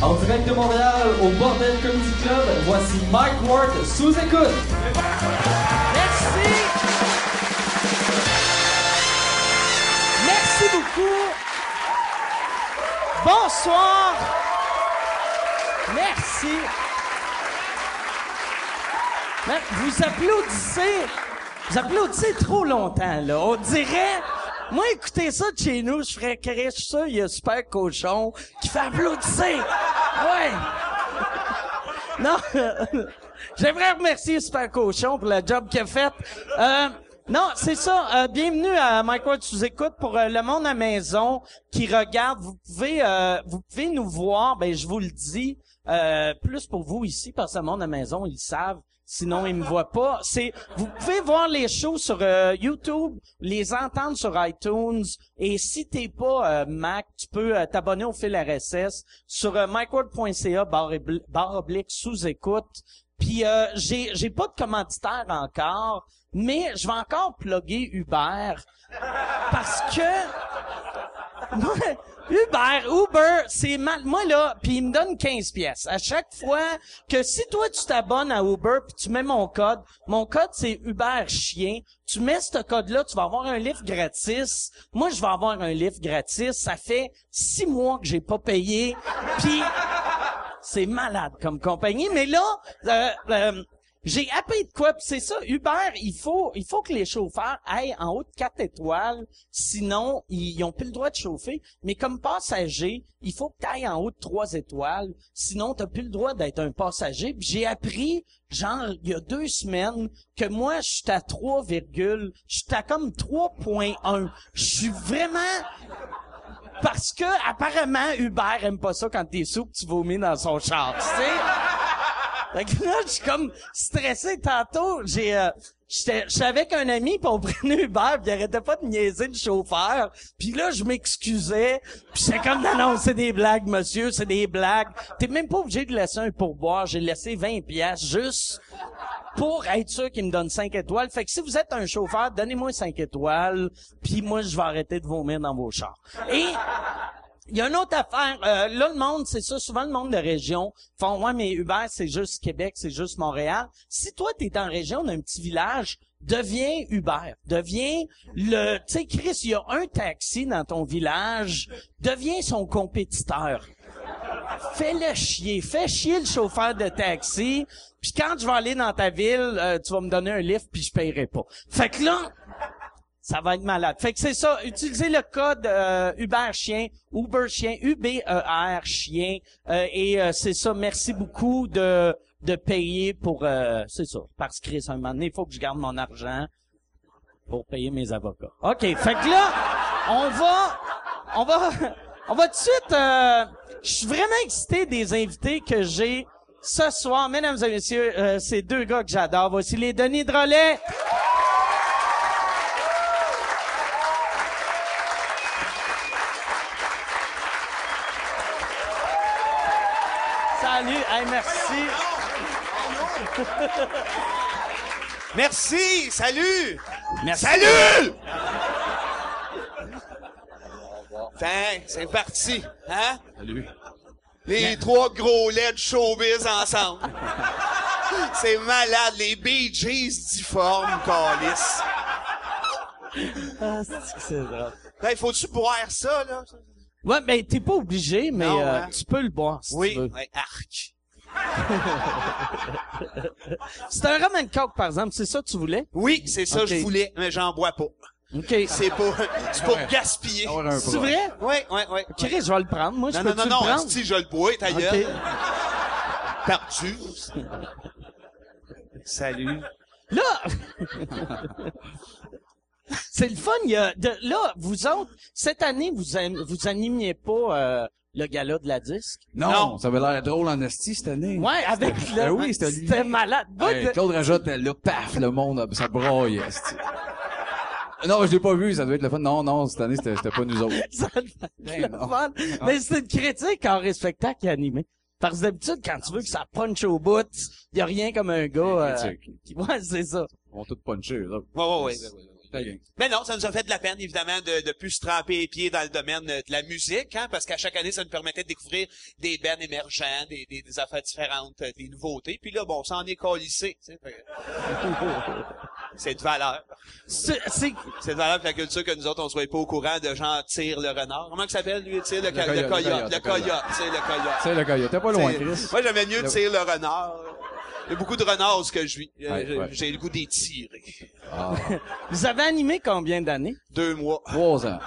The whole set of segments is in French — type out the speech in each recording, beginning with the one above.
En direct de Montréal, au Bordel Comedy Club, voici Mike Ward sous écoute. Merci. Merci beaucoup. Bonsoir. Merci. Man, Ben, Vous applaudissez. Vous applaudissez trop longtemps, là. On dirait. Moi, écoutez ça de chez nous, je ferais Chris, je suis sûr, il y a super cochon qui fait applaudir. Ouais. Non, euh, j'aimerais remercier Super Cochon pour le job qu'il a fait. Euh, non, c'est ça. euh, bienvenue à Mike Ward sous écoute pour euh, le monde à maison qui regarde. Vous pouvez, euh, vous pouvez nous voir. Ben, je vous le dis. euh, plus pour vous ici parce que le monde à maison, ils le savent. Sinon, ils me voient pas. C'est, vous pouvez voir les shows sur euh, YouTube, les entendre sur iTunes. Et si t'es pas euh, Mac, tu peux euh, t'abonner au fil RSS sur euh, micword.ca barre obli- barre oblique sous écoute. Puis euh, j'ai j'ai pas de commanditaire encore, mais je vais encore plugger Uber parce que moi, Uber, Uber, c'est mal. Moi là, puis il me donne 15 pièces à chaque fois que si toi tu t'abonnes à Uber puis tu mets mon code, mon code c'est Uber chien. Tu mets ce code là, tu vas avoir un livre gratis. Moi, je vais avoir un livre gratis. Ça fait six mois que j'ai pas payé. Puis c'est malade comme compagnie. Mais là, euh, euh, j'ai happé de quoi? Puis c'est ça, Uber, il faut, il faut que les chauffeurs aillent en haut de quatre étoiles, sinon ils n'ont plus le droit de chauffer. Mais comme passager, il faut que tu ailles en haut de trois étoiles, sinon t'as plus le droit d'être un passager. Puis j'ai appris, genre, il y a deux semaines, que moi, je suis à 3, je suis à comme 3.1. Je suis vraiment parce que apparemment Hubert aime pas ça quand t'es sous pis tu vomis dans son char, tu sais. Fait que là, je suis comme stressé tantôt. J'ai, euh, j'étais, j'étais avec un ami pis on prenait Uber pis il arrêtait pas de niaiser le chauffeur. Puis là, je m'excusais pis j'étais comme, non, non, c'est des blagues, monsieur, c'est des blagues. T'es même pas obligé de laisser un pourboire. J'ai laissé 20 piastres juste pour être sûr qu'il me donne 5 étoiles. Fait que si vous êtes un chauffeur, donnez-moi 5 étoiles, puis moi, je vais arrêter de vomir dans vos chars. Et il y a une autre affaire. Euh, là, le monde, c'est ça, souvent le monde de région font « Ouais, mais Uber, c'est juste Québec, c'est juste Montréal. » Si toi, t'es en région d'un petit village, deviens Uber. Deviens le... Tu sais, Chris, il y a un taxi dans ton village. Deviens son compétiteur fais-le chier. Fais chier le chauffeur de taxi. Puis quand je vais aller dans ta ville, euh, tu vas me donner un lift puis je payerai pas. Fait que là, ça va être malade. Fait que c'est ça. Utilisez le code euh, Uber Chien, Uber Chien, U-B-E-R Chien. Euh, et euh, c'est ça. Merci beaucoup de de payer pour... euh, c'est ça. Parce que Chris, un moment donné, il faut que je garde mon argent pour payer mes avocats. OK, fait que là, on va on va on va tout de suite euh, je suis vraiment excité des invités que j'ai ce soir, mesdames et messieurs, euh, c'est deux gars que j'adore. Voici les Denis Drolet. Salut, hey, merci. Merci, salut! Merci. Salut! Ben, c'est parti, hein? Salut. Les trois gros laits de showbiz ensemble. c'est malade, les Bee Gees difformes, calice. Ah, c'est que c'est drôle. Ben, faut-tu boire ça, là? Ouais, ben t'es pas obligé, mais Non, euh, hein. tu peux le boire si Oui, tu veux. ouais, arc. C'est un rum and coke, par exemple. C'est ça que tu voulais? Oui, c'est ça Ok. je voulais, mais j'en bois pas. OK. C'est pour, c'est pour gaspiller. C'est vrai? Oui, oui, oui. Chris, je vais le prendre. Moi, je Non, peux non, non, euh. le non, prendre? si je le bois, ta Ok. gueule. Perdu. Salut. Là, c'est le fun. il y a de- là, vous autres, cette année, vous aim- vous animiez pas euh, le gala de la disque. Non, Non. ça avait l'air drôle en esti cette année. Ouais, avec le... Ben oui, c'était lui. malade. Moi, Hey, de- Claude rajoute là, paf, le monde, ça broye, esti. Non, je l'ai pas vu, ça devait être le fun. Non, non, cette année, c'était c'était pas nous autres. ça doit être Ben le non. fun. Mais c'est une critique en respectant qui est animé. Parce que d'habitude, quand tu veux que ça punch au bout, il y a rien comme un gars... euh, Critique. qui- Ouais, c'est ça. On va tout puncher, là. Ouais, ouais, ouais, ouais, ouais, ouais. la gang. Mais non, ça nous a fait de la peine, évidemment, de, de plus se tremper les pieds dans le domaine euh, de la musique, hein, parce qu'à chaque année, ça nous permettait de découvrir des bands émergents, des, des, des affaires différentes, euh, des nouveautés. Puis là, bon, on s'en est colissé. tu sais, fait que- C'est de valeur. C'est, c'est- C'est de valeur pour la culture que nous autres, on soit pas au courant de genre tire le renard. Comment il s'appelle, lui, tu sais, le, ca- coyote, le coyote, le le coyote, le coyote. coyote, tu sais, le coyote. C'est le coyote. T'es pas loin, Chris. C'est- Moi, j'aimais mieux Le- tirer le renard. Il y a beaucoup de renards où ce que je vis. Euh, Ouais, j'ai- ouais. J'ai le goût d'y tirer. Ah, vous avez animé combien d'années? Deux mois. trois ans.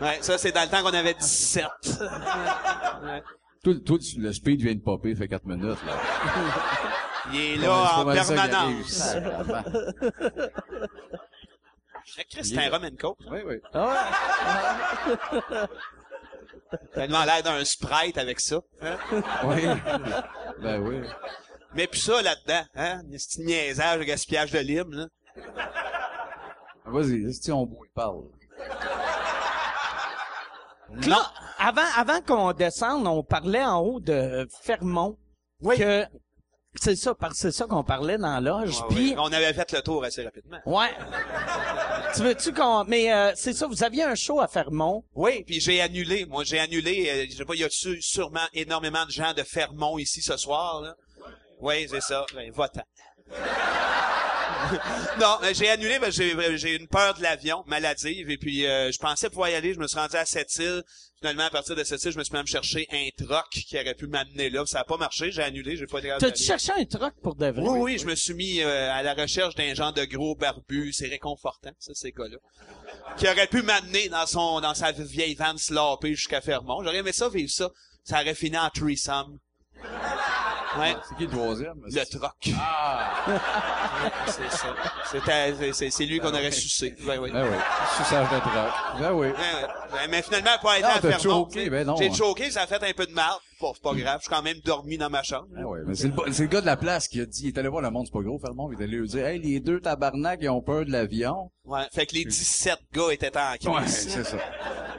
Ouais, ça, c'est dans le temps qu'on avait 17. Tout, le- tout le speed vient de popper, fait quatre minutes, là. Il est Ouais, là c'est en pas mal ça qui arrive, permanence. ça, clairement. Mais Eh, Chris, c'est un Roman Coke. Oui, oui. Tellement l'air d'un Sprite avec ça. hein. Ah, Oui. Ben oui. Mais puis ça, là-dedans, hein. Un petit niaisage, un gaspillage de lime, là. Ah, Vas-y, si on il parle. Non! Avant, avant qu'on descende, on parlait en haut de Fermont. Oui. Que, c'est ça, parce que c'est ça qu'on parlait dans l'âge. Ouais, Puis, ouais. On avait fait le tour assez rapidement. ouais. tu veux-tu qu'on, mais euh, c'est ça, vous aviez un show à Fermont. Oui, puis j'ai annulé. Moi, j'ai annulé. euh, je sais pas, il y a su- sûrement énormément de gens de Fermont ici ce soir. Là. Oui, c'est ça. Ben, votant. non, euh, j'ai annulé parce que j'ai- euh, j'ai une peur de l'avion, maladive, et puis euh, je pensais pouvoir y aller. Je me suis rendu à cette île. Finalement, à partir de cette île, je me suis même cherché un troc qui aurait pu m'amener là. Ça n'a pas marché. J'ai annulé. J'ai pas été capable T'as-tu d'aller. cherché un truc pour de vrai? Oui, oui, je me suis mis euh, à la recherche d'un genre de gros barbu. C'est réconfortant, ça, ces gars-là. Qui aurait pu m'amener dans son dans sa vieille van slapée jusqu'à Fermont. J'aurais aimé ça, vivre ça. Ça aurait fini en threesome. Ouais, Ah, C'est qui le troisième? Ah, le troc. c'est ça. C'était- c'est- c'est- C'est lui qu'on Ah, aurait sucé. Ben oui. Ben oui. Suçage de troc. Ben oui. Ben, ben, mais finalement, pas été Ah, à t'as Fermont. choqué, tu sais. ben non, J'ai hein. choqué, ça a fait un peu de mal. Bon, c'est pas grave, je suis quand même dormi dans ma chambre. Ah Ben oui. Mais c'est le, bo- c'est le gars de la place qui a dit, il est allé voir le monde, c'est pas gros, Fermont, il est allé lui dire, hey, les deux tabarnak, ils ont peur de l'avion. Ouais. Fait que les 17 gars étaient en crise. Ouais, c'est ça.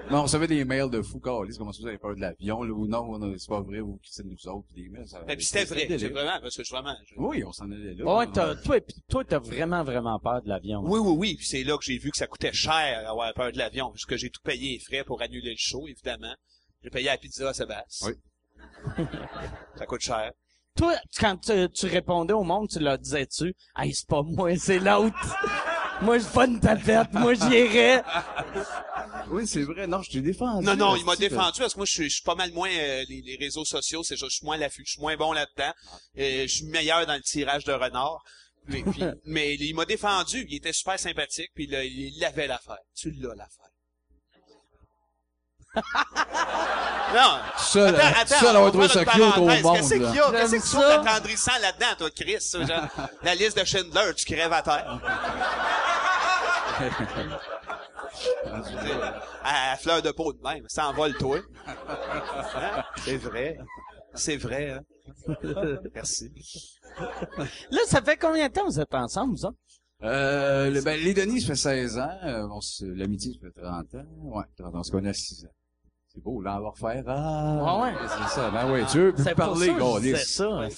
Non, on recevait des mails de fou, Carlis, comment ça, vous avez peur de l'avion, là, ou non, on a- c'est pas vrai, ou c'est nous autres, puis des mails. ça- Ben, puis c'était vrai, délire. c'est vraiment, parce que je vraiment. je- Oui, on s'en allait là. Ouais, t'as, toi, pis toi, t'as vraiment, vraiment peur de l'avion. Oui, oui, oui. Puis c'est là que j'ai vu que ça coûtait cher avoir peur de l'avion, puisque j'ai tout payé les frais pour annuler le show, évidemment. J'ai payé la pizza à Sébastien. ça coûte cher. Toi, quand tu, tu répondais au monde, tu leur disais-tu, hey, c'est pas moi, c'est l'autre. moi, je suis pas une tapette, moi, j'irais. Oui, c'est vrai. Non, je t'ai défendu. Non, non, il m'a Asti, défendu parce que moi, je suis, je suis pas mal moins euh, les, les réseaux sociaux. C'est juste, je suis moins à l'affût, je suis moins bon là-dedans. Ah. Euh, je suis meilleur dans le tirage de renard. Mais, puis- mais il m'a défendu. Il était super sympathique. Puis là, il avait l'affaire. Tu l'as l'affaire. non, Seul, seul à on avoir va trouvé faire ça une cute au parenthèse. monde, Qu'est-ce qu'il y là. a? Qu'est-ce J'aime que tu trouves ça. d'attendrissant là-dedans, toi, Chris? Ça, genre, la liste de Schindler, tu crèves à terre. à, à fleur de peau de même. Ça envole, toi. Hein? C'est vrai. C'est vrai, hein? Merci. Là, ça fait combien de temps vous êtes ensemble, vous autres? Euh, le, ben, les Denis, ça fait 16 ans. Euh, on se- L'amitié, ça fait 30 ans. Ouais, 30 ans. On se connaît à 6 ans. C'est beau, là, on va refaire. Ah, Ah ouais. C'est ça, ben ouais. Tu veux plus C'est pour parler, ça que je Gaulis. disais ça. hein.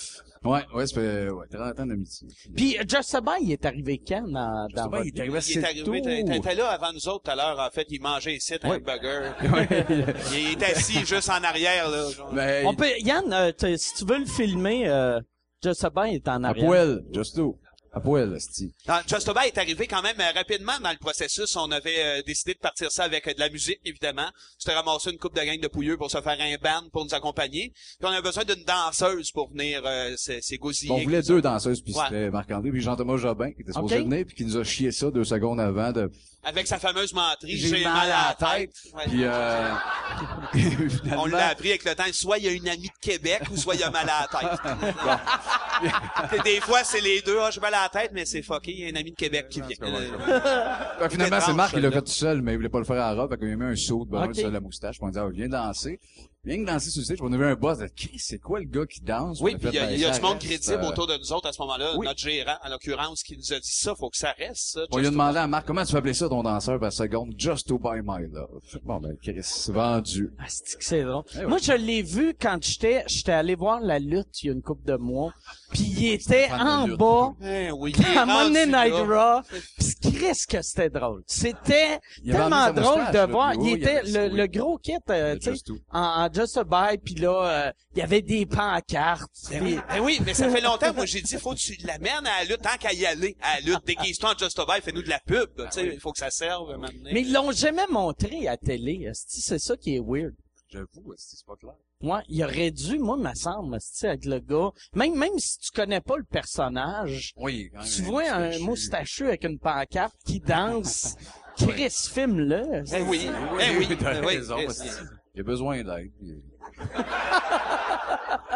Ouais, ouais, ça fait ouais, 30 ans d'amitié. Puis, Just a Boy, il est arrivé quand dans, dans Ben, votre- il est arrivé Il est arrivé, t'es- t'es- t'étais là avant nous autres tout à l'heure, en fait. Il mangeait ici, un hamburger. Il est assis juste en arrière, là. genre. Mais On peut, Yann, euh, t'as- si tu veux le filmer, euh, Just a Boy est en à arrière. poil, Justo. À poil, Asti. Non, Just a Bite Ah, est arrivé quand même euh, rapidement dans le processus. On avait euh, décidé de partir ça avec euh, de la musique, évidemment. C'était ramasser une coupe de gang de pouilleux pour se faire un band pour nous accompagner. Puis on avait besoin d'une danseuse pour venir euh, s'é- s'égosiller. Bon, on voulait deux danseuses, puis Ouais. c'était Marc-André, puis Jean-Thomas Jobin, qui était supposé Ok. venir, puis qui nous a chié ça deux secondes avant de Avec sa fameuse menterie, J'ai mal à la Ouais. Puis, euh, finalement, On l'a appris avec le temps. Soit il y a une amie de Québec ou soit il y a mal à la tête. des fois, c'est les deux. Ah, j'ai mal à la tête, mais c'est fucké. Il y a une amie de Québec qui vient. Euh, Ben, finalement, étrange, c'est Marc qui l'a là. fait tout seul, mais il voulait pas le faire à robe, fait qu'il a mis un saut de bonhomme Ok. sur la moustache, puis on dit, ah, viens danser. Rien que danser sur le stage, on avait un boss de, Qu'est-ce que c'est quoi le gars qui danse? Oui, On puis il y a, fait, il y a ben, du ça monde reste, crédible euh, autour de nous autres à ce moment-là. oui. Notre gérant, en l'occurrence, qui nous a dit ça, faut que ça reste, ça. On lui a demandé à Marc, comment tu vas appeler ça ton danseur par seconde? Just to buy my love. Bon, ben, Chris, vendu. Ah, c'est que c'est drôle. Eh oui. Moi, je l'ai vu quand j'étais, j'étais allé voir la lutte il y a une couple de mois. Puis il était fan de en lutte. bas Eh oui, il est à rendu Monday Night là. Raw. Puis Chris que c'était drôle. C'était Il avait tellement amené sa drôle moustache, là, de plus voir. haut, Il il était avait ça, le, oui. le gros kit, euh, Le tu sais, Just Do. en, en Just a Buy. Puis là, euh, il y avait des pancartes. Puis- Ben oui, mais ça fait longtemps, moi, j'ai dit, faut que tu l'amènes à la lutte, tant qu'à y aller, à la lutte. Déguise-toi en Just a Vibe, fais-nous de la pub, tu sais, il faut que ça serve, maintenant. mais ils l'ont jamais montré à télé. esti, C'est ça qui est weird. J'avoue, c'est c'est pas clair. Moi, il aurait dû, moi, me semble, esti, avec le gars. Même, même si tu connais pas le personnage, Oui, quand même. Tu vois un moustachu. moustachu avec une pancarte qui danse. Chris, filme-le. Eh oui, eh oui, t'as eh oui. raison, eh, parce que Il a besoin d'aide. puis-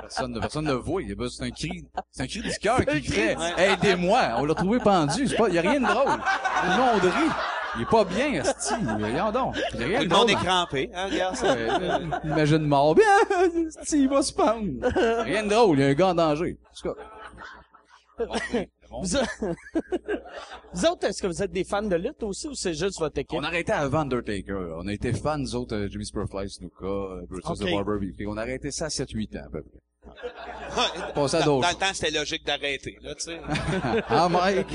personne, ne- personne ne voit. Il a besoin, c'est un cri, c'est un cri du cœur qui crée. Aidez-moi. On l'a trouvé pendu. C'est pas, il y a rien de drôle. Tout le monde rit. Il est pas bien, Asti. Voyons donc. Il y a rien Tout le de drôle. monde est crampé, hein, regarde ça. Euh, Imagine mort. Bien, Asti, il va se pendre. Rien de drôle. Il y a un gars en danger. En tout cas. Le monde rit, le monde Vous, Vous autres, est-ce que vous êtes des fans de lutte aussi ou c'est juste votre équipe? On arrêtait avant Undertaker. On a été fans, nous autres, euh, Jimmy Superfly, Snuka, euh, Brutus Ok. the Barber. puis- puis On a arrêté ça à 7-8 ans, à peu près. dans, Passez à dans d'autres. le temps, c'était logique d'arrêter, là, tu sais. Ah, Mike!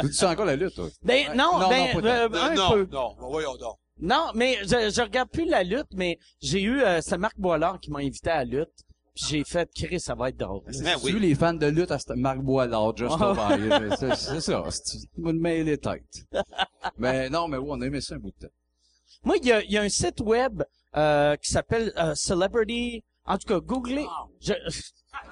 tu sens encore la lutte, toi? Ben, Ouais. non, Non, ben, non, pas euh, Non, un non, peu. non, ben voyons donc. Non, mais je, je regarde plus la lutte, mais j'ai eu, euh, c'est Marc Boilard qui m'a invité à la lutte. Puis j'ai fait, Chris, ça va être drôle. Ben Tu oui. les fans de lutte à cette- Marc Boilard, Just Ah. Over. C'est c'est ça. C'est une mêlée les têtes. Mais non, mais oui, on a aimé ça un bout de temps. Moi, il y a, il y a un site web euh, qui s'appelle euh, Celebrity. En tout cas, googlez. Ah. Je... tu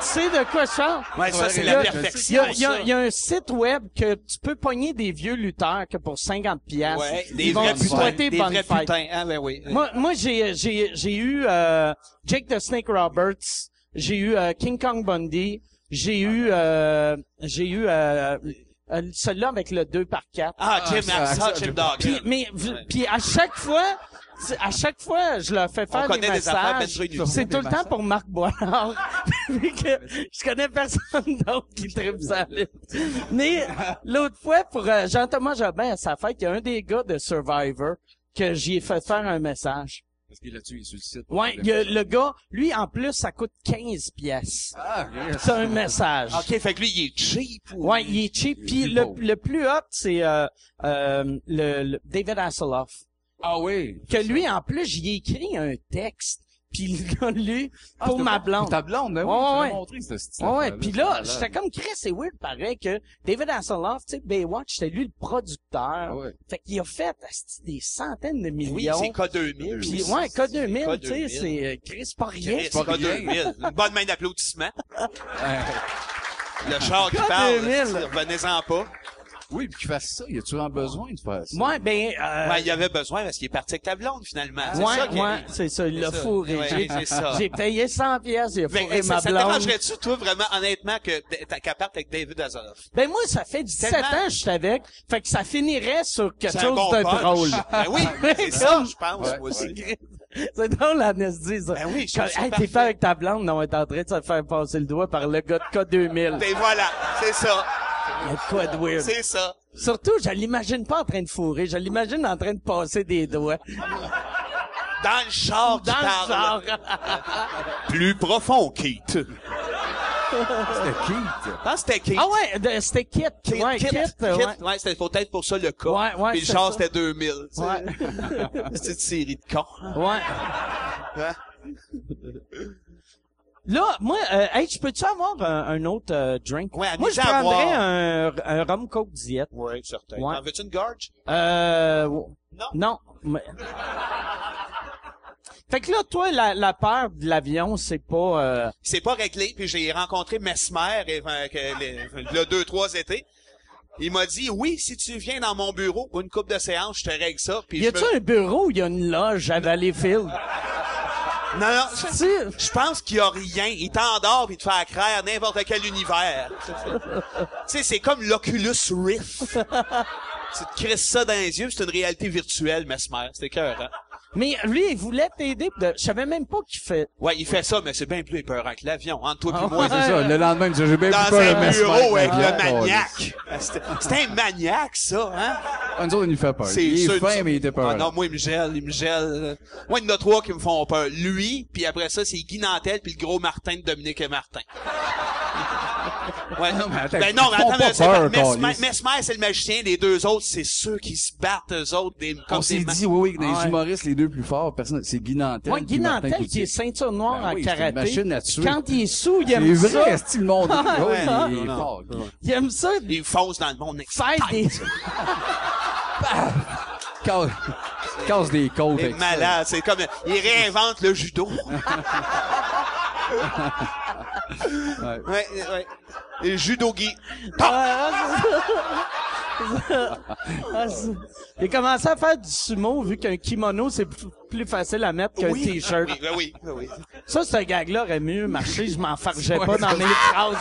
sais de quoi je parle? Ouais, ça, Ouais, c'est il y a- la Il y, perfection, a, il y a- ça. il y a un site web que tu peux pogner des vieux lutteurs que pour 50 pièces Ouais, des ils vont vrais te putains, souhaiter des bonne vrais fête. putains, hein, ben oui. Moi, moi j'ai j'ai j'ai eu euh, Jake the Snake Roberts, j'ai eu euh, King Kong Bundy, j'ai eu euh, j'ai eu euh, euh, celui-là avec le 2 par 4 Ah, Jim Ah, ça, Hapsa, ça, Jim Jim Dog. puis, mais, v- puis à chaque fois, tu- à chaque fois, je leur fais faire connaît des des affaires messages. Ben Trudeau. C'est Des tout le temps massages. pour Marc Boilard. Puis que je connais personne d'autre qui tripe sa lutte. Mais l'autre fois, pour euh, Jean-Thomas Jobin, à sa fête, il y a un des gars de Survivor que j'y ai fait faire un message. Parce qu'il là-dessus, il est sur le site. Ouais, il y a le gars, lui, en plus, ça coûte 15 pièces. Ah, yes. C'est un message. Ah, OK, fait que lui, il est cheap. ou- Ouais, il est cheap. Puis plus le, pauvre. le plus hot, c'est euh, euh, le, le David Hasselhoff. Ah oui. que lui, en plus, j'y ai écrit un texte, puis il l'a lu Ah, pour c'était ma pas- blonde. Pour ta blonde, ben oui. Ouais, tu l'as ouais. montré, cette petite Ouais, affaire-là, Ah, puis c'est là, malade. j'étais comme Chris et Weird, pareil, que David Hasselhoff, tu sais, Baywatch, c'était lui le producteur. Ah ouais. Fait qu'il a fait asti, des centaines de Oui, millions. c'est K2000. puis ouais, K2000, K2000, tu sais, c'est euh, Chris pas rien. Chris, pas K2000. Une bonne main d'applaudissement. Ouais. Le char qui parle, revenez-en pas. Oui, puis qu'il fasse ça. Il a toujours besoin de faire ça. Moi, ben, euh, Ben, il y avait besoin parce qu'il est parti avec ta blonde, finalement. Ah, C'est ouais, ça qui ouais, arrive. c'est ça, il l'a C'est ça. fourré. Ouais, J'ai- c'est ça. Ben, J'ai payé 100 pièces, il a Mais, fourré hey, ça, ma ça blonde. t'arrangerait-tu, toi, vraiment, honnêtement, que d- ta- qu'elle parte avec David Azoloff? Ben moi, ça fait 17 Tellement. ans que je suis avec, fait que ça finirait sur quelque C'est un chose bon de punch. drôle. Ben oui, c'est ça, je pense, moi aussi. C'est drôle, l'amnestie, ça. Ben oui, je Quand, trouve ça hey, t'es parfait. fait avec ta blonde, non, t'es en train de se faire passer le doigt par le gars de K2000. Ben voilà, c'est ça, Il y a de quoi de weird. c'est ça. Surtout, je l'imagine pas en train de fourrer, je l'imagine en train de passer des doigts. Dans le char qui Dans le parle. genre. Plus profond, Keith. Je C'était Keith. pense que c'était Keith. Ah ouais, de- c'était Kit. Kit, ouais, Kit, Kit, Kit, euh, ouais. ouais. c'était peut-être pour ça le cas. Ouais, ouais, Puis le c'est char, ça. c'était 2000. tu sais. Ouais. C'est une série de cons. ouais. Hein? Là, moi, euh, hey, je peux-tu avoir un, un autre euh, drink? Ouais, moi, je amusez à prendrais boire. un, un rum coke diète. Ouais, certain. Ouais. T'en veux-tu une gorge? Euh, w- Non. Non. mais- Fait que là, toi, la, la peur de l'avion, c'est pas... euh, C'est pas réglé, puis j'ai rencontré Mesmer et, euh, que le, le deux, trois étés. Il m'a dit, oui, si tu viens dans mon bureau pour une coupe de séance, je te règle ça. Puis Y je a-tu me- un bureau où y a une loge à Valleyfield? Non, non, tu sais, je pense qu'il y a rien. Il t'endort puis il te fait accraire n'importe quel univers. tu sais, c'est comme l'Oculus Rift. tu te crisses ça dans les yeux, puis c'est une réalité virtuelle, Mesmer. C'était cœur, Mais lui, il voulait t'aider. pis de- Je savais même pas qu'il fait. Ouais, il fait ça, mais c'est bien plus épeurant que l'avion. Entre toi et moi, Ah Ouais, c'est ça. Le lendemain, il me Ah, disait, j'ai bien dans plus peur de un Mesmer bureau que avec le l'avion. maniaque. C'était c'était un maniaque, ça, hein? Ah, Nous autres, il nous fait peur. C'est Il sûr est que fin, tu- mais il était Ah non, peur. moi, il me gèle, il me gèle. Moi, il y en a trois qui me font peur. Lui, puis après ça, c'est Guy Nantel, puis le gros Martin de Dominique et Martin. ouais. Non, Ah, mais attends, ben non, mais ils font attends, pas mais c'est pas- peur, Mesmer- câlisse. Mesmer, c'est le magicien. Les deux autres, c'est ceux qui se battent, eux autres, des, comme On s'est des ma- dit, oui, oui, que dans Ouais. les humoristes, les deux plus forts, personne, c'est Guy Nantel. Moi, Guy puis Martin Nantel, qui Gauthier. est ceinture noire Ben en oui, c'est une karaté. machine à tuer. Quand il est sous, il C'est aime ça. vrai, c'est le monde. Ouais, Ouais, il non, est non. fort, Guy. Il aime ça. de Ils foncent dans le monde. Faire des. Casse, casse des côtes. C'est avec ça. malade, c'est comme il réinvente le judo. ouais. ouais, Et le judo Guy. Ah, c'est- Il a commencé à faire du sumo vu qu'un kimono, c'est p- plus facile à mettre qu'un oui. t-shirt. Oui, ben oui, ben oui. Ça, ce gag-là aurait mieux marché. Je m'en fargeais pas dans mes phrases.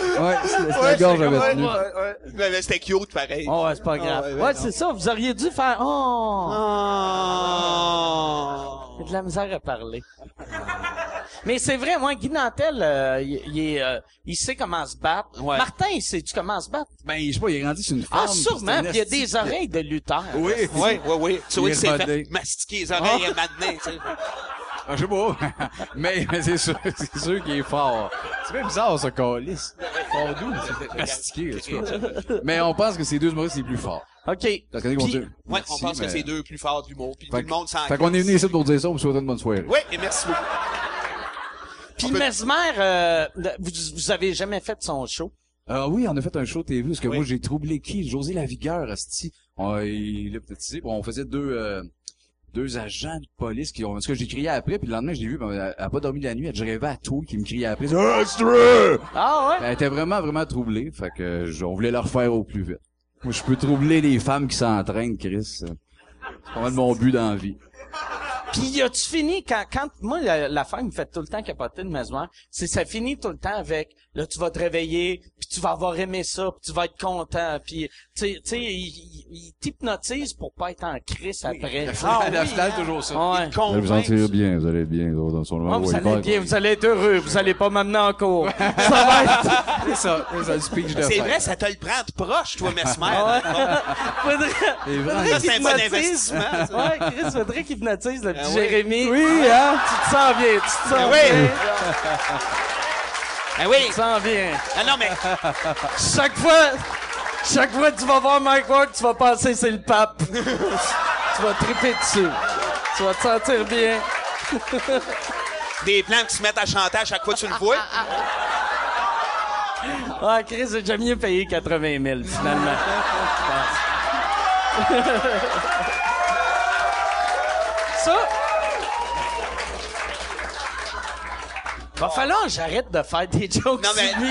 Ouais, c'est c'est Ouais, la gorge c'est comme- avec ouais, nous. ouais, ouais. Ben, ben, c'était cute pareil. Oh, ouais, c'est pas grave. ouais, ouais, ouais, c'est ça. Vous auriez dû faire, oh, Oh. j'ai de la misère à parler. Mais c'est vrai, moi, Guy Nantel, euh, il, il est, euh, il sait comment se battre. Ouais. Martin, il sait tu comment se battre? Ben, je sais pas, il est rendu sur une femme. Ah, sûrement, puis puis il y a c'est un des esti- oreilles de lutteur. Oh. Oui, Oui, oui, oui. Tu vois, Il il s'est rodé. fait mastiquer les oreilles à maintenant, tu sais. Ah, je sais pas. mais mais c'est sûr, c'est sûr qu'il est fort. C'est bien bizarre, ce calice. Fort doux, c'est mastiqué, en tout cas. Mais on pense que ces deux humoristes, c'est plus fort. OK. Parce qu'on dit qu'on Puis- dit, Ouais, on merci, pense que mais- c'est deux plus forts du mot, puis tout Fait le que- monde s'en Fait qu'on est venu ici pour dire ça, pour vous souhaiter une bonne soirée. Oui, et merci beaucoup. Puis On peut- Mesmer, euh, vous, vous avez jamais fait son show. Ah oui, on a fait un show TV, parce que Oui. moi, j'ai troublé qui? José Lavigueur, Asti. On, il l'a hypnotisé, puis on faisait deux, euh, deux agents de police qui ont, parce que j'ai crié après, puis le lendemain, je l'ai vu, ben, elle, elle a pas dormi de la nuit, elle je rêvais à tout, qui me criait après. Elle disait, Ah, c'est vrai! Ah ouais? Ben, Elle était vraiment, vraiment troublée, fait que, euh, je- on voulait la refaire au plus vite. Moi, je peux troubler les femmes qui s'entraînent, Chris. C'est pas mal mon but dans la vie. Puis as-tu fini quand, quand moi la, la femme me fait tout le temps capoter de Mesmer, c'est ça finit tout le temps avec là tu vas te réveiller, puis tu vas avoir aimé ça, puis tu vas être content, puis tu sais- tu sais il, il- il t'hypnotise pour pas être en crise après. À la finale, hein. toujours ça. Ah, ouais. Convainc- bien, vous allez bien, dans son Ah, vous allez bien, vous allez être heureux, vous allez pas m'amener en cours. ça va être C'est ça, c'est ça, le speech de C'est fin. vrai, ça te le prend de proche, toi, Mesmer. Ah ouais. Faudrait- C'est vrai. faudrait Ça, c'est qu'il un bon hypnotise. investissement, ça. Ouais, Chris, faudrait qu'il hypnotise le petit oui. Jérémy. Ah Oui, hein? Tu te sens bien, tu te sens oui. bien. Ah oui. Tu te sens bien. Ah non, mais Chaque fois, chaque fois que tu vas voir Mike Ward, tu vas penser c'est le pape. tu vas triper dessus. Tu vas te sentir bien. des plans qui se mettent à chanter à chaque fois que tu le vois. Ah, Chris, j'ai déjà mieux payé 80 000, finalement. Je pense. Ça... Va falloir que j'arrête de faire des jokes Non, mais- sur lui.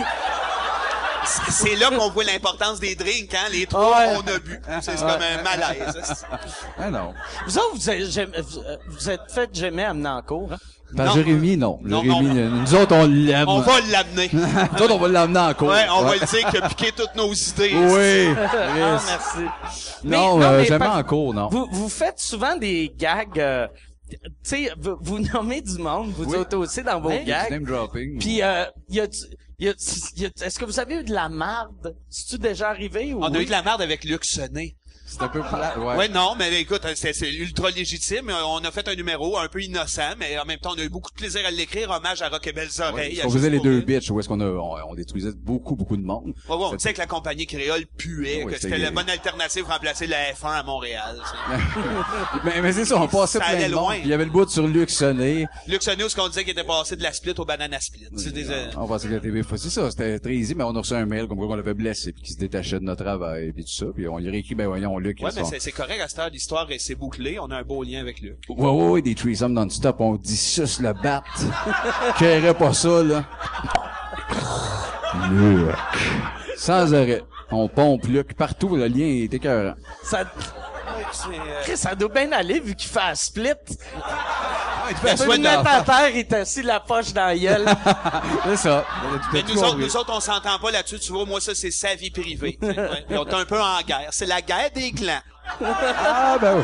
C'est là qu'on voit l'importance des drinks, hein? Les trois, Ouais. on a bu. C'est comme un malaise. hein. Ah non. Vous autres, vous êtes, j'aime- vous- euh, vous êtes fait jamais amener en cours. hein? Par Non. Jérémy, non. Non, Jérémy, non. euh, nous autres, on l'aime. On va l'amener. nous autres, on va l'emmener en cours. Ouais, on va le dire qu'il a piqué toutes nos idées. hein. Oui. Ah, Chris. merci. non, Mais- non, euh, mais jamais par- en cours, non. Vous, vous faites souvent des gags, euh, tu sais, vous, vous nommez du monde, vous Ben Oui. autres aussi dans vos Du gags. name dropping. Puis, euh, y a, y a, y a- est-ce que vous avez eu de la marde? C'est-tu déjà arrivé ou? Ah, On a oui? eu de la merde avec Luc Sonnet. c'est un peu plat. Ouais. Ouais, non, mais écoute, hein, c'est c'est ultra légitime. On a fait un numéro un peu innocent, mais en même temps, on a eu beaucoup de plaisir à l'écrire. Hommage à Rock et Belles Ouais, Oreilles. à on faisait les Juste pour deux rire. bitches où est-ce qu'on a, on, on détruisait beaucoup, beaucoup de monde. Ouais, ouais, on Fait- disait que la compagnie créole puait, Ouais, que c'était c'était la gay. bonne alternative pour remplacer la F1 à Montréal. tu sais. mais, mais c'est ça, on passait Ça plein allait de loin. monde. Puis Il y avait le bout sur Luc Sonnet. Luc Sonnet, où ce qu'on disait qu'il était passé de la split au banana split. C'est des, euh, On pensait que la TV faisait ça. C'était très easy, mais on a reçu un mail comme quoi on l'avait blessé puis qu'il se détachait de notre travail puis tout ça. Puis on lui a réécrit, ben voyons, Luc. Ouais, ils mais sont- c'est- c'est correct, à cette heure, l'histoire est- s'est bouclée. On a un beau lien avec Luc. Ouais, ouais, ouais, des threesomes non-stop, on dit sus le bat. Qu'irait pas ça, là. Luc. Sans arrêt. On pompe Luc partout, le lien est écœurant. Ça, Chris, ça doit bien aller vu qu'il fait un split. la Tu peux le souhaite mettre dans- à terre, il t'a assis la poche dans la gueule. C'est ça. Mais nous autres, nous autres, on s'entend pas là-dessus. Tu vois, moi, ça, c'est sa vie privée. tu sais. Ouais. Et on est un peu en guerre. C'est la guerre des clans. Ah, ben oui.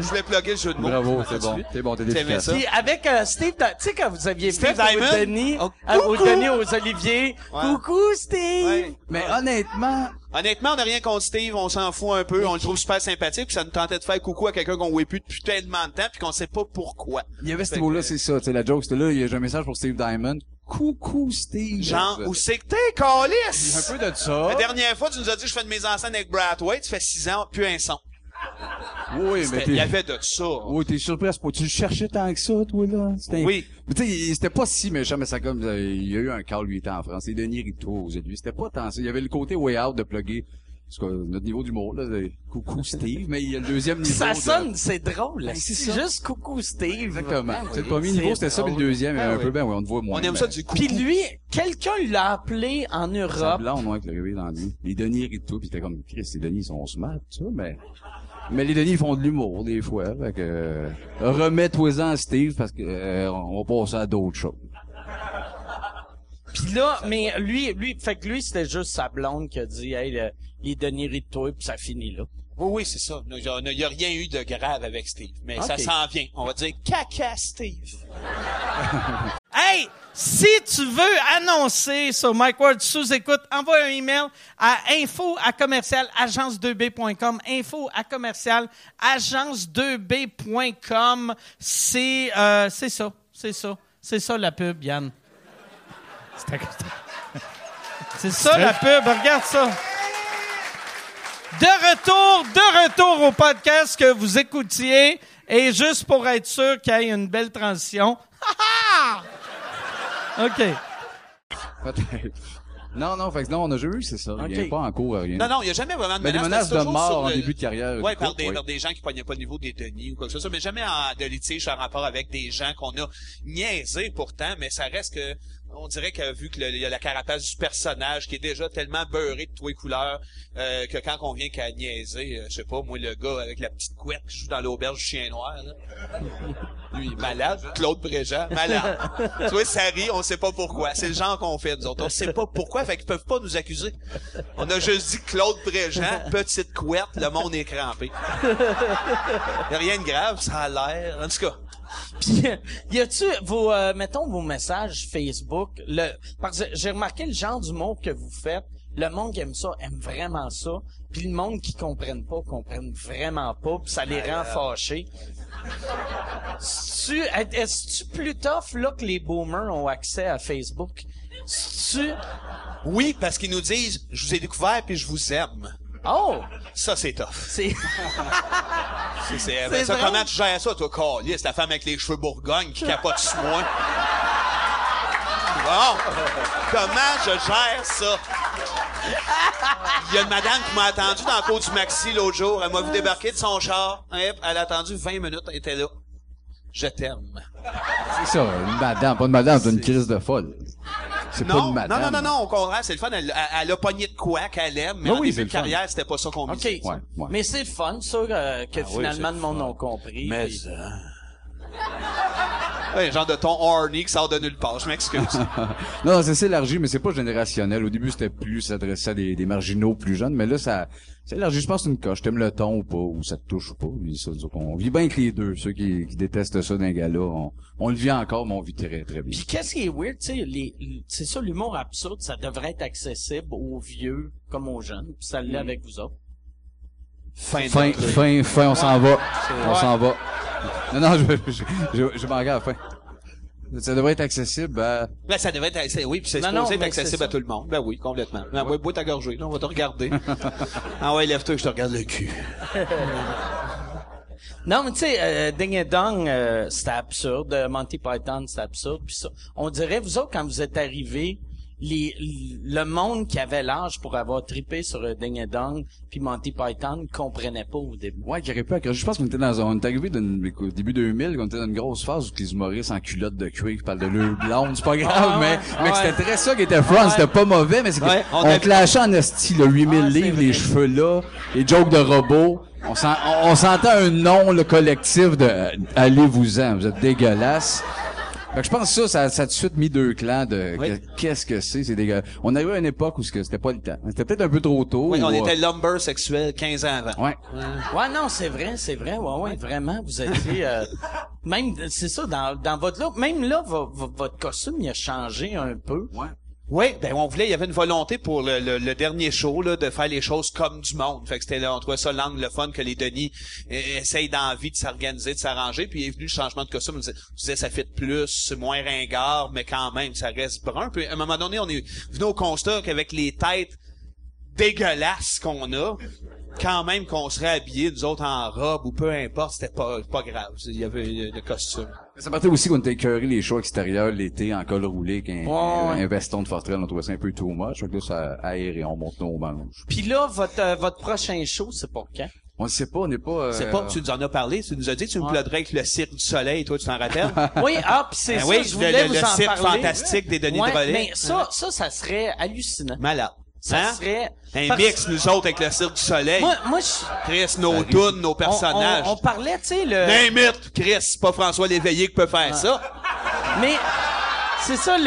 Je voulais plugger le jeu de mots. Bravo, c'est bon. C'est bon, t'es T'aimais efficace. ça? Puis avec euh, Steve, Da- tu sais quand vous aviez fait Steve Diamond? au Denis, Oh, à- au coucou! Denis aux Oliviers, Ouais. coucou Steve. Ouais. Mais honnêtement, Honnêtement, on n'a rien contre Steve, on s'en fout un peu, on le trouve super sympathique, puis ça nous tentait de faire coucou à quelqu'un qu'on voulait plus depuis tellement de temps, puis qu'on sait pas pourquoi. il y avait ce Fait mot-là, que- c'est ça. C'est la joke, c'était là, il y a un message pour Steve Diamond. Coucou, Steve. Genre, où Un c'est que t'es, calice? peu de ça. La dernière fois, tu nous as dit, je fais de mes enseignes avec Brad White, tu fais six ans, plus un son. Oui, mais Il y t'es... avait de ça. Oui, t'es surpris à ce point. Tu le cherchais tant que ça, toi, là? C'était- Oui. Mais tu sais, il- c'était pas si méchant, mais ça comme... euh, Il y a eu un Carl 8 en France. Et Denis Rito aux lui. C'était pas tant ça. Il y avait le côté way out de plugger. Parce que euh, notre niveau d'humour, là, c'est coucou, Steve. Mais il y a le deuxième niveau Ça de- sonne, c'est drôle. c'est c'est ça. juste coucou Steve. Exactement. Ah oui, C'est le premier niveau, c'était ça, puis le deuxième, Ah un oui. peu, ben oui, on te voit moins. On aime mais- ça du coucou. Puis lui, quelqu'un l'a appelé en Sa Europe. blonde, ouais, qui l'a réveillé dans la nuit. Les Denis rient de tout, pis t'es comme, Chris, les Denis, ils sont smart, ça, mais... Mais les Denis, ils font de l'humour, des fois, fait que... euh, Remets-toi-en, Steve, parce que, euh, on va passer à d'autres choses. Puis là, mais lui, lui, fait que lui, c'était juste sa blonde qui a dit, hey, le- les Denis rient de toi, puis ça finit là. Oui, oui, c'est ça. Il n'y a, rien eu de grave avec Steve, mais ça Ok. s'en vient. On va dire caca Steve. Hey, si tu veux annoncer sur Mike Ward sous écoute, envoie un email à info à commercial agence2b.com. Info à commercial agence2b.com. C'est euh, c'est ça, c'est ça, c'est ça la pub, Yann. C'est ça la pub, regarde ça. De retour, de retour au podcast que vous écoutiez. Et juste pour être sûr qu'il y ait une belle transition. Ha, ha! OK. Peut-être. Non, non, fait que non, on a jamais eu, c'est ça. Il y a Ok. pas en cours, rien. Non, non, il n'y a jamais vraiment de Mais des menace. menaces c'est de toujours mort sur en le- début de carrière. Ouais, du par couple, des, ouais. par des gens qui pognaient pas au niveau des Denis ou quoi que ce soit, mais jamais en, de litige en rapport avec des gens qu'on a niaisés pourtant, mais ça reste que, on dirait que vu qu'il y a la carapace du personnage qui est déjà tellement beurré de tous les couleurs, euh, que quand on vient qu'à niaiser, euh, je sais pas, moi, le gars avec la petite couette qui joue dans l'auberge du chien noir, là. Lui, il est malade. Claude Préjean, malade. tu vois, ça rit, on sait pas pourquoi. C'est le genre qu'on fait, nous autres. On sait pas pourquoi, fait qu'ils peuvent pas nous accuser. On a juste dit Claude Préjean, petite couette, le monde est crampé. Y a rien de grave, ça a l'air. En tout cas, Puis, y a-tu vos, euh, mettons vos messages Facebook, le, parce que j'ai remarqué le genre d'humour que vous faites, le monde qui aime ça aime vraiment ça, puis le monde qui comprenne pas comprenne vraiment pas, puis ça les rend fâchés. tu est-ce tu plus tough là que les boomers ont accès à Facebook? Tu oui, parce qu'ils nous disent, je vous ai découvert puis je vous aime. oh Ça, c'est tough. c'est C'est, c'est- ben, ça, drôle. comment tu gères ça, toi, Carlis, la femme avec les cheveux bourgogne qui capote sur moi? Bon, comment je gère ça? Il y a une madame qui m'a attendu dans la cour du Maxi l'autre jour. Elle m'a vu débarquer de son char. Hop, Elle a attendu 20 minutes. Elle était là. Je t'aime. C'est ça, une madame, pas une madame, c'est une crise de folle. C'est pas Non, une non, madame. non, non, non, au contraire, c'est le fun. Elle, elle- elle a pogné de quoi qu'elle aime, mais Ah en oui, c'est début le de fun. carrière, c'était pas ça qu'on ok. visait. ouais, ouais. Ah Mais c'est le fun ça euh, que finalement c'est le monde a compris. Mais, puis- euh, Ouais, genre de ton horny qui sort de nulle part. Je m'excuse. Non, non, ça s'élargit, mais c'est pas générationnel. Au début, c'était plus s'adresser à des, des marginaux plus jeunes, mais là, ça s'élargit. Je pense que c'est une coche. T'aimes le ton ou pas, ou ça te touche ou pas. Puis ça, nous autres, on vit bien que les deux. Ceux qui, qui détestent ça d'un gars-là, on, on le vit encore, mais on vit très, très bien. Puis qu'est-ce qui est weird, tu sais, les- les- c'est ça, l'humour absurde, ça devrait être accessible aux vieux comme aux jeunes, puis ça l'est avec vous autres. fin, Fin, de- fin, fin, on s'en va. On s'en va. Non, non, je, je, je, je m'en garde à la fin. Ça devrait être accessible à... Ben, ça devait être, accessible, oui, puis c'est Non, supposé non, être mais c'est accessible ça. à tout le monde. Ben oui, complètement. Ben, ouais, bois ta gorgée, là, on va te regarder. ah ouais, lève-toi que je te regarde le cul. Non, mais tu sais, euh, Ding et Dong, euh, c'était absurde, euh, Monty Python, c'était absurde, puis ça. On dirait, vous autres, quand vous êtes arrivés, les, le monde qui avait l'âge pour avoir trippé sur euh, Ding et Dong, puis Monty Python, comprenait pas au début. Ouais, qui aurait pu accrocher. Je pense qu'on était dans un, on est arrivé d'une- écoute, début 2000, qu'on était dans une grosse phase où les humoristes en culotte de cuir qui parlent de leur blonde, c'est pas Ah, grave, mais, mais que c'était très ça qui était front, c'était pas mauvais, mais c'est que Ouais, on on, avait- clashait en esti, le 8000 Ah, c'est livres, vrai. les cheveux là, les jokes de robots. On s'en- on- on sentait un nom, le collectif de euh, allez-vous-en, vous êtes dégueulasse. Fait que je pense que ça, ça, ça a tout de suite mis deux clans de Oui. que- qu'est-ce que c'est, c'est dégueulasse. On arrivait à une époque où ce que c'était pas le temps. C'était peut-être un peu trop tôt. Oui, ou, on euh, était lumber sexuel 15 ans avant. Ouais. Ouais, non, c'est vrai, c'est vrai. Ouais, ouais, vraiment, vous étiez... euh, même, c'est ça, dans, dans votre look, même là, vo- vo- votre costume, il a changé un peu. Ouais. Oui, ben on voulait, il y avait une volonté pour le, le- le dernier show là, de faire les choses comme du monde. Fait que c'était là, on trouvait ça l'angle le fun que les Denis euh, essayent d'envie de s'organiser, de s'arranger. Puis il est venu le changement de costume. On disait, on disait, ça fit plus, c'est moins ringard, mais quand même, ça reste brun. Puis à un moment donné, on est venu au constat qu'avec les têtes dégueulasses qu'on a, quand même qu'on serait habillés, nous autres en robe ou peu importe, c'était pas, pas grave. Il y avait euh, le costume. Ça partait aussi qu'on était écœuré les shows extérieurs l'été en col roulé qu'un un, ouais. un veston de Fortrel, on trouvait ça un peu too much. Fait que là, ça aère et on monte nos manches. Puis là, votre, euh, votre prochain show, c'est pour quand? On le sait pas, on n'est pas... euh, C'est pas que tu nous en as parlé, tu nous as dit que tu me plaiderais avec le cirque du soleil, toi tu t'en rappelles? Oui, ah, puis c'est Ben ça, oui, je le- voulais le- vous le en cirque parler. fantastique des Denis ouais, Drolet. Mais ça, ça, ça serait hallucinant. Malade. Ça Hein? serait... Un parce- mix, nous autres, avec le Cirque du Soleil. Moi, moi, je... Chris, nos tunes, nos on- personnages. On, on parlait, tu sais, le... Name it, Chris, c'est pas François Léveillé qui peut faire ça. Mais c'est ça le,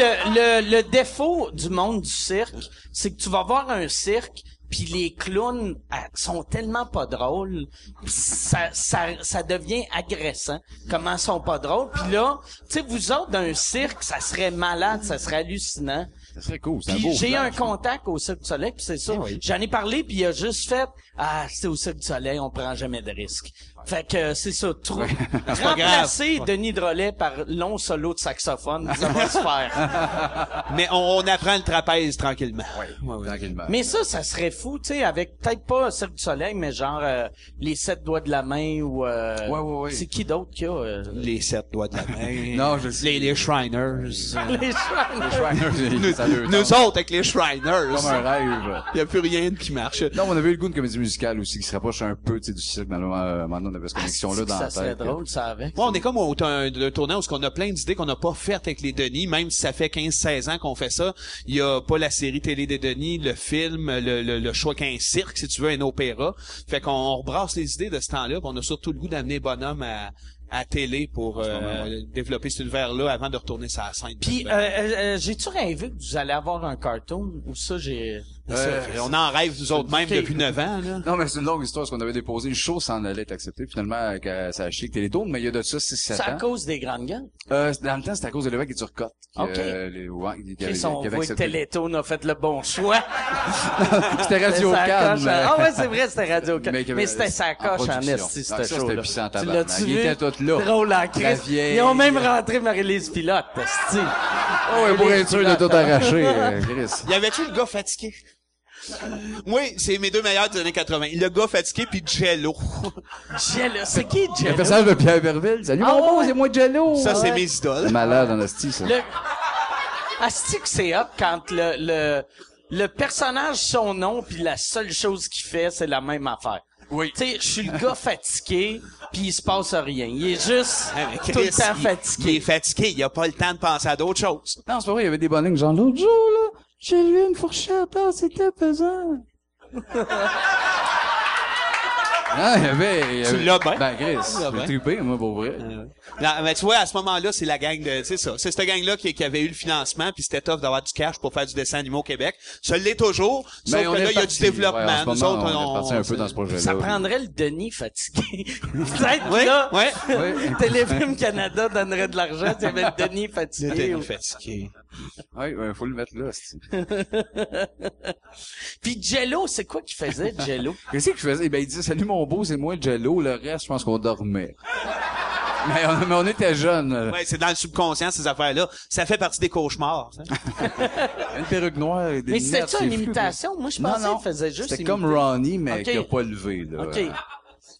le, le défaut du monde du cirque, c'est que tu vas voir un cirque puis les clowns euh, sont tellement pas drôles, pis ça, ça, ça devient agressant. Comment ils sont pas drôles Puis là, tu sais vous autres d'un cirque, ça serait malade, ça serait hallucinant. Ça serait cool, c'est un beau Ben Puis j'ai plan, un je trouve. contact au Cirque du Soleil, puis c'est ça. J'en ai parlé, puis il a juste fait ah c'est au Cirque du Soleil, on prend jamais de risque. Fait que euh, c'est ça, trop remplacer Denis Drolet par long solo de saxophone, ça va se faire. Mais on, on apprend le trapèze tranquillement. Tranquillement. Mais ça, ça serait fou, tu sais, avec peut-être pas Cirque du Soleil, mais genre euh, les sept doigts de la main ou euh, Ouais, ouais, ouais. c'est qui d'autre qui a euh, Les sept doigts de la main. Non, je sais. les, les Shriners. les cheveux? Nous, ça leur Nous tente. autres, avec les Shriners. comme un rêve. Il y a plus rien qui marche. Non, on avait eu le goût de comédie musicale aussi, qui se rapproche un peu, tu sais, du cirque. mais là, euh, Maintenant, on avait cette connexion-là dans ça la serait tête. drôle, ça avec. Ouais, on est comme au tour- le tournant où on a plein d'idées qu'on n'a pas faites avec les Denis, même si ça fait 15-16 ans qu'on fait ça. Il y a pas la série télé des Denis, le film, le, le, le choix qu'un cirque, si tu veux, un opéra. Fait qu'on rebrasse les idées de ce temps-là, puis on a surtout le goût d'amener Bonhomme à, à télé pour euh, développer cet univers-là avant de retourner sa scène. Puis euh, Ben, euh, euh, j'ai-tu rêvé que vous allez avoir un cartoon ou ça j'ai euh, on en rêve, nous autres, même, Ok. depuis 9 ans. Là. Non, mais c'est une longue histoire, parce qu'on avait déposé une show sans allait être acceptée. Finalement, euh, que ça a chic télétourne, mais il y a de ça 6-7 C'est à ans. cause des grandes gueules. Euh, dans le temps, c'était à cause de l'évêque et Turcotte. qui, Ok. euh, les- ouais, qui avait- Chris, on qui avait voit que accepté. Télétoon a fait le bon choix. C'était Radio Ça Cannes. coche, mais- hein. Ah ouais, c'est vrai, c'était Radio Cannes. Mais qu'il y Mais, avait- c'était sa en coche en esti, production. Ah, ça, c'était c'était chaud. là. puissant en Tu tabarnak. l'as-tu Ils vu? étaient tous là. Drôle en La crise. vieille- Ils ont même rentré Marie-Lise Pilote, esti. Ah ouais, pour être sûr de tout arracher, euh, Chris. Y avait-tu le gars fatigué? Oui, c'est mes deux meilleurs des années 80. Le gars fatigué puis Jello. Jello, c'est qui Le Jello? personnage de Pierre Berville. Salut, Ah mon beau, ouais. c'est moi, Jello. Ah Ça, c'est Ouais. mes idoles. Malade en hostie, ça. Le... Asti que c'est hot quand le, le, le personnage, son nom, puis la seule chose qu'il fait, c'est la même affaire. Oui. Tu sais, je suis le gars fatigué, puis il se passe rien. Il est juste Ah, mais tout le Chris, temps il- fatigué. Il est fatigué, il a pas le temps de penser à d'autres choses. Non, c'est pas vrai, il y avait des bonnes lignes. Genre, l'autre jour, là, j'ai lu une fourchette, là, c'était pesant. Ah, il y avait, il y Tu avait... l'as bien. Ben, Chris, l'as bien. Euh, j'ai trippé, moi, pour vrai. Non, mais tu vois, à ce moment-là, c'est la gang de, c'est ça, c'est cette gang-là qui, qui avait eu le financement, puis c'était tough d'avoir du cash pour faire du dessin animé au Québec. Ça l'est toujours, sauf Mais que on est là, il y a du parti. développement. Ouais, en ce Nous moment, autres, on, Ah, on est parti un peu on- dans ce projet-là. Ça prendrait le Denis fatigué. Peut-être Oui, là, oui. Oui. Téléfilm Canada donnerait de l'argent s'il y avait le Denis Le fatigué. Denis Ou- fatigué. Ouais, ouais, faut le mettre là, c'est... Puis Jello, c'est quoi qu'il faisait, Jello? Qu'est-ce que je faisais? Eh Ben, il disait, salut mon beau, c'est moi, Jello. Le reste, je pense qu'on dormait. mais, on, mais on était jeunes. euh, Ouais, c'est dans le subconscient, ces affaires-là. Ça fait partie des cauchemars, ça. Une perruque noire et des Mais lunettes, c'était-tu une c'est fou, imitation? Moi, je Non, pensais non. qu'il faisait juste C'était imiter. comme Ronnie, mais Ok. qui a pas levé, là. OK.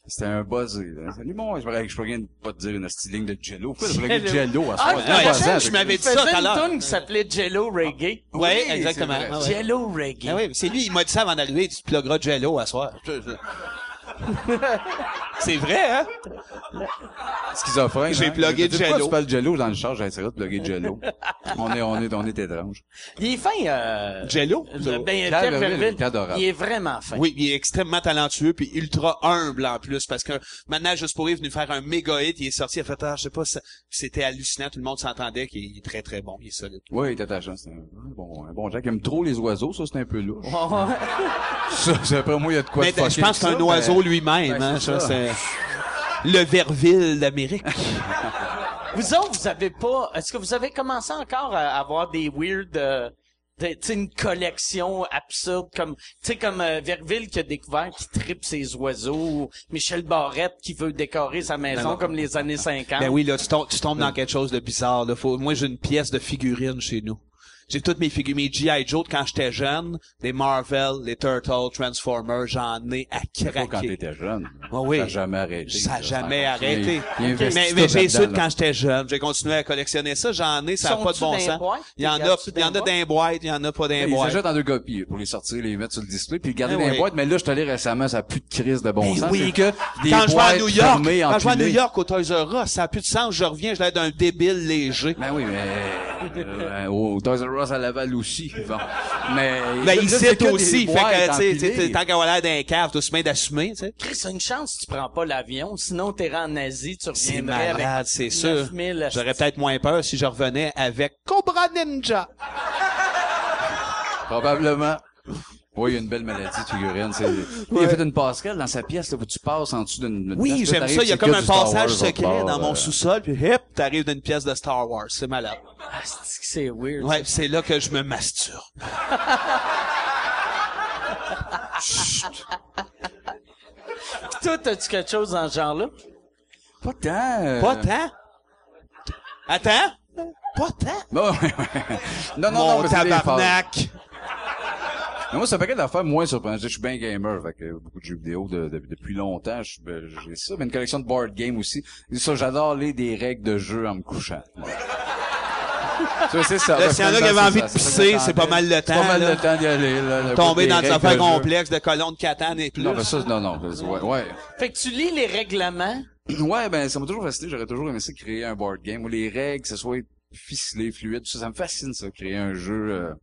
C'était un buzz. là. Salut, mon, je pourrais, je pourrais pas te dire une petite ligne de Jello. Pourquoi tu pourrais dire Jello à ce Ah, moment-là? ouais, Pas je- ça, je c'est- m'avais- Il dit ça tout faisait à une l'heure. tune qui s'appelait Jello Reggae. Ouais, c'est exactement. vrai. Ah ouais. Jello Reggae. Ah oui, c'est lui, il m'a dit ça avant d'arriver, tu pluggeras Jello à soir. C'est vrai, hein? Schizophrène. J'ai hein? plugué Je sais pas, Jello. Tu parles de Jello dans le char, j'ai essayé de plugger de Jello. on est, on est, on est étrange. Il est fin, euh, Jello? le- ben, Pierre Pierre Verville, Verville, il est adorable. il est vraiment fin. Oui, il est extrêmement talentueux puis ultra humble en plus parce que maintenant juste pour lui, il est venu faire un méga hit, il est sorti, il a fait ah, je sais pas, ça- c'était hallucinant, tout le monde s'entendait qu'il il est très très bon, il est solide. Oui, il est attachant. C'est un bon, un bon Jack. Il aime trop les oiseaux, ça, c'est un peu louche. Oh, ça, c'est après moi, il y a de quoi Mais de je fucké pense que c'est ça, un ben, oiseau lui-même, ben, hein, c'est ça, ça. c'est le Verville d'Amérique. Vous autres, vous avez pas, est-ce que vous avez commencé encore à avoir des weird, euh, de- tu sais, une collection absurde comme, tu sais, comme euh, Verville qui a découvert qui tripe ses oiseaux, ou Michel Barrette qui veut décorer sa maison non. comme les années 50. Ben oui, là, tu tombes, tu tombes dans quelque chose de bizarre. Là. Faut, moi, j'ai une pièce de figurines chez nous. J'ai toutes mes figurines, mes G.I. Joe de quand j'étais jeune, les Marvel, les Turtles, Transformers, j'en ai à pas quand craquer. t'étais jeune. Ben, Ah oui. Ça a jamais arrêté. Ça n'a jamais Il- arrêté. il Mais, investit mais tout j'ai là-dedans, su là. quand j'étais jeune. J'ai continué à collectionner ça. J'en ai, ça n'a pas de Sont-tu dans bon les sens. boîtes? Il y en Y a, a-tu il y en dans a les d'un boîte, il y en a pas d'un Ils boîte. achètent en deux copies pour les sortir, les mettre sur le display, puis les garder Ah dans les oui. boîtes. Mais là, je suis allé récemment, ça n'a plus de crise de bon Mais Ben sens. oui. C'est que quand je des vais à boîtes New York, fermées, quand je vais à empilées. New York au Toys R Us, ça n'a plus de sens. Je reviens, je l'air d'un débile léger. Ben oui, mais euh, au Toys R Us à Laval aussi. Bon. Mais Ben, là, il là, sait c'est que des aussi. Fait boîtes que, tu sais, empilées. tu sais, tant qu'à l'air d'un cave, t'as aussi bien d'assumer, tu sais. Chris, c'est une chance si tu prends pas l'avion, sinon t'es en Asie, tu C'est reviendrais avec malade, c'est sûr. 9000 J'aurais peut-être moins peur si je revenais avec Cobra Ninja. Probablement. Oui, il y a une belle maladie de figurine. c'est- Il a fait une passerelle dans sa pièce là, où tu passes en dessous d'une... Oui, d'une- j'aime t'arrives, ça. Il y a c'est comme que un du Star passage Wars au secret bord, dans mon euh, sous-sol, puis hip, t'arrives d'une pièce de Star Wars. C'est malade. Ah, c'est que c'est weird. Ouais, puis c'est là que je me masturbe. Euh. Toi, t'as-tu quelque chose dans ce genre-là? Pas tant. euh, Pas tant. Attends. Pas tant. Bon, Bah ouais, ouais. non, non, non, Mon mais c'est des phases. tabarnak. Mais moi, c'est un paquet d'affaires moins surprenant. Je dis, je suis bien gamer, fait que beaucoup de jeux vidéo de- de- depuis longtemps. je- ben, J'ai ça, mais une collection de board game aussi. Et Ça, j'adore les des règles de jeu en me couchant. Ouais. tu vois, c'est ça. Là, s'il y en a qui avaient envie de pisser, ça que c'est pas mal le C'est pas temps, mal là. le temps d'y aller. Là, Tomber le bout dans des des règles affaires de jeu. complexes de colons de Catane et plus. Non, mais ça, c'est- non, non. c'est- Ouais, ouais. Fait que tu lis les règlements. Ouais, ben, ça m'a toujours fasciné. J'aurais toujours aimé ça créer un board game où les règles, que ce soit ficelé, fluide, tout ça. Ça me fascine, ça, créer un jeu, euh...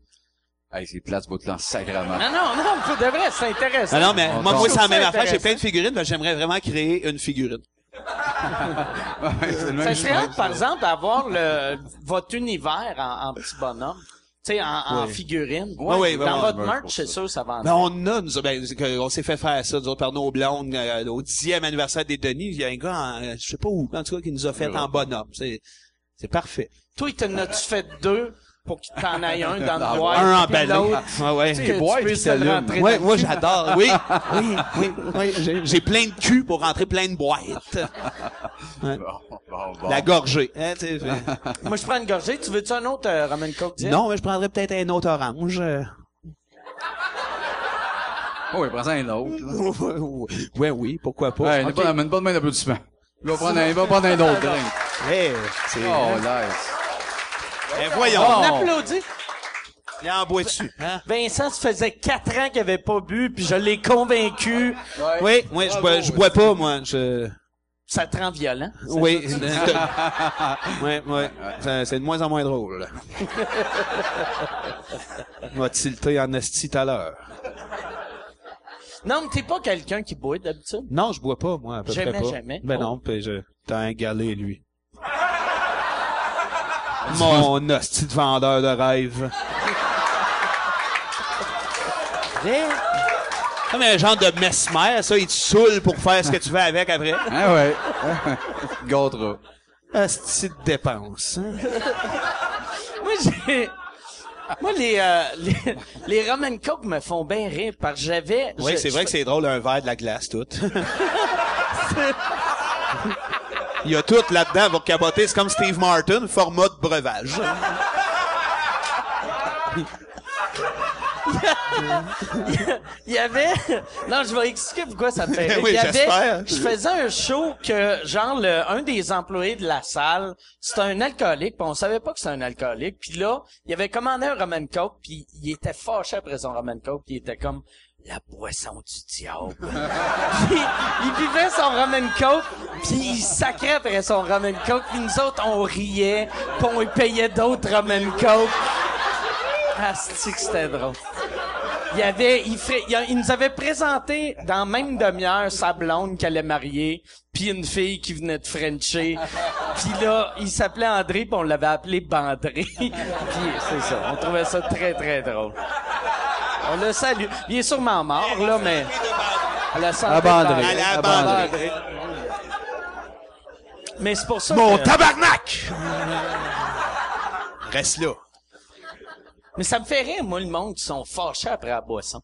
Hey, c'est plate, ce bout-là, en sacrament. Non, non, non, pour de vrai, c'est intéressant. Ah non, mais moi, Encore. moi, c'est la Ça, même c'est affaire. J'ai intéressant. plein de figurines, mais j'aimerais vraiment créer une figurine. Ouais, c'est le même Ça jeu. serait hâte, par exemple, d'avoir le, votre univers en, en petit bonhomme. Tu sais, en, en figurine. Ouais, ouais, ouais, Dans ouais, votre ouais, merch, pour c'est ça. sûr, ça va Ben, on a, nous, ben, c'est que- on s'est fait faire ça, nous autres, par nos blondes, euh, au dixième anniversaire des Denis. Il y a un gars, en, euh, je sais pas où, en tout cas, qui nous a fait Ouais. en bonhomme. C'est, c'est parfait. Toi, il t'en as-tu fait deux pour qu'il t'en aille un dans Dans le noir? un puis emballé. l'autre, Ah ouais. que Les boîtes tu qui puisses le s'allument. rentrer Ouais, dans- moi, j'adore. Oui, oui, oui, oui. J'ai, j'ai plein de cul pour rentrer plein de boîtes. Bon, bon, bon. La gorgée. Hein, tu sais, Moi, je prends une gorgée. Tu veux-tu un autre euh, Roman Coke Diet? non, mais je prendrais peut-être un autre orange. euh. Oh, oui, prends un autre. là. ouais, oui, pourquoi pas. Ouais, une, Ok. bonne, une bonne main d'applaudissement. Il va prendre un, il va prendre un autre drink. Hey, Eh, c'est- Oh, nice. Eh, voyons. On Non. Oh. applaudit. Il en boit dessus. Hein? Vincent, ça faisait quatre ans qu'il avait pas bu, puis je l'ai convaincu. Oui, moi, je bois, je bois pas, moi. Je... Ça te rend violent. Oui. ouais, ouais. Ça- C'est de moins en moins drôle. On va tilter en esti tout à l'heure. Non, mais t'es pas quelqu'un qui boit d'habitude. Non, je bois pas, moi, à peu près Jamais, pas. jamais. Ben Oh. non, pis je... T'as un galet, lui. Mon hostie de vendeur de rêve. Comme un genre de mesmer, ça, il te saoule pour faire ce que tu veux avec après. Ah ouais. Gâtera. Hostie de dépense. hein. Moi, j'ai... Moi, les, euh, les, les Roman Coke me font bien rire parce que j'avais... Oui, je- c'est vrai je- que c'est drôle, un verre de la glace, tout. Il y a tout là-dedans pour capoter. C'est comme Steve Martin, format de breuvage. Il y avait... Non, je vais expliquer pourquoi ça me fait rire. Oui, Il y avait- j'espère. Je faisais un show que, genre, le, un des employés de la salle, c'était un alcoolique, puis on savait pas que c'était un alcoolique. Puis là, il avait commandé un Roman Coke, puis il était fâché après son Roman Coke, puis il était comme... La boisson du diable. Puis, il buvait buvait son rum and coke, puis il sacrait après son rum and coke, puis nous autres, on riait, puis on lui payait d'autres rum and coke. Ah, c'est que c'était drôle. Il avait, il, fait- il a- il nous avait présenté dans la même demi-heure sa blonde qu'elle allait marier, puis une fille qui venait de Frencher. Puis là, il s'appelait André, puis on l'avait appelé Bandré. puis c'est ça, on trouvait ça très très drôle. On le salue. Il est sûrement mort là, mais à la santé de Bandré. Bandré. À la À Bandré. Bandré. Mais c'est pour ça. Mon que- tabarnak! Reste là. mais ça me fait rire, moi, le monde qui sont fâchés après la boisson.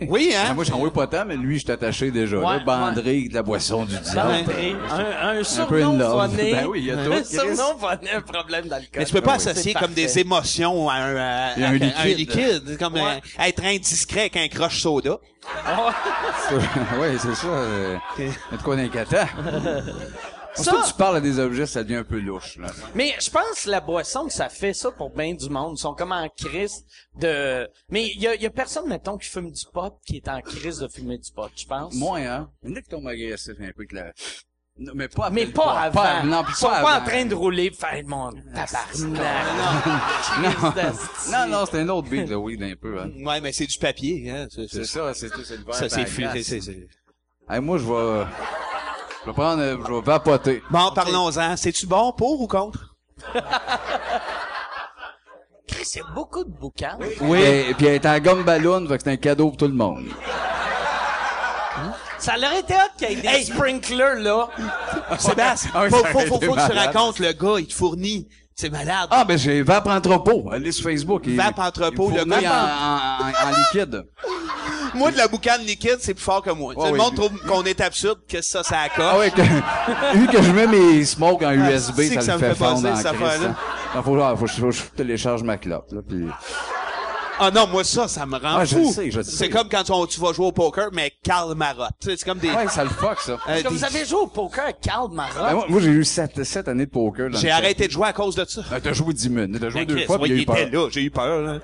Oui, Ah, hein? moi, j'en voulais pas tant, mais lui, je t'attachais déjà. Ouais, Ah là, bandré de la boisson du diable. Bandré, un, un Ah peu surnom une love. phoné. Ben oui, il y a tout, Un Chris. surnom phoné, un problème d'alcool. Mais tu peux pas Ah oui, associer c'est comme des parfait. émotions à un, à- Et un à- à liquide. liquide, Comme Ouais. euh, être indiscret avec un croche soda. oui, c'est ça. Euh, y a De quoi d'inquiétant? Ça- Surtout que tu parles à des objets, ça devient un peu louche, là. Mais je pense que la boisson que ça fait ça pour bien du monde. Ils sont comme en crise de... Mais il y a, il y a personne, mettons, qui fume du pot qui est en crise de fumer du pot, je pense. Moins, hein? Il y en a qui tombent agressifs un peu que la... Non, mais pas après mais le pas pas, avant. pas- non, puis Ils sont pas pas, avant. en train de rouler pis faire mon tabarnak. Non, non, c'est un autre beat, là, oui, d'un peu, hein. Ouais, mais c'est du papier, hein. C'est- C'est c'est- ça, c'est tout, c'est le verre Ça, par c'est la fou. glace. ben, c'est- c'est- c'est- Hey, moi, je vais, euh, je vais prendre, euh, je vais vapoter. Bon, parlons-en. C'est-tu bon pour ou contre? Chris, C'est beaucoup de boucan. Oui. Et, puis elle est en gomme ballon, fait que c'est un cadeau pour tout le monde. Ça leur était hot qu'il y ait des sprinklers, là. Sébastien, Ah oui, faut, ça faut, aurait faut, été faut que tu malade. racontes le gars, il te fournit. C'est malade. Ah, ben, j'ai Vap Entrepôt. Allez sur Facebook. Il- Vap Entrepôt, il le fournit gars- en, en, en- en liquide. Moi, de la boucane liquide, c'est plus fort que moi. Ouais, Tout le oui. monde trouve qu'on est absurde, que ça, ça accorde. Ah ouais, que, vu que je mets mes smokes en USB, c'est ça, Ah, que ça le me fait fait penser, fondre en cette crise, affaire-là. hein. Non, faut, ah, faut, que je- faut que je télécharge ma clope, là, puis... Ah non, moi, ça, ça me rend Ah, je fou. le sais, je le c'est sais. comme quand tu, tu vas jouer au poker, mais Karl Marotte. Tu sais, C'est comme des... Ah, Ouais, ça le fuck, ça. euh, Est-ce que des- vous avez joué au poker avec Carl Ben, Marotte? moi, moi, j'ai eu sept, sept années de poker. dans J'ai le arrêté de jouer à cause de ça. Ah, t'as joué 10 minutes. T'as joué Mais deux Chris, fois, ouais, puis il il a eu peur. était là, j'ai eu peur. Là.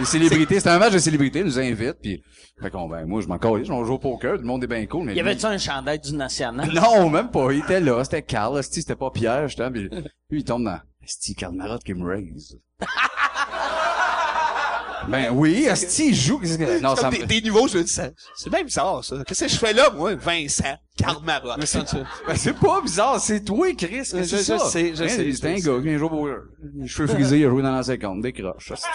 Les célébrités, c'est un match de célébrités, ils nous invitent, puis... Fait qu'on, ben, moi, je m'en calais, on joue au poker, tout le monde est bien cool, mais... Il y avait-tu un chandail du National? Non, même pas, il était là, c'était Carl, esti, c'était pas Pierre, j'étais, puis lui, il tombe dans... Esti, Carl Marotte qui me raise. ben oui, Esti, il joue, qu'est-ce que... Non, C'est ça comme me... des, des niveaux, je me dis, ça- c'est bien bizarre, ça. Qu'est-ce que je fais là, moi? Vincent, Karl Marotte. Mais c'est ben, c'est pas bizarre, c'est toi, Chris, que Je- c'est je ça. sais, je Hein, sais, je C'est un sais. gars qui vient jouer au poker. Les cheveux frisés, il a joué dans la seconde, décroche. hostie.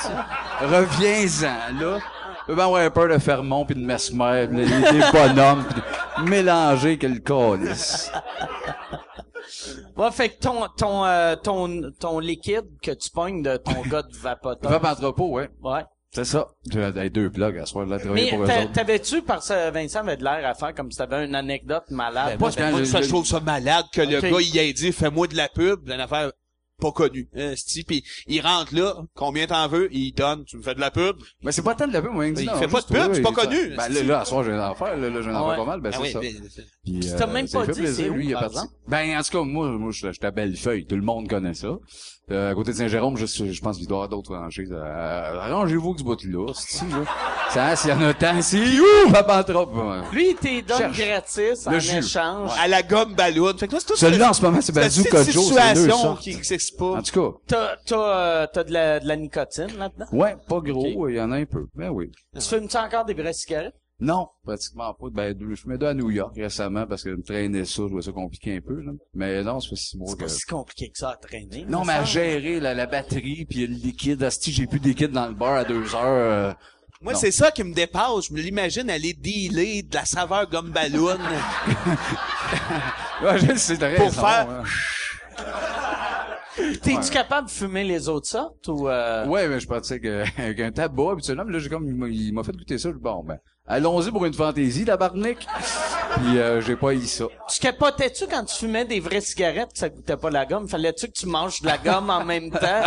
Reviens-en, là. Il va avoir peur de Fermont puis de Mesmer, puis de- des bonhommes, puis de mélanger que le calice. Ouais, fait que ton, ton, euh, ton, ton liquide que tu pognes de ton gars de vapoteur. Vap entrepôt, ouais. Ouais. C'est ça. J'ai hey, deux plugs à ce soir, là, travailler Mais pour eux t'a- autres. t'avais-tu, parce que Vincent avait de l'air à faire comme si t'avais une anecdote malade. Ben, Moi, moi, Quand ça, je- je, je- trouve ça malade que le Ok. gars, il ait dit, fais-moi de la pub, d'une affaire pas connue. Euh, c'ti, puis il rentre là, combien t'en veux, il donne, tu me fais de la pub. Mais c'est pas tant de la pub, moi, Il non, fait pas juste de pub, pour eux, c'est pas il dit ça. connu, Ben, là, esti. là, à ce soir, je vais en faire, là, là, j'en ai Ouais. pas mal, ben, Ah c'est oui, ça. mais- Puis, euh, Tu t'as même ça pas fait dit c'est où, lui, il est par parti. exemple? Ben, en tout cas, moi, moi, je j'étais à Bellefeuille. Tout le monde connaît ça. Euh, à côté de Saint-Jérôme, je, suis- je pense qu'il doit y avoir d'autres franchises. Euh, arrangez-vous que ce bout-là, si, là. Ça, s'il y en a tant, si, ouh, papa trop. Ouais. Lui, il t'est donne Cherche. gratis en Le jus. échange. à la gomme ballon. Fait que toi, c'est tout Celui-là, en ce moment, c'est Bazou C'est une Kojo, c'est deux situation sortes. qui n'existe En pas. tout cas, T'as, t'as, euh, t'as de la, de la nicotine là-dedans? ouais, pas gros, il y en a un peu. Ben oui. Tu fumes-tu encore des vraies cigarettes? Non, pratiquement pas. Ben, deux- je me deux à New York récemment parce que je me traînais ça, je vois ça compliqué un peu, là. Mais non, ça fait six mois C'est que... pas si compliqué que ça à traîner. Non, me mais à semble. gérer la, la batterie puis le liquide. Asti, j'ai plus de liquide dans le bar à deux heures. euh, Moi, Non. c'est ça qui me dépasse. Je me l'imagine aller dealer de la saveur gomme ballon euh. Ouais, je le sais, t'as Pour raison, faire- hein. T'es-tu capable de fumer les autres sortes ou, euh... Ouais, mais je pratique euh, avec un tabac habituellement, mais là, j'ai comme, il m'a- il m'a fait goûter ça, je dis, bon, ben, allons-y pour une fantaisie, la barnique. Puis, euh, j'ai pas eu ça. Tu capotais-tu quand tu fumais des vraies cigarettes que ça goûtait pas la gomme? Fallait-tu que tu manges de la gomme en même temps?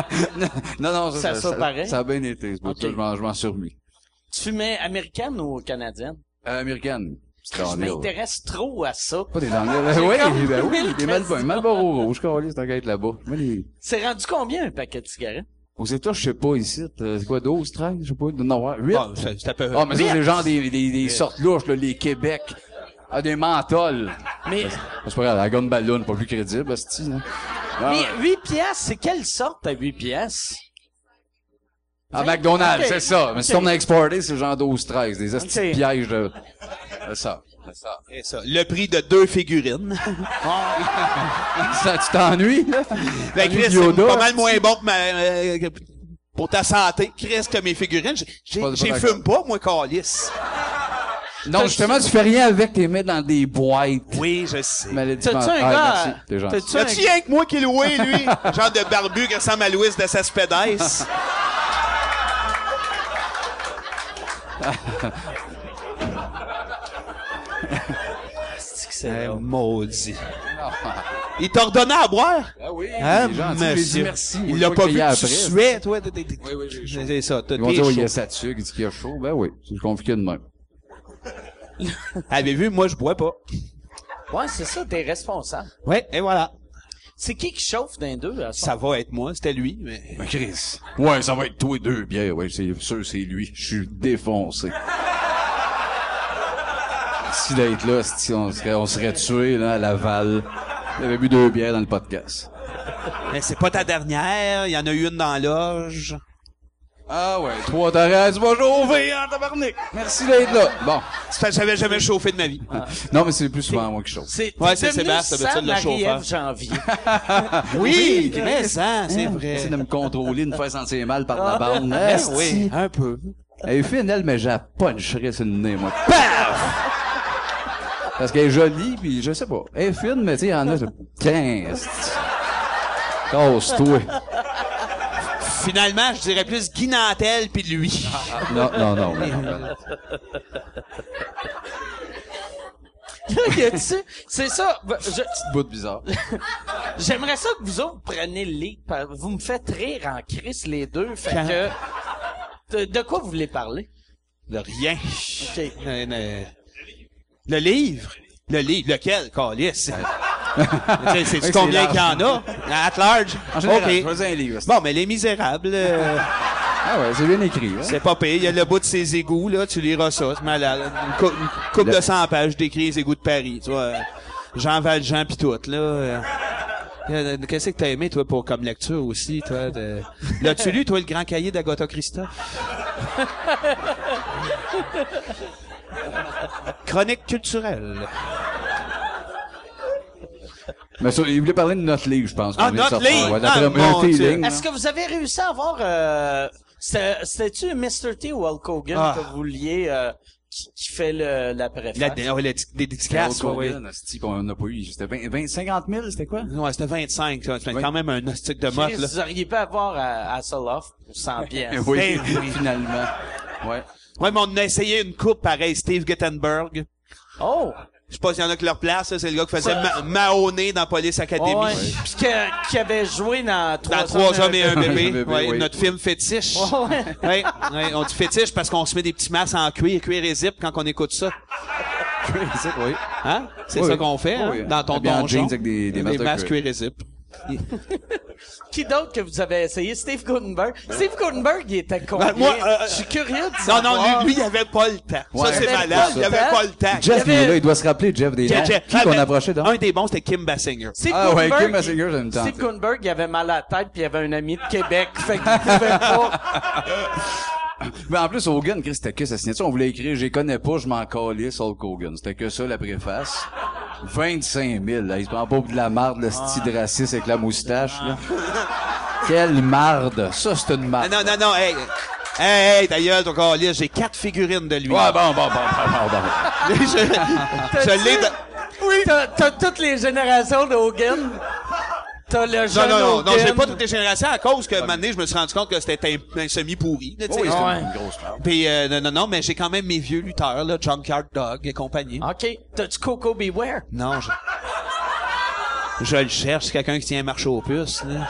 non, non, Ça, ça, ça, pareil? a bien été, ce bout Ok. je m'en, je m'en suis remis. Tu fumais américaine ou canadienne? Euh, américaine. C'est Je Daniel. m'intéresse trop à ça. Pas des Daniel. Euh, oui, compris ben oui, le des Malboro, Malboro rouge, calé, c'est un gars là-bas. Moi, les, C'est rendu combien un paquet de cigarettes? aux États, je sais pas, ici, euh, c'est quoi, 12, 13, Ah, je sais pas, non, ouais, 8. c'est à peu Ah, mais ça, c'est genre des, des, des sortes louches, là, les Québec. Ah, des menthols. Mais, C'est pas grave, la gomme ballon, pas plus crédible, Asti. Hein? Ah, mais 8 ouais. piastres, c'est quelle sorte à 8 piastres? Ah, McDonald's, Ok. c'est ça. Mais si Ok. on a exporté, c'est genre 12-13. Des Asti Ok. de pièges de... C'est ça. C'est ça. Et ça, le prix de deux figurines. Ça, tu t'ennuies, là? Ben, T'ennuies Chris, de c'est Yoda, hein, pas mal asti? moins bon que ma, euh, que- pour ta santé. Chris, que mes figurines, j'ai- Pas- pas j'ai j'ai d'accord. fume pas, moi, calice. Non, justement, tu fais rien avec tes mets dans des boîtes. Oui, je sais. Malédicement. T'as-tu un Ah, gars? merci, t'es gentil. T'as-tu Y un a-tu rien que moi qui loué, lui? Genre de barbu qui ressemble à Louis de Cespedes. Eh, maudit. Il t'a ordonné à boire? Ah oui, Hein, il est gentil, je lui ai dit monsieur? merci. Il Faut l'a pas payer vu que tu après. suais, toi. t'es- t'es- t'es- Oui, oui, j'ai chaud. C'est ça, t'as Ils vont t'es dire, oh, oui, il y chaud. a ça dessus, il dit qu'il y a chaud. Ben oui, c'est compliqué de même. Avez vu, moi, je bois pas. Ouais, c'est ça, t'es responsable. Ouais, et voilà. C'est qui qui chauffe d'un deux? à Ça va être moi, c'était lui, mais... Ben, Chris. Ouais, ça va être toi et deux bières. Ouais, c'est sûr, c'est lui. Je suis défoncé. si d'être là, si on serait, on serait tué, là, à Laval. Il avait bu deux bières dans le podcast. Mais c'est pas ta dernière, il y en a eu une dans l'loge. Ah ouais, trois t'arrêtes, tu vas chauffer, hein, tabarnak. Merci d'être là. Bon. C'est parce que j'avais jamais chauffé de ma vie. Non, mais c'est plus souvent moi qui chauffe. C'est, Ouais, t'es c'est devenu Sébastien, ça doit être Sam le chauffeur. Marie-Ève Janvier. Oui, mais ça, c'est Essaye vrai. de me contrôler, de me faire sentir mal par Ah. la bande. hein? Merci. oui, un peu. Elle est fine, elle, mais j'ai puncherais sur le nez, moi. Paf! Parce qu'elle est jolie, puis je sais pas. Elle est fine, mais tu sais, il y en a, c'est 15. Casse-toi. Finalement, je dirais plus Guy Nantel puis lui. Non, non, non. non. Là, y a-tu- c'est ça. ben, je- Bout de bizarre. j'aimerais ça que vous autres preniez le lit. par- Vous me faites rire en crise, les deux. Fait que, de, de quoi vous voulez parler? De rien. OK. Euh, euh, Le livre. Le livre. Lequel, Calis? Oui, C'est c'est combien large. qu'il y en a? At large? En général, je OK. faisais un livre. Bon, mais Les Misérables, euh, Ah ouais, c'est bien écrit. hein. c'est pas pire. Il y a le bout de ses égouts, là. Tu liras ça, c'est malade. Une, cou- une couple Le- de 100 pages décrit les égouts de Paris, tu vois. euh, Jean Valjean pis tout, là. euh. Euh, Qu'est-ce que t'as aimé, toi, pour comme lecture aussi, toi? de- L'as-tu lu, toi, le grand cahier d'Agatha Christophe? Chronique culturelle. Mais ça, il voulait parler de notre livre, je pense. qu'on Ah, vient de notre sortir. livre! Ouais, d'après Ah, moi, mon un Dieu. feeling, là. Est-ce que vous avez réussi à avoir... Euh, c'était- C'était-tu Mr. T ou Hulk Hogan Ah. que vous vouliez... euh, qui, qui fait le, la préface? La, dé- ouais, la dé- des dédicaces, Hulk ouais, Hogan, hostie, qu'on n'a pas eu. C'était 20, 20, 50 000, c'était quoi? ouais. Ouais, c'était 25, ça. C'était Oui. quand même un hostique de motte, Chris, là. vous auriez pu avoir euh, à, à Soloff pour 100 pièces. Ah, ben Oui, Eh oui. finalement. Ouais. Ouais, mais on a essayé une coupe pareil, Steve Guttenberg. Oh! Je sais pas s'il y en a que leur place, là, c'est le gars qui faisait ma Mahoney dans Police Academy. Ouais. Puis que- qui avait joué dans Trois, Dans Trois hommes et un bébé. bébé, ouais, oui. Notre film fétiche. Ouais. Ouais, ouais, on dit fétiche parce qu'on se met des petits masses en cuir, cuir et zip quand on écoute ça. oui. Hein? C'est Oui, ça oui. qu'on fait, hein, Oui, oui. dans ton Habillé en donjon. jeans avec des- des masses de masses cuir. cuir et zip. Qui d'autre que vous avez essayé? Steve Gutenberg. Steve Gutenberg, il était combien? Ben, moi, euh, Je suis curieux de Non, savoir. non, lui, lui, il avait pas le temps. Ouais. ça, Il c'est avait malade. pas Il le avait temps. pas le temps. Jeff, Il y il est avait- là, il doit se rappeler, Jeff, Ah, ben, des noms. Jeff- Jeff- Qui qu'on avait- approchait, donc? Un des bons, c'était Kim Basinger. Steve Ah ouais, Gutenberg, Kim Basinger, j'aime tant. Steve Gutenberg, il avait mal à la tête puis il avait un ami de Québec. Fait qu'il pouvait pas. Mais Ben, en plus, Hogan, Chris, c'était que sa signature. On voulait écrire « Je les connais pas, je m'en calisse, Hulk Hogan ». C'était que ça, la préface. 25 000, là. Il se prend pas pour de la marde, le style Ah. de raciste avec la moustache, là. Quelle marde! Ça, c'est une Ah, marde. non, non, non, hey. Hey, hey, ta gueule, ton câlisse, j'ai quatre figurines de lui. Ouais, bah. bon, bon, bon, bon, bon, bon. je je l'ai dans- T'as, t'as toutes les générations de Hogan. T'as le Non, jeune non, non, non, Hogan. j'ai pas toutes les générations à cause que, un moment donné, je me suis rendu compte que c'était un, un semi-pourri, là, tu sais. Oui, c'est Ouais. une grosse marde. Puis, euh, non, non, non, mais j'ai quand même mes vieux lutteurs, là, Junkyard Dog et compagnie. Ah. OK. T'as-tu Coco Beware? Non, je... Je le cherche, c'est quelqu'un qui tient un marché aux puces, là.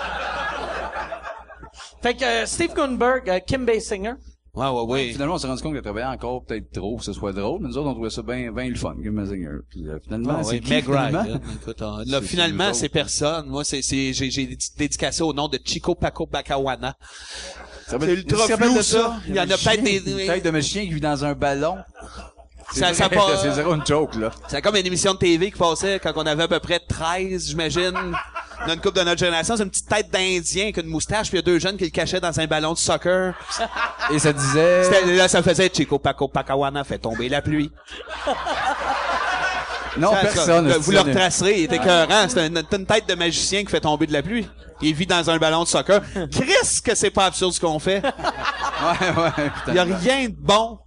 Fait que euh, Steve Gutenberg, euh, Kim Basinger. Ouais, ouais, ouais. Finalement, on s'est rendu compte qu'il travaillait encore peut-être trop, que ce soit drôle, mais nous autres, on trouvait ça bien, bien le fun, Kim Basinger. Puis, euh, finalement, Ouais, c'est Ah ouais, qui, Meg Ryan, finalement? écoute, on- là, C'est nous finalement, autres. c'est personne. Moi, c'est, c'est, j'ai, j'ai dédicacé au nom de Chico Paco Bacawana. Ça C'est ultra flou, ça. Il y en a peut-être des- Peut-être de mes chiens qui vit dans un ballon. Ça- ça vrai, part- C'est zéro une joke, là. C'est comme une émission de TV qui passait quand on avait à peu près 13, j'imagine. Dans une couple de notre génération, c'est une petite tête d'Indien avec une moustache, puis il y a deux jeunes qui le cachaient dans un ballon de soccer. Et ça disait... C'était- Là, ça faisait Chico Paco Pacawana fait tomber la pluie. Non, Ça, personne. ça, hostie, vous le on est- retracerez, il est écœurant. C'est une, une tête de magicien qui fait tomber de la pluie. Il vit dans un ballon de soccer. Chris, que c'est pas absurde ce qu'on fait. Ouais, ouais, Il y a putain. rien de bon.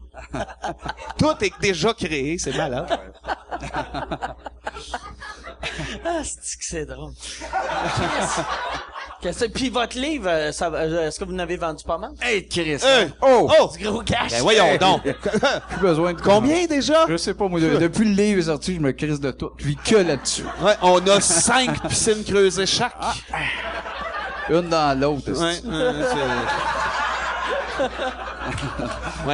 Tout est déjà créé, c'est malade. Ah, c'est que c'est drôle. Qu'est-ce que Puis votre livre, euh, ça va- euh, est-ce que vous n'avez vendu pas mal? Hey, Chris. Hey. Oh! Oh! Du gros cash. Ben voyons donc. Plus besoin de... Combien déjà? Je sais pas, moi, de- depuis le livre est sorti, je me crise de tout. Je vis que là-dessus. Ouais, on a cinq piscines creusées chaque. Une dans l'autre. hostie. Ouais, euh, c'est-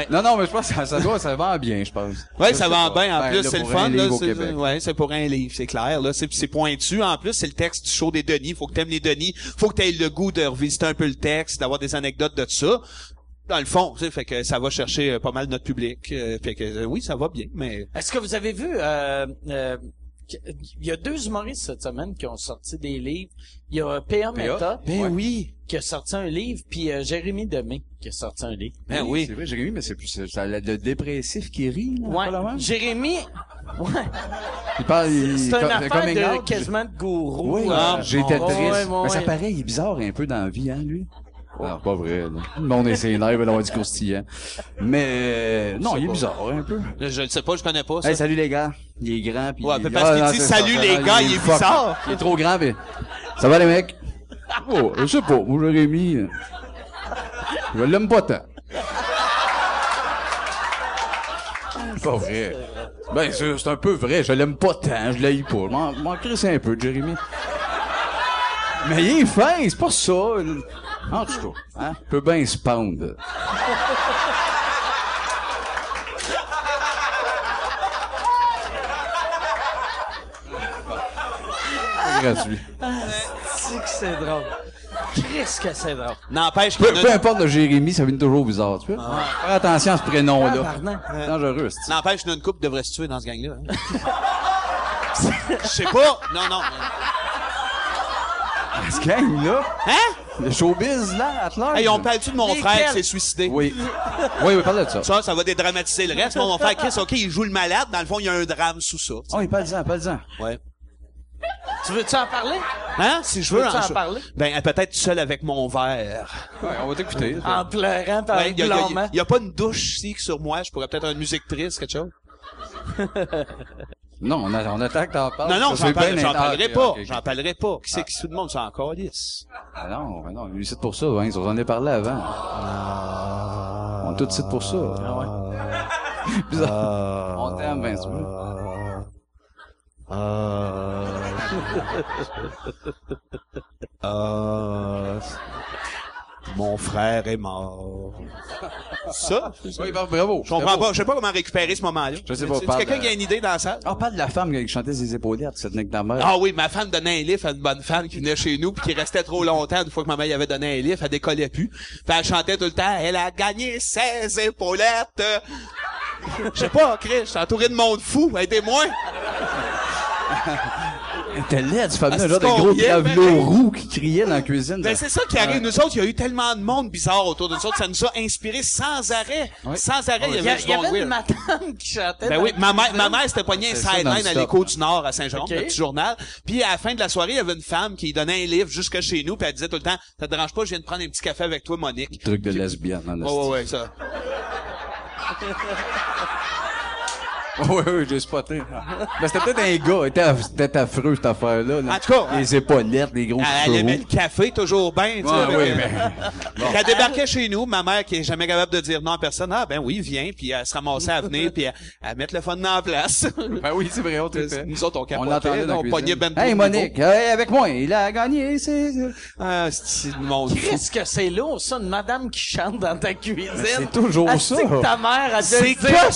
Non, non, mais je pense que ça, ça doit, ça vend bien, je pense. ouais, Je ça sais vend pas. bien. En Ben, plus, là, c'est le pour un fun. Là, livre au c'est- Québec. ouais, c'est pour un livre, c'est clair. Là, c'est c'est pointu. En plus, c'est le texte du show des Denis. Faut que t'aimes les Denis. Faut que t'aies le goût de revisiter un peu le texte, d'avoir des anecdotes de ça. Dans le fond, tu sais, fait que ça va chercher euh, pas mal notre public. euh, fait que euh, oui, ça va bien, mais Est-ce que vous avez vu, euh, euh, il y a deux humoristes cette semaine qui ont sorti des livres. Il y a P.A. Meta Ben oui. qui a sorti un livre, puis euh, Jérémy Demé qui a sorti un livre. Ben oui. C'est vrai, Jérémy, mais c'est plus, c'est- ça, le le dépressif qui rit, là. Ouais. Ah, pas la même. Jérémy, ouais, Il parle, il, c'est comme- une affaire coming de out. quasiment de gourou. Oui, là. j'étais hein. Ah, Ouais, euh, triste. ouais, ouais, mais ça ouais. paraît, il est bizarre un peu dans la vie, hein, lui. Non, pas vrai, là. Le monde est ses nerfs, il va avoir du croustillant. Mais, euh, non, il est bizarre, un peu. Là, je ne sais pas, je connais pas ça. Hey, salut les gars. Il est grand pis Ouais, il... parce qu'il non, dit c'est salut les gars, il est fuck. bizarre. Il est trop grand mais ça va les mecs? Oh, je sais pas, moi j'aurais mis, euh, je l'aime pas tant. C'est Pas vrai. Ben, c'est c'est un peu vrai, je l'aime pas tant, je l'ai pas. Je m'en- m'en crisse un peu, Jérémy. Mais il est fin, c'est pas ça. En tout cas, hein, peut bien se pendre. C'est gratuit. C'est que c'est drôle. Qu'est-ce que c'est drôle? N'empêche Peu, qu'on peu a, importe le Jérémy, ça vient toujours bizarre, tu vois. Faire attention à ce prénom-là. Tabarnak. C'est dangereux, c'est n'empêche qu'on a une coupe devrait se tuer dans ce gang-là. hein. Je sais pas. Non, non. ce gang-là. Hein? Le showbiz, là, à l'heure. Hey, on parle-tu de mon Lesquels? frère qui s'est suicidé? Oui. Oui, oui, parle de ça. Ça, ça va dédramatiser le reste. Mon frère Chris, OK, il joue le malade. Dans le fond, il y a un drame sous ça. Oh, parle-en, parle-en. Ouais. Tu veux-tu en parler? Hein? Si je veux Veux-tu en cho- parler? Ben, euh, peut-être seul avec mon verre. Ouais, on va t'écouter. En pleurant par Ouais, le y a- y a- blanc. y a pas une douche ici sur moi. Je pourrais peut-être avoir une musique triste, quelque chose. Non, on, a- on attend que t'en parles. Non, non, Ah, j'en Ça, c'est parle- bien j'en intense. parlerai Ok, pas. ok, ok. J'en parlerai pas. Qui c'est qui tout le monde? C'est encore lisse. Ah non, ah non, lui, c'est pour ça, hein. Ils en ont parlé avant. On est tout de suite pour ça. Ah ouais. Ah. Bizarre. On t'aime, Vincent. Euh, mon frère est mort. Ça? Oui, bah, bravo. Je comprends pas. Je sais pas comment récupérer ce moment-là. Je sais pas, C'est parle quelqu'un de- qui a une idée dans la salle? On Ah, parle de la femme qui chantait ses épaulettes, cette nique ta mère. Ah oui, ma femme donnait un livre à une bonne femme qui venait chez nous puis qui restait trop longtemps. Une fois que ma mère y avait donné un livre, elle décollait plus. Puis elle chantait tout le temps. Elle a gagné 16 épaulettes. Je sais pas, Chris, je suis entouré de monde fou. Aidez-moi. T'es laide, tu fais venir Ah, un genre c'est de gros combien, travelot pareil? roux qui criait dans la cuisine. Ben c'est ça qui arrive. Nous autres, il y a eu tellement de monde bizarre autour de nous autres. Ça nous a inspiré sans arrêt. Oui. Sans arrêt, il y Il y, a- avait il du y monde avait weird. une madame qui chantait. Ben dans- oui, ma mère, ma mère s'était pognée un C'est ça, sideline à non-stop. l'écho du Nord à Saint-Jérôme, Ok. le petit journal. Puis à la fin de la soirée, il y avait une femme qui donnait un livre jusque chez nous, puis elle disait tout le temps, ça te dérange pas, je viens de prendre un petit café avec toi, Monique. Truc de lesbienne, hein, en Ouais, ouais, ouais, ça. Oui, oui, j'ai spoté. Mais Ben, c'était peut-être un gars. C'était aff- C'était affreux, cette affaire-là. là. En tout cas, Ah, Les épaulettes, les gros Elle, elle cheveux. aimait le café toujours bien, tu sais. Ouais, avec- oui, ben, Fait qu'elle débarquait chez nous, ma mère qui est jamais capable de dire non à personne, ah ben oui, viens, puis elle se ramassait à venir, puis elle, elle mettre le fun dans la place. ben oui, c'est vrai, on était. Nous autres, on On capotait, l'entendait dans on la pognait cuisine. ben trop Hey, de Monique, nouveaux. hey, avec moi, il a gagné, c'est... c'est- Ah, c'est mon Qu'est-ce que c'est lourd, ça, une madame qui chante dans ta cuisine? Ben, c'est toujours Asti ça. que ta mère a C'est dit... que ça! Ben,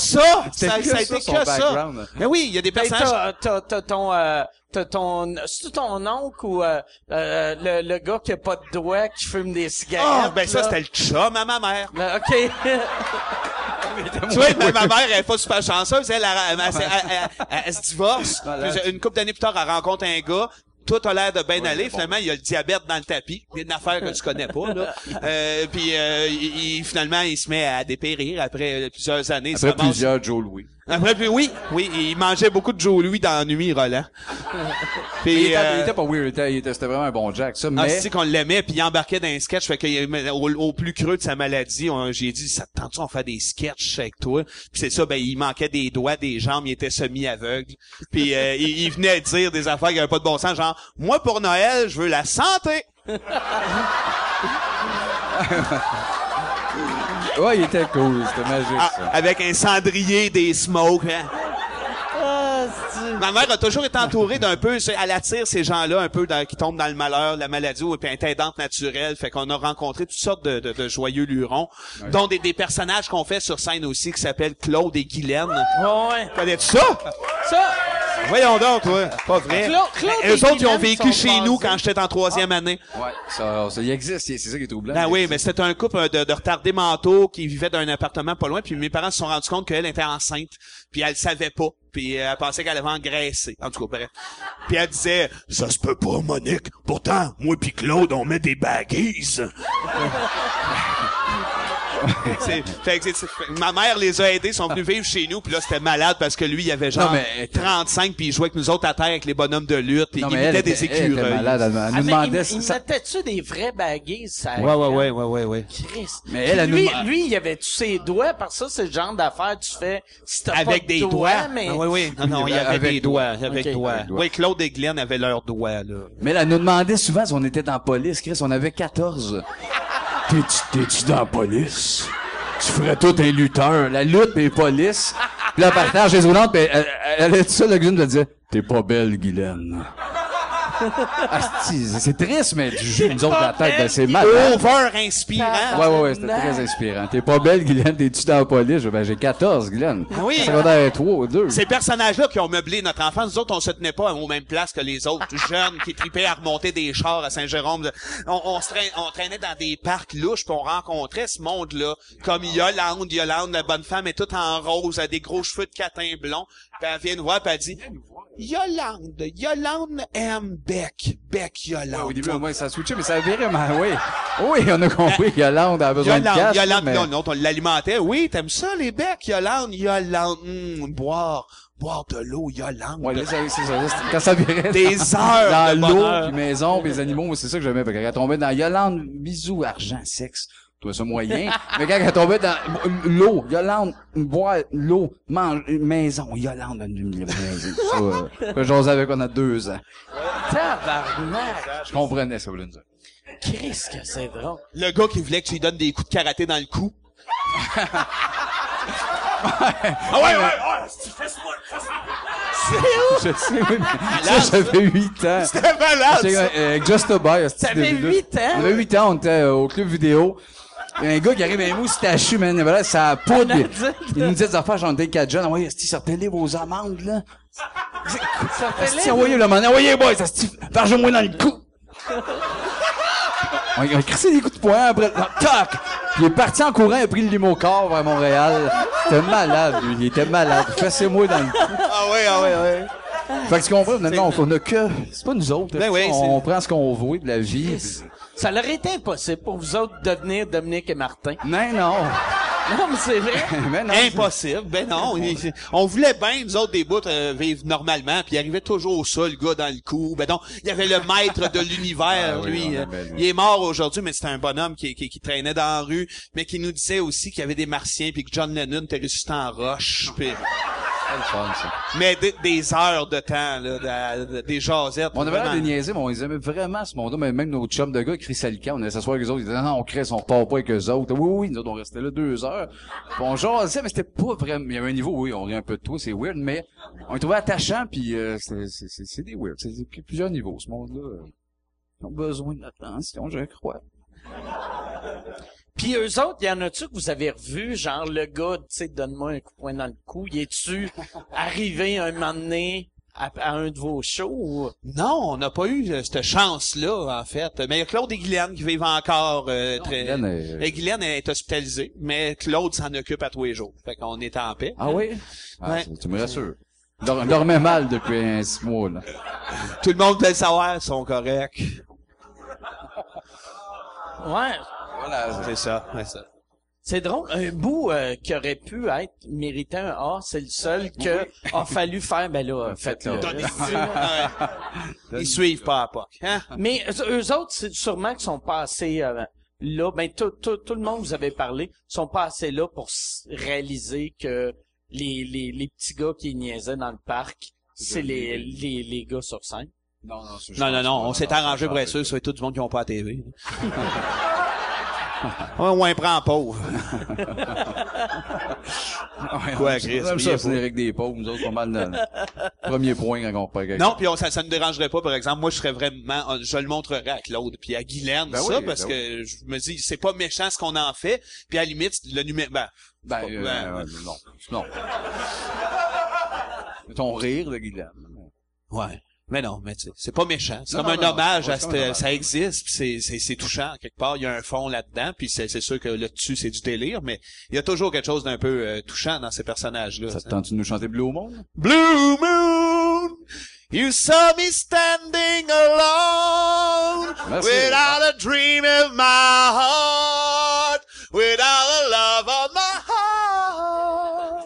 C'était Ça, que ça a ça, été son que ça! background. Mais oui, il y a des personnages T'as, t'as, t'as ton, euh, t'as ton, c'est ton oncle ou euh, euh, le, le gars qui a pas de doigts, qui fume des cigarettes. Ah, ben ça, là? c'était le chum à ma mère. Ben, ok. Tu vois, ma, ma mère, elle est pas super chanceuse. Elle, elle, elle- elle- elle- elle- elle- elle se divorce. Voilà. Puis, une couple d'années plus tard, elle rencontre un gars. Tout a l'air de bien aller. Finalement, il y a le diabète dans le tapis. Une affaire que tu connais pas, là. Euh, puis, euh, il, il- finalement, il se met à dépérir après euh, plusieurs années. Il se Après ramasse- plusieurs Joe Louis. Après, puis oui, oui, il mangeait beaucoup de Joe Louis dans Nuit Roland. Il Puis, était, il euh, était pas weird, il était- il était- c'était vraiment un bon Jack, ça, ah, mais... c'est qu'on l'aimait, puis il embarquait dans un sketch. Fait que, au, au plus creux de sa maladie, on- j'ai dit, ça te tente-tu, on fait des sketchs avec toi? Puis c'est ça, ben, il manquait des doigts, des jambes, il était semi-aveugle. Puis euh, il, il venait dire des affaires qui avaient pas de bon sens, genre, moi, pour Noël, je veux la santé! Ouais, il était cool, c'était magique, Ah, ça. avec un cendrier, des smokes, hein. Ah, c'est-tu- Ma mère a toujours été entourée d'un peu, c'est- elle attire ces gens-là un peu dans- qui tombent dans le malheur, la maladie ou puis intendante naturelle. Fait qu'on a rencontré toutes sortes de, de- de joyeux lurons, dont des, des personnages qu'on fait sur scène aussi qui s'appellent Claude et Guylaine. Ouais, ouais. Connais-tu ça? Ça, Voyons donc, toi. Pas vrai. Claude- Claude Mais eux et autres, ils ont Guylaine vécu sont Ah. chez nous basés. quand j'étais en troisième année. Ouais, ça, ça, il existe, c'est c'est ça qui est troublant. Ben il oui, existe. mais c'était un couple euh, de, de retardés mentaux qui vivaient dans un appartement pas loin, puis mes parents se sont rendus compte qu'elle était enceinte, puis elle le savait pas, puis euh, elle pensait qu'elle avait engraissé, en tout cas, bref. Puis elle disait, « Ça se peut pas, Monique, pourtant, moi puis Claude, on met des baggies. C'est- fait que c'est- c'est- ma mère les a aidés, ils sont venus vivre chez nous, puis là, c'était malade parce que lui, il avait genre Non, mais- 35, puis il jouait avec nous autres à terre avec les bonhommes de lutte, puis Non, il mais elle imitait était, des elle était écureuils. malade, elle, elle Ah, nous mais demandait... il, il ça- mettait-tu des vrais baguilles, ça? Ouais, ouais, ouais, ouais, ouais, ouais. Christ. Mais elle, elle Puis lui, nous- lui, il avait-tu ses doigts? Par ça, c'est le genre d'affaires que tu fais si t'as pas avec de des doigts. mais... Ah Non, oui, oui. Non, non, il y avait Avec des doigts, doigts. avec Ok. doigts. Avec doigts. Oui, Claude et Glenn avaient leurs doigts, là. Mais elle nous demandait souvent si on était dans la police, Chris, on avait 14. T'es-tu, t'es-tu dans la police? Tu ferais tout un lutteur, la lutte et police. Puis là, par terre, Jésus Hollande, puis elle, euh, elle, elle, elle, ça, le gars me disait, t'es pas belle, Guylaine. Asti, c'est- c'est triste, mais du jeu, nous autres, dans la tête, ben, c'est mal. hein? Over inspirant. Ouais, ouais, ouais, c'était très inspirant. T'es pas belle, Guylaine, t'es-tu dans la police? Je- Ben, j'ai 14, Guylaine. Ah oui. Secondaire 3 ou 2. Ces personnages-là qui ont meublé notre enfance, nous autres, on se tenait pas aux mêmes places que les autres jeunes qui tripaient à remonter des chars à Saint-Jérôme. On, on, se traînait, on traînait dans des parcs louches, puis on rencontrait ce monde-là, comme Yolande, Yolande, la bonne femme est toute en rose, elle a des gros cheveux de catin blond, puis elle vient nous voir, puis elle dit... Yolande, Yolande aime Beck, Beck Yolande. Au début, au moins, ça switchait, mais ça virait, mais oui. Oui, on a compris que Yolande a besoin de Yolande, cash. Yolande, mais- non, non, on l'alimentait. Oui, t'aimes ça, les becs, Yolande, Yolande, Hum, boire, boire de l'eau, Yolande. Ouais, là, ça, c'est ça. là, c'est- Quand ça virait. Des dans- heures de Dans bonheur. l'eau, puis maison, puis les animaux, moi, c'est ça que j'aimais. Fait que Quand elle tombait dans Yolande, bisous, argent, sexe. Toi, ça moyen. Mais quand elle tombait dans l'eau, Yolande, boire l'eau, mange, maison, Yolande, une maison. Ça, euh, que j'osais avec, on a deux ans. Tabarnak! Je comprenais ça, Blunza. Christ que c'est drôle. Le gars qui voulait que tu lui donnes des coups de karaté dans le cou. ah ouais, ouais, ouais, Je sais, oui, mais ça, j'avais huit ans. c'était Ah, malade, C'est ça. euh, Just a Boy. T'avais huit ans? On avait 8 ans, on était euh, au club vidéo. Il y a un gars qui arrive avec un moustachu, man. Voilà, ça poudre. Un Il, adulte. il nous disait des affaires, j'en étais quatre jeunes. Envoyez, esti, sortez-les vos amendes, là. Ça fait Esti, envoyez, le moment. Envoyez, boy, ça se Parge-moi dans le cou. on, on a crissé des coups de poing après. Non, toc! Puis il est parti en courant, il a pris le limo corps vers Montréal. Il était malade, lui. Il était malade. Fassez-moi dans le cou. Ah ouais, ah ouais, ah ouais. Fait que tu comprends, maintenant, on, on a que. C'est pas nous autres. Ben oui, on prend ce qu'on voit de la vie. Ça leur était impossible pour vous autres de devenir Dominique et Martin. Non, non. Non, mais c'est vrai. Mais non. Impossible, ben non. il- on voulait bien, nous autres, des bouts, euh, vivre normalement, puis il arrivait toujours ça, le gars dans le cou. Ben non, il y avait le maître de l'univers, Ah oui, lui. on euh, aimait, lui. il est mort aujourd'hui, mais c'était un bonhomme qui, qui, qui traînait dans la rue, mais qui nous disait aussi qu'il y avait des martiens, puis que John Lennon était ressuscité en roche. puis- C'est le fun, ça. mais des, des heures de temps, là, de- de- des jasettes. On avait vraiment. l'air de niaiser, mais on les aimait vraiment, ce monde-là. Mais Même nos chums de gars, Chris Alican, on allait s'asseoir avec eux autres. Ils disaient, non, non, on crée, on repart pas avec eux autres. Oui, oui, nous autres, on restait là deux heures. Puis on jasait, mais c'était pas vraiment, il y avait un niveau, oui, on rit un peu de tout, c'est weird, mais on les trouvait attachants, puis euh, c'est- c'est c'est- c'est des weird. C'est c'est plusieurs niveaux, ce monde-là. Ils ont besoin d'attention, je crois. Puis eux autres, y en a-tu que vous avez revu, genre le gars, tu sais, donne-moi un coup de poing dans le cou, y est-tu arrivé un moment donné à, à un de vos shows? ou- Non, on n'a pas eu euh, cette chance-là, en fait. Mais il y a Claude et Guylaine qui vivent encore euh, très... Guylaine est- Et Guylaine est hospitalisée, mais Claude s'en occupe à tous les jours. Fait qu'on est en paix. Ah oui? Ah, Ouais. ça- Tu me rassures. Dor- dormais mal depuis un six mois, là. Tout le monde peut le savoir, ils sont corrects. Ouais. Voilà. C'est ça, c'est ça. C'est drôle. Un bout euh, qui aurait pu être méritant un A, c'est le seul que a fallu faire. Ben là, faites-le. Ouais. Ils suivent pas à Pâques. Hein? Mais eux- eux autres, c'est sûrement qu'ils sont passés euh, là. Ben, tout, tout, tout le monde vous avez parlé, sont passés là pour s- réaliser que les, les, les petits gars qui niaisaient dans le parc, c'est les, les, les gars sur scène. Non, non, ça, je Non, pense non, non, pas. on s'est arrangé pour être sûr que ce soit tout du monde qui n'ont pas à TV. Ouais, ouais, prend pauvre. Ah Ouais, Quoi, on- Chris, on aime riez ça, pas. c'est Eric des pauvres, nous autres, pas mal dans le premier point quand on parle avec- Non, puis on- ça, ça ne dérangerait pas, par exemple. Moi, je serais vraiment, euh, je le montrerais à Claude puis à Guylaine, Ben ça, oui, parce ben que je me dis, c'est pas méchant ce qu'on en fait. Puis à la limite, le numéro, ben, Ben, pas- euh, ben, ouais, non, non. Ton rire de Guylaine. ouais. Mais non, mais tu sais, c'est pas méchant. C'est Non, comme non, un non, non, hommage ouais, à c'est cette, comme un hommage. ça existe, puis c'est, c'est, c'est touchant. Quelque part, il y a un fond là-dedans, puis c'est, c'est sûr que là-dessus, c'est du délire, mais il y a toujours quelque chose d'un peu euh, touchant dans ces personnages-là. Ça te tente de nous chanter Bleu au monde? Blue moon, you saw me standing alone, Merci. without a dream in my heart, without a love on my heart.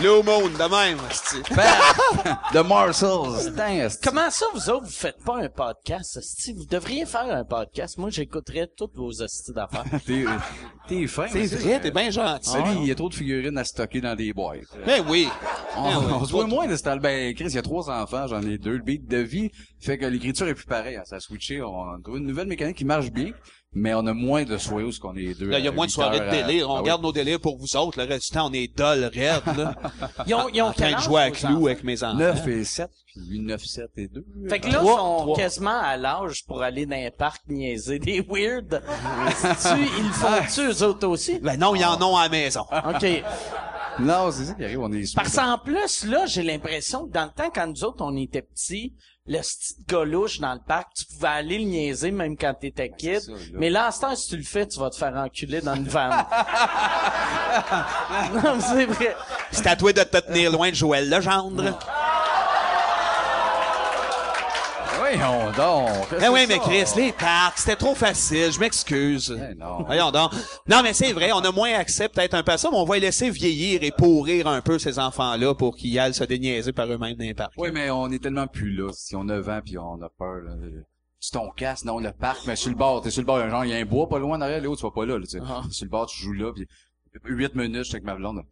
Blue moon, de même, hostie. Paf! De Marcells. Putain, c'est- Comment ça, vous autres, vous faites pas un podcast, hostie? Vous devriez faire un podcast. Moi, j'écouterais toutes vos hosties d'affaires. T'es, euh, t'es fin. mais C'est vrai, t'es bien gentil. Celui, il y a trop de figurines à stocker dans des boîtes. Ben oui. On, Ben oui. on se voit moins de ce temps- Ben, Chris, il y a trois enfants, j'en ai deux. Le beat de vie fait que l'écriture est plus pareille. hein. Ça a switché. On a trouvé une nouvelle mécanique qui marche bien, mais on a moins de soirées où ce qu'on est deux. Là, il y a à moins de huit soirées de heures à- délire. On Ah oui. garde nos délires pour vous autres. Le reste du temps, on est dol raide, là. Ils ont, ils ont en train quel de âge, jouer à vos clou avec mes enfants. 9 et 7, puis lui, 9, 7 et 2. Fait que là, ils sont quasiment à l'âge pour aller dans un parc niaiser des weird. tu, ils le font-tu eux autres aussi? Ben non, ils en ont à la maison. Ah. OK. Non, c'est ça qui arrive, on est Parce qu'en plus, là, j'ai l'impression que dans le temps, quand nous autres, on était petits, le petit galouche dans le parc, tu pouvais aller le niaiser même quand t'étais kid. Ben, ça, là. mais là, en ce temps, si tu le fais, tu vas te faire enculer dans une vanne. non, mais c'est vrai. C'est à toi de te tenir loin de Joël Legendre. Ah. Oui, on dort. Ben oui, mais Chris, les parcs, c'était trop facile. Je m'excuse. Ben non. Voyons donc. Non, mais c'est vrai, on a moins accès peut-être un peu à ça, mais on va les laisser vieillir et pourrir un peu ces enfants-là pour qu'ils aillent se déniaiser par eux-mêmes dans les parcs. Oui, mais on est tellement plus là. Si on a 9 ans, puis on a peur, là. euh, Tu t'en casses, non, le parc, mais sur le bord, t'es sur le bord, genre, il y a un bois pas loin derrière, Léo, tu vas pas là, là, tu sais. Ah. Sur le bord, tu joues là, puis 8 minutes, j'étais avec ma blonde.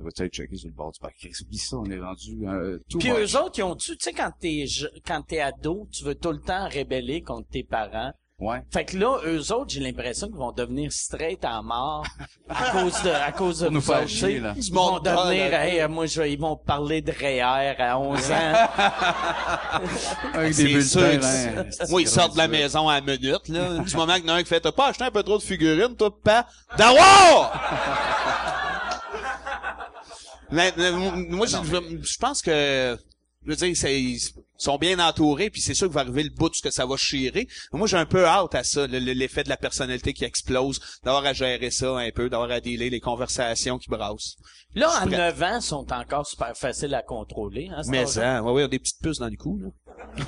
Elle va être checker sur le bord du parc. Chris, oublie ça, on est rendu, euh, tout Puis moche. eux autres, ils ont tu, tu sais, quand t'es, je- quand t'es ado, tu veux tout le temps rébeller contre tes parents. Ouais. Fait que là, eux autres, j'ai l'impression qu'ils vont devenir straight à mort à cause de, à cause de Pour nous vous faire autres, tu sais. chier, là. Ils Du vont monde drôle, devenir, là. hey, euh, moi, je, ils vont parler de REER à 11 ans. Ah, Avec des Ah, C'est sûr. bulletins, que là. hein. c'est- Moi, ils sortent de la maison à la minute, là. Du moment qu'il y en a un qui fait, t'as pas acheté un peu trop de figurines, toi, pas. D'avoir! Mais, mais, moi, je, je pense que, je veux dire, c'est- ils sont bien entourés, puis c'est sûr que va arriver le bout de ce que ça va chirer. Moi, j'ai un peu hâte à ça, le- le- l'effet de la personnalité qui explose, d'avoir à gérer ça un peu, d'avoir à dealer les conversations qui brassent. Là, à prêt. 9 ans, ils sont encore super faciles à contrôler. Hein, cet Mais âge-là. ça, ouais, ouais, y a des petites puces dans les coups, là.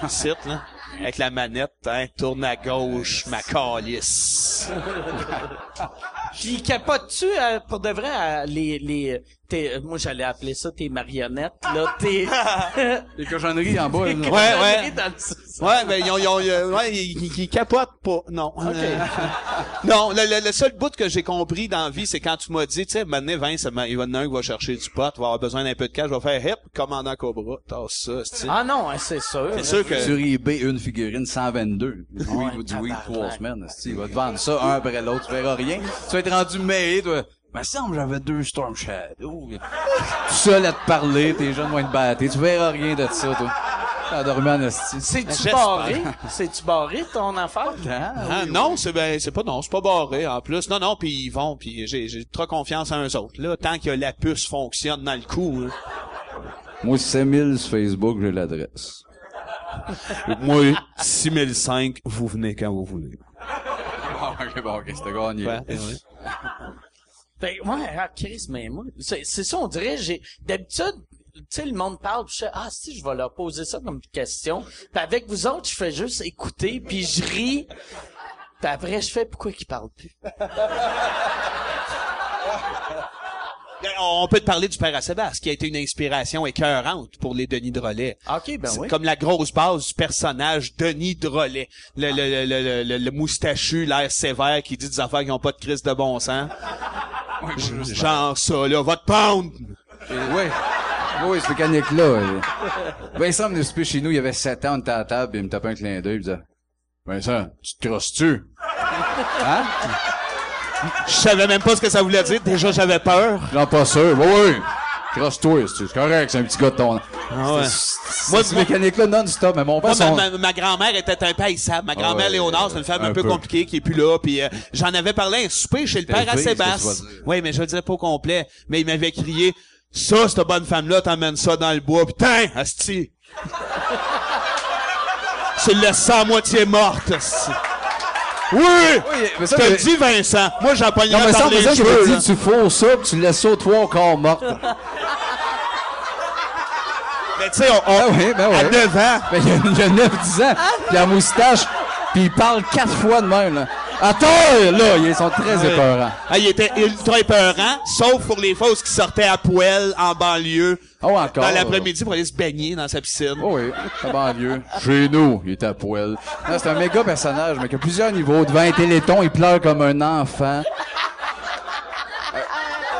Ici, là. Avec la manette, hein, tourne à gauche, ma calice. Puis capotes-tu euh, pour de vrai à les... les tes- euh, moi, j'allais appeler ça tes marionnettes. Là, tes... Des cochonneries en bas, là. Ouais, ouais. dans le- Ouais, ben, ils ont, ils ont, euh, ouais, ils, ils- ils capotent pas. Non. Euh, non, le, le- le seul bout que j'ai compris dans la vie, c'est quand tu m'as dit, tu sais, maintenant, Vince, ça m'a- il y en a un qui va chercher du pot, il va avoir besoin d'un peu de cash, je vais faire, hip, commandant Cobra, tasse ça, c'est Ah non, hein, c'est sûr. C'est sûr que, Sur eBay, une figurine 122. Oui, oui, du oui, tabarnak. trois semaines. esti. Il va te vendre ça un après l'autre, tu verras rien. Tu vas être rendu mêlé, toi. Mais semble j'avais deux Storm Shadow. Tout seul à te parler, tes jeunes vont être battés. Tu verras rien de ça, toi. T'as dormi en esti. C'est-tu J'espère. Ben, barré? C'est-tu barré, ton affaire? hein? Ah, non, c'est ben, c'est pas non, c'est pas barré en plus. Non, non, puis ils vont, puis j'ai j'ai trop confiance en eux autres. Là, tant que la puce fonctionne dans le cou. hein. Moi, 5000 sur Facebook, j'ai l'adresse. Moi, 6005, vous venez quand vous voulez. Ah, ok, bon, ok, c'était gagné. Ouais, ouais. Fait que, ouais, ah, Chris, mais moi, c'est c'est ça, on dirait, j'ai, d'habitude, tu sais, le monde parle, puis je fais, ah, si, je vais leur poser ça comme question. Puis avec vous autres, je fais juste écouter, puis je ris. Puis après, je fais, pourquoi qu'ils parlent plus? Ben, On peut te parler du père à Sébastien, qui a été une inspiration écœurante pour les Denis Drolet. OK, ben C'est oui. comme la grosse base du personnage Denis Drolet. Le, le, le, le, le, le moustachu, l'air sévère, qui dit des affaires qui n'ont pas de crise de bon sens. Genre ça, là, va te pendre! Oui. Oui, cette mécanique-là. elle. euh. Vincent me souper chez nous, il y avait 7 ans, on était à la table, puis il me tapait un clin d'œil, il me disait, Vincent, tu te crosses-tu? Hein? Je savais même pas ce que ça voulait dire, déjà j'avais peur. J'en pas sûr. Oui, oui. Crosse-toi, c'est c'est correct, c'est un petit gars de ton. Ah ouais. Moi, Moi, cette moi- mécanique-là, non-stop, mais mon père, Moi, ma, son- ma- ma grand-mère était un paysable. Ma grand-mère Ah ouais, Léonard, c'est une femme un un, peu, peu. compliquée qui est plus là. Puis euh, j'en avais parlé à un souper chez le T'as père à fait, Sébastien. qu'est-ce que tu vas dire? Oui, mais je le dirais pas au complet. Mais il m'avait crié Ça, cette bonne femme-là, t'emmènes ça dans le bois. Putain, Asti! tu le laisses à moitié morte, asti. Oui! mais Je ça, te mais- le dis, Vincent. Moi, j'en pogne Non, mais ça, par on les faisait qu'il cheveux. avait là. dit, tu fous ça, puis tu le laisses ça au toit encore mort. Mais tu sais, on, on- Ah oui, ben oui. à 9 ans, Ben, il y a, il y a 9-10 ans, puis la moustache, puis il parle quatre fois de même, là. Attends, là, ils sont très épeurants. Ah, il était ultra épeurant, sauf pour les fausses qui sortaient à poêle en banlieue. Oh, encore. Dans l'après-midi pour aller se baigner dans sa piscine. Oh oui, la banlieue. Chez nous, il est à poil. Non, c'est un méga personnage, mais qui a plusieurs niveaux. Devant un téléthon, il pleure comme un enfant. Euh,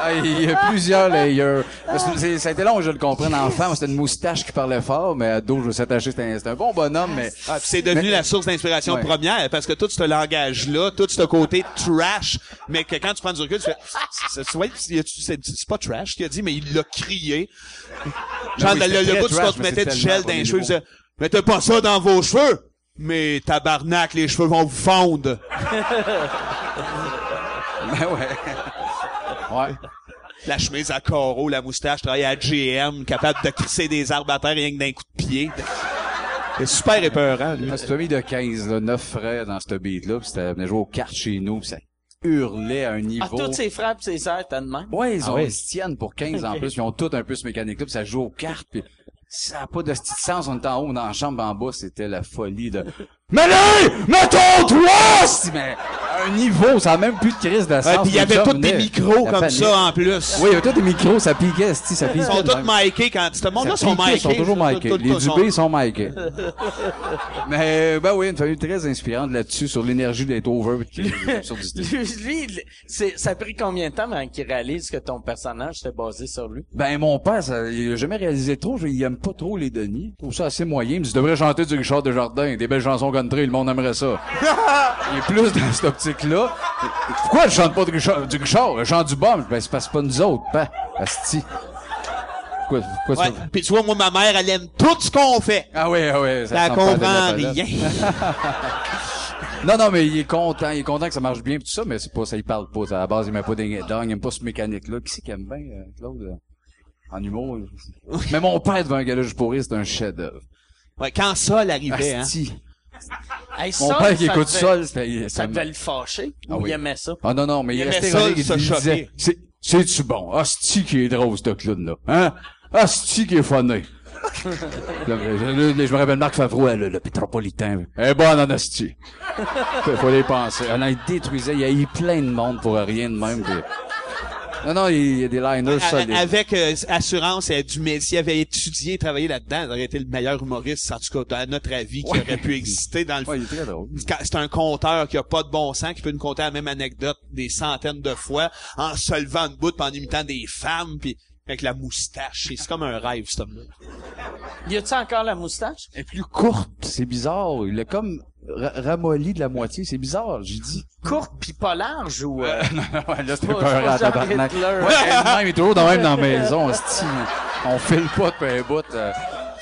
ah, Il y a plusieurs layers. Parce que c'est- Ça a été long que je le comprenne. Enfant, c'était une moustache qui parlait fort, mais à dos, je s'attacher. C'était un, c'était un bon bonhomme, mais... Ah, puis c'est devenu Mais- la source d'inspiration Ouais. première parce que tout ce langage-là, tout ce côté trash, mais que quand tu prends du recul, tu fais, c'est- c'est- ouais, c'est c'est- c'est pas trash qu'il a dit, mais il l'a crié. Genre, oui, le- c'était le, très le bout du trash, temps, tu mais mettais c'est du gel tellement dans pas les des cheveux, il mots. disait, mettez pas ça dans vos cheveux! Mais tabarnak, les cheveux vont vous fondre! Ben ouais. Ouais. La chemise à carreaux, la moustache, travaille à GM, capable de crisser des arbres à terre rien que d'un coup de pied. C'est super épeurant, lui. Parce que C'est une famille de 15, là, 9 frères dans ce beat-là, puis c'était, venait jouer aux cartes chez nous, puis ça hurlait à un niveau. Ah, tous ses frères pis ses sœurs, t'as de même. Ouais, ils, Ah ont, ouais. ils se tiennent pour 15 en plus. Ils ont tous un peu ce mécanique-là, puis ça joue aux cartes, puis ça n'a pas de petit sens. On était en haut, dans la chambre en bas, c'était la folie de... Mais là, mettons-toi! Si, Mais à un niveau, ça n'a même plus de crise de sens. Ouais, puis il y Les avait gens tous des venaient. micros La comme panique. ça en plus. Oui, il y avait tous des micros, ça piquait, esti, ça Ils piquait. sont de tous même. mikés quand ce monde-là Ça sont piquait, mikés. Ils sont toujours Tout- tout- Mikey. tout- Les tout- sont- Dubé sont Mikey. Mais, ben oui, une famille très inspirante là-dessus, sur l'énergie d'être over. puis de- sur du- Lui, lui, il- c'est, ça a pris combien de temps avant qu'il réalise que ton personnage était basé sur lui? Ben, mon père, ça, il a jamais réalisé trop. je- Il aime pas trop les Denis. Il trouve ça assez moyen. Il me dit, tu devrais chanter du Richard Desjardins. Des belles chansons country. Le monde aimerait ça. il est plus dans cette optique-là. Pourquoi je chante pas du Richard? Du Richard? Je chante du bomb. Ben, c'est parce que c'est pas nous autres, pas. Asti. Pourquoi, pourquoi Ouais. ça- Puis tu vois, moi, ma mère, elle aime tout ce qu'on fait. Ah oui, ah oui. Elle sent pas la tête de la comprend palette. rien. Non, non, mais il est content, il est content que ça marche bien pis tout ça, mais c'est pas ça, il parle pas. ça, À la base, il met pas des dingues, il aime pas ce mécanique-là. Qui c'est qui aime bien, euh, Claude? euh, En humour. euh, mais mon père devant un galage pourri, c'est un chef-d'œuvre. Ouais, quand ça l'arrivait, hein. Asti. Hey, Mon ça, père qui ça écoute devait- Sol, Ça c'était- ça me- devait le fâcher. Ah ou oui. Il aimait ça. Ah non, non, mais il, Il aimait restait ça, ironique, se il disait, choquer. c'est, c'est-tu bon? Asti qui est drôle, ce clown-là. Hein? Asti qui est funny. Là, je, je- je me rappelle Marc Favreau, hein, le, le pétropolitain. Elle est bonne en asti. Fait- Faut les penser. Ah non, il détruisait, il y a eu plein de monde pour rien de même. puis- Non, non, il y a des liners A- solides. Avec euh, assurance euh, du métier, avait étudié, travaillé là-dedans, il aurait été le meilleur humoriste, en tout cas, à notre avis, qui aurait pu exister dans le Ouais, il est très drôle. Quand c'est un conteur qui a pas de bon sens, qui peut nous conter la même anecdote des centaines de fois, en se levant de bout, puis en imitant des femmes, puis avec la moustache. C'est comme un rêve, cet homme-là. Y a-tu encore la moustache? Elle est plus courte, c'est bizarre. Il l'a comme ra- ramolli de la moitié, c'est bizarre, j'ai dit. Courte pis pas large ou... euh, Non, non, ouais, là, c'était pas- peur à c'est pas tabarnak. Jean Hitler. Ouais, elle-même, il est toujours dans même dans la maison, hostie. On file pas de pain bout. euh.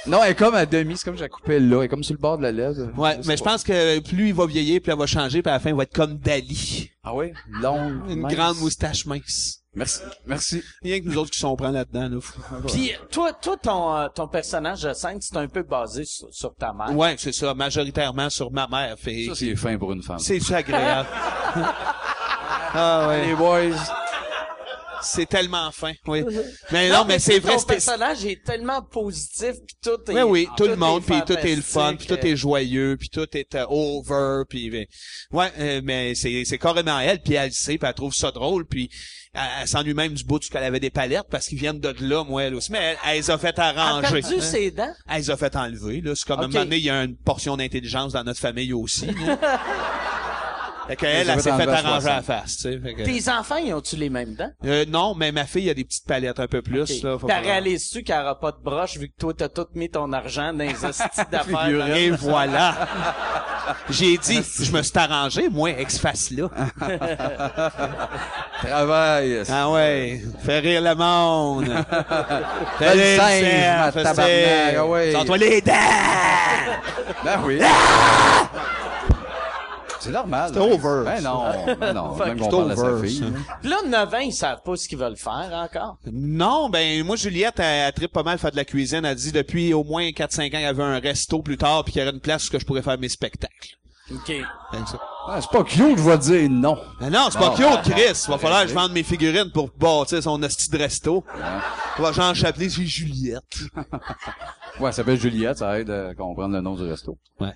Non, elle est comme à demi, c'est comme j'ai coupé là, elle est comme sur le bord de la lèvre. Ouais, mais je pense que plus il va vieillir, plus elle va changer, puis à la fin, il va être comme Dali. Ah ouais, longue, Une mince. grande moustache mince. Merci, merci. Rien que nous autres qui sont prêts là-dedans, là. Faut- Puis toi, toi ton, euh, ton personnage de scène, c'est un peu basé sur, sur ta mère. Ouais, c'est ça, majoritairement sur ma mère, fait. Ça, c'est fin pour une femme. C'est ça agréable. ah ouais, Les boys. c'est tellement fin, oui. Mais non, mais c'est ton vrai, Ton c'était... personnage est tellement positif, puis tout est... Oui, oui, tout le monde, est puis tout est le fun, puis tout fantastique. euh. est joyeux, puis tout est euh, over, puis ben, ouais, euh, mais c'est c'est carrément elle, puis elle le sait, puis elle trouve ça drôle, puis elle, elle s'ennuie même du bout de ce qu'elle avait des palettes parce qu'ils viennent de là, moi elle aussi, mais elle, elle les a fait Elle a arranger. Hein? perdu ses dents. Elle les a fait enlever, là. C'est comme à un Ok. moment donné, il y a une portion d'intelligence dans notre famille aussi. là. fait qu'elle, Elle les elle, a fait s'est fait enlever à arranger 60. la face, tu sais. fait que- Tes enfants, ils ont-tu les mêmes dents? Euh, non, mais ma fille a des petites palettes un peu plus, là. faut T'as pas- réalisé-tu qu'elle aura pas de broche vu que toi, t'as tout mis ton argent dans les hosties d'affaires? Figurette. Et voilà. J'ai dit, je me suis arrangé, moi, ex-face là. Ah. Travail. Ah ouais, fais rire le monde. Fais Belle rire singe, ma fais tabarnak, rire. ah ouais. Sors-toi les dents! Ben oui. C'est normal. Ah! C'est over, Ben non, ben non. Même qu'on C'est parle à sa over, fille. ça. Puis là, 9 ans, ils savent pas ce qu'ils veulent faire encore. Non, ben moi, Juliette, elle, elle trippe pas mal faire de la cuisine. Elle dit depuis au moins 4-5 ans, il y avait un resto plus tard puis qu'il y aurait une place où je pourrais faire mes spectacles. OK. Fait que ça. Ah, c'est pas cute, je vais dire non. Ah non, c'est pas Non. cute, Chris. Va falloir que je Ben oui. vende mes figurines pour bâtir son hostie de resto. Va Jean Chapelet, c'est Juliette. Ouais, ça s'appelle Juliette, ça aide à comprendre le nom du resto. Ouais.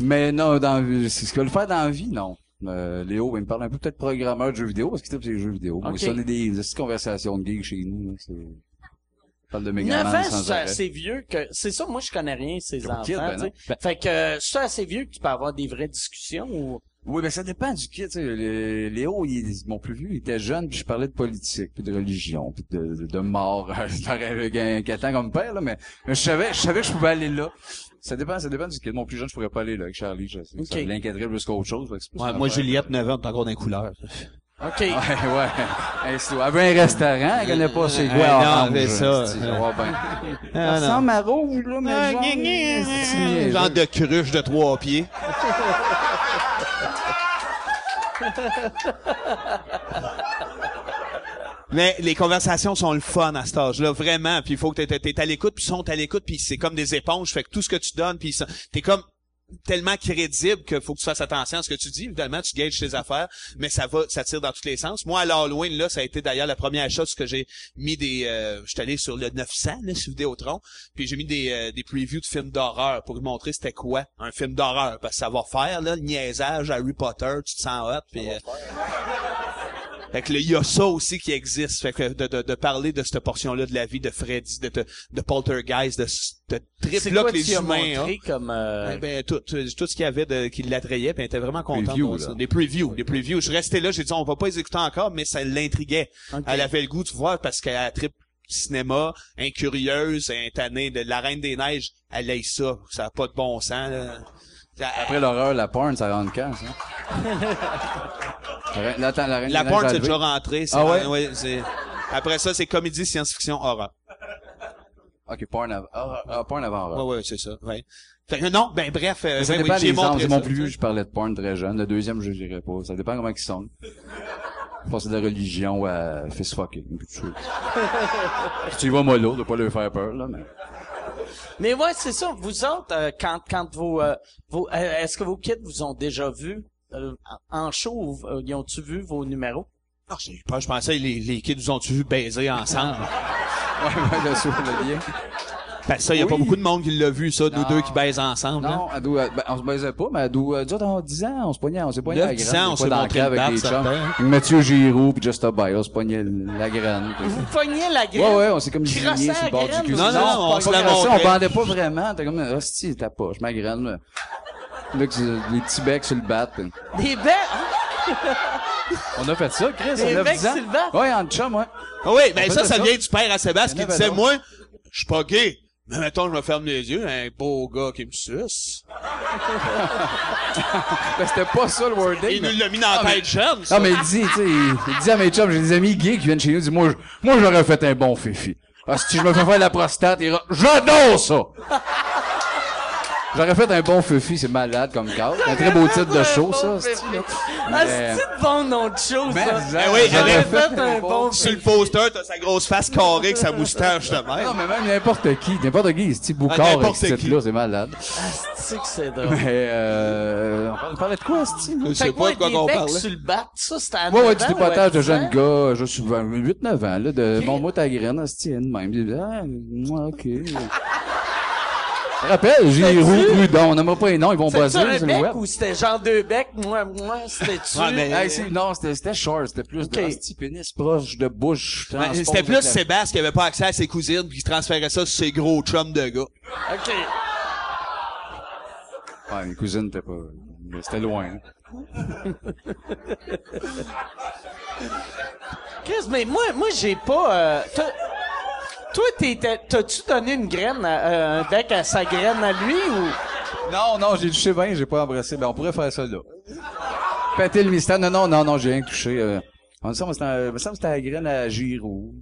Mais non, dans, c'est ce qu'il veut faire dans la vie, non. Euh, Léo, il me parle un peu peut-être programmeur de jeux vidéo, parce qu'il tape ses jeux vidéo. Bon, Ok. ça, on est des, des petites conversations de geeks chez nous. là, C'est... Il parle de 9 Megaman ans, sans c'est arrêt. assez vieux que... C'est ça, moi, je connais rien, ces Yo, enfants. kid, ben tu sais. non. Ben- Fait que euh, c'est assez vieux que tu peux avoir des vraies discussions ou... Oui, ben ça dépend du kit. tu sais. Le- Léo, il, est- mon plus vieux, il était jeune, puis je parlais de politique, puis de religion, puis de, de, de mort. Je parlais avec un catin comme père, là, mais, mais je savais, je savais que je pouvais aller là. Ça dépend, ça dépend du kid. Mon plus jeune, je pourrais pas aller là avec Charlie. Je, sais, Ça Ok. l'inquiéterait plus qu'autre chose. fait que c'est plus Ouais, une moi, affaire. Juliette, 9 ans, t'es encore dans les couleurs. OK. Ouais, ouais. Hey, c'est- elle veut un restaurant, elle connaît pas ses goûts. Ouais, non, orange, c'est ça. c'est- ouais, ben. Ah, non. ma rouge, là, Ah, gna, gna, gna. Genre de cruche de trois pieds. Mais les conversations sont le fun à cet âge-là, vraiment. Puis il faut que t'es, t'es à l'écoute, puis ils sont à l'écoute, puis c'est comme des éponges. Fait que tout ce que tu donnes, puis ça- t'es comme tellement crédible que faut que tu fasses attention à ce que tu dis. Évidemment, tu gages tes affaires, mais ça va, ça tire dans tous les sens. Moi, à l'Halloween, là, ça a été d'ailleurs la première chose que j'ai mis des... Euh, je suis allé sur le 900, là, sur Vidéotron, puis j'ai mis des, euh, des previews de films d'horreur pour lui montrer c'était quoi un film d'horreur, parce que ça va faire, là, le niaisage Harry Potter, tu te sens hot, puis... euh, fait que là, il y a ça aussi qui existe. Fait que de, de, de parler de cette portion-là de la vie de Freddy, de, de, de Poltergeist, de de C'est trip-là quoi que tu les y as humains hein. ont. montré hein. comme... euh, Ouais, ben, tout, tout, tout ce qu'il y avait de, qui l'attrayait, ben, il était vraiment content. Preview, de voir là. ça. Des previews, des previews. Je restais là, j'ai dit, on va pas les écouter encore, mais ça l'intriguait. Elle avait le goût de voir parce qu'elle a trip cinéma, incurieuse, intanée de la Reine des Neiges, elle aille ça. Ça a pas de bon sens, là. Ça- Après l'horreur, la porn, ça rentre quand, ça? La reine- attends, la reine la des porte, neiges c'est enlevée. déjà rentré. c'est- Ah ouais? c'est- Après ça, c'est comédie, science-fiction, horreur. Ok, porn avant, ah, ah, porn avant horreur. Ouais, ouais, c'est ça. Ouais. Fait que non, ben bref, euh, Ça ben dépend oui, j'ai des ans. montré C'est mon ça. plus vieux, je parlais de porn très jeune. Le deuxième, je dirais pas. Ça dépend comment ils sont. Je pense que c'est de la religion à fist fucking, pis tout ça. tu y vas mollo, de pas leur faire peur, là, mais. Mais ouais, c'est ça. Vous autres, euh, quand quand vos, euh, vos euh, est-ce que vos kids vous ont déjà vu euh, en show ou euh, ils ont-tu vu vos numéros? Ah, j'ai eu peur, je pensais, les, les kids nous ont-tu vu baiser ensemble? Ouais, ouais, le sûr, le lien. Parce que Ben, ça, il n'y a pas beaucoup de monde qui l'a vu, ça, nous deux qui baisent ensemble. hein. Non, à dou- à- ben, on se baisait pas, mais à dou- euh, disons, dans 10 ans, on se pognait, on s'est pognait Neuf, la graine. dix ans, on des fois, s'est dans le montré cave une avec des barbe, chums. certain. Mathieu Giroux puis Just a Boy, on se pognait la graine. puis- Vous pognez la gueule. Ouais, ouais, on s'est comme Crosser grillé sur la le bord du graine, cul. non, non, on pas se la grave, ça, montrait. on bandait pas vraiment. T'es comme, hostie, ta poche, ma graine, là. Là, que c'est- les petits becs sur le bat. puis- Des belles. On a fait ça, Chris, Les on a mecs 10 ans. sur le banc? Ouais, en chum, ouais. Ah oui, mais On ça, fait ça, ça. vient du père à Sébastien Il y en qui avait disait, d'autres. moi, je suis pas gay. Mais mettons, je me ferme les yeux, un beau gars qui me suce. Ben, c'était pas ça, le wording. Il mais- Ah, nous l'a mis dans la tête jeune, ça. Non, mais il dit, tu sais, il il dit à mes chums, j'ai des amis gays qui viennent chez nous, il dit, moi, je- moi, j'aurais fait un bon fifi. Ah, si je me fais faire la prostate, il ra- j'adore ça! J'aurais fait un bon fufi, c'est malade comme cadre. Un très beau titre de show, ça. c'est- Ah, Mais- c'est de bon nom de show, Mais- ça. Ben oui, J'aurais j'aurais fait un bon... Sur le poster, t'as sa grosse face carrée avec sa moustache de Ah Non, même. mais même n'importe qui, n'importe qui, ce petit boucard Ah, avec n'importe ce qui. titre-là, c'est malade. C'est que c'est drôle. Mais, euh, on parle- on parlait de quoi, ce Je Fait sais que moi, pas de quoi des qu'on becs parlait. sur le bat, ça, c'était à Ouais, ouais, neuf du ans, dépotage de ouais, jeunes hein? gars, je suis 8-9 ans, là, de mon mot à graine, c'est une même. Je dis, Ah, moi, ok. Je rappelle, Giroud, Prudon, on n'aimera pas les noms, ils vont bosser C'était-tu sur un le web. bec ou c'était genre deux becs? Moi, moi, c'était-tu? Ouais, mais- Hey, c'est- non, c'était c'était short, c'était plus Ok. de petit pénis proche de bouche. Ouais, transpose Ben, C'était plus avec la- Sébastien qui avait pas accès à ses cousines puis qui transférait ça sur ses gros chums de gars. OK. Ouais, mes cousines étaient pas... C'était loin. hein. Chris, mais moi, moi, j'ai pas... euh, t'as- Toi, t'étais- t'as-tu donné une graine, à, euh, un bec à sa graine à lui ou... Non, non, j'ai touché bien, j'ai pas embrassé. Ben, on pourrait faire ça, là. Péter le mystère. Non, non, non, non, j'ai rien touché. euh. On me semble que c'était un- me semble que c'était la graine à Giroud.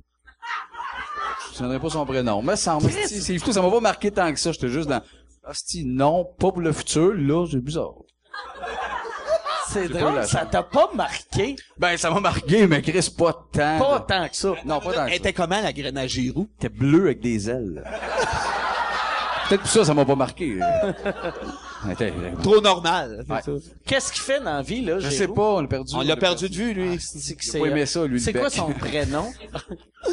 Je ne donnerai pas son prénom. Me semble. hostie, C'est fou, ça m'a pas marqué tant que ça. J'étais juste dans... Hostie, non, pas pour le futur. Là, c'est bizarre. C'est pas eu drôle, la ça chance. t'a pas marqué. Ben, ça m'a marqué, mais Chris, pas Pas tant. là. tant que ça. Ah, Non, pas tant Elle que ça. était comment la graine à Giroux? T'es bleu avec des ailes. Peut-être pour ça, ça m'a pas marqué. Elle était- Trop normal. Ouais. Qu'est-ce qu'il fait dans la vie, là, Je sais pas, on l'a perdu. On l'a perdu de vue, lui. C'est que Il a pas aimé ça, lui, le C'est quoi bec. son prénom?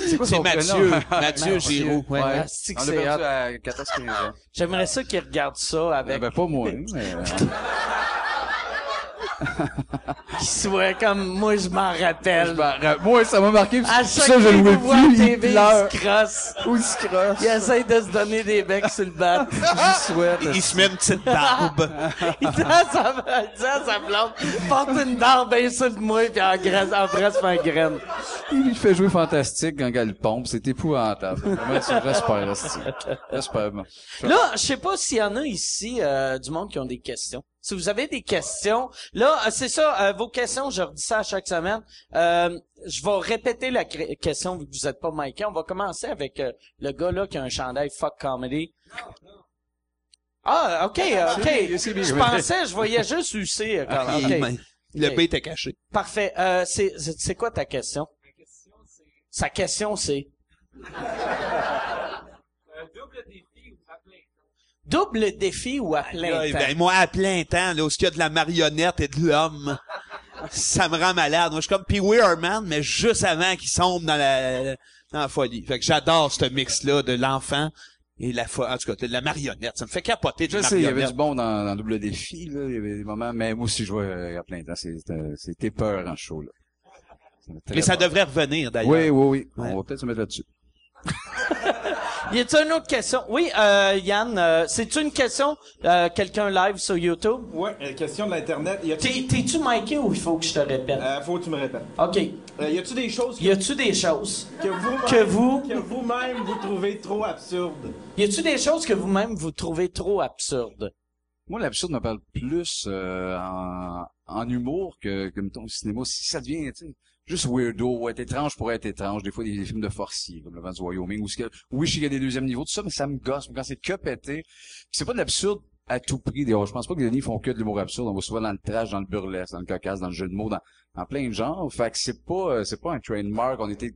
C'est quoi C'est son Mathieu. prénom? Mathieu Giroux. Ouais. Ah, c'est que On l'a c'est perdu hot. à 14-15 ans. J'aimerais ça qu'il regarde ça avec... Ben, pas moi. hein, mais, euh, qu'il soit comme... Moi, je m'en je rappelle. m'en ra- ben, moi, ça m'a marqué. puis À chaque Ça, fois je qu'il le nous voit vois à plus. Il TV, il pleure. se crosse. Ou il se crosse. Il essaye de se donner des becs sur le bat. Je lui souhaite. Il se met une petite barbe. Il dit à sa, il dit à sa blonde, porte une barbe, insulte-moi, puis embrasse, embrasse ma graine. Il lui fait jouer fantastique quand elle le pompe. C'est épouvantable. Vraiment, c'est- J'espère, hostie. J'espère. bon. Là, je sais pas s'il y en a ici euh, du monde qui ont des questions. Si vous avez des questions, là, euh, c'est ça, euh, vos questions, je redis ça à chaque semaine. Euh, je vais répéter la cré- question vu que vous êtes pas Mikey. On va commencer avec euh, le gars là qui a un chandail fuck comedy. Ah, ok, euh, ok. c'est bien. Je pensais, je voyais juste UC. euh, quand- Ah, Il- ok. mais ben, Le Ok. B était caché. Parfait. Euh, c'est, c'est c'est quoi ta question? Sa question, c'est... double défi ou à plein Là, temps? ben, moi, à plein temps, là, où il y a de la marionnette et de l'homme, ça me rend malade. Moi, je suis comme Pee Wee Herman, mais juste avant qu'il sombre dans la, dans la folie. Fait que j'adore ce mix-là de l'enfant et la folie. En tout cas, de la marionnette. Ça me fait capoter de Je la sais, il y avait du marionnette. bon dans, dans Double Défi, là. Il y avait des moments, mais moi aussi, je vois euh, à plein temps. C'est- euh, C'était peur en show, là. Mais ça devrait revenir, d'ailleurs. Oui, oui, oui. Ouais. On va peut-être se mettre là-dessus. Y a-t-il une autre question? Oui, euh, Yann, euh, c'est-tu une question? euh, quelqu'un live sur YouTube? Ouais, euh, question de l'Internet. Y a-tu- T'es, t'es-tu Mikey ou il faut que je te répète? Euh, faut que tu me répètes. OK. Euh, y a-tu des choses que, Y a-tu des choses? que vous que vous- que vous-même vous trouvez trop absurdes? Y a-tu des choses que vous-même vous trouvez trop absurdes? Moi, l'absurde me parle plus euh, en, en humour que, que mettons, au cinéma. Si ça devient, tu sais, juste weirdo, ou être étrange pour être étrange. Des fois, des, des films de forciers, comme Le Vent du Wyoming, ou ce que... Oui, je sais qu'il y a des deuxièmes niveaux, tout ça, mais ça me gosse. Quand c'est que pété, Puis c'est pas de l'absurde à tout prix. D'ailleurs, je pense pas que les nids font que de l'humour absurde. On va souvent dans le trash, dans le burlesque, dans le cocasse, dans le jeu de mots, dans, dans plein de genres. Fait que c'est pas, euh, c'est pas un trademark. On était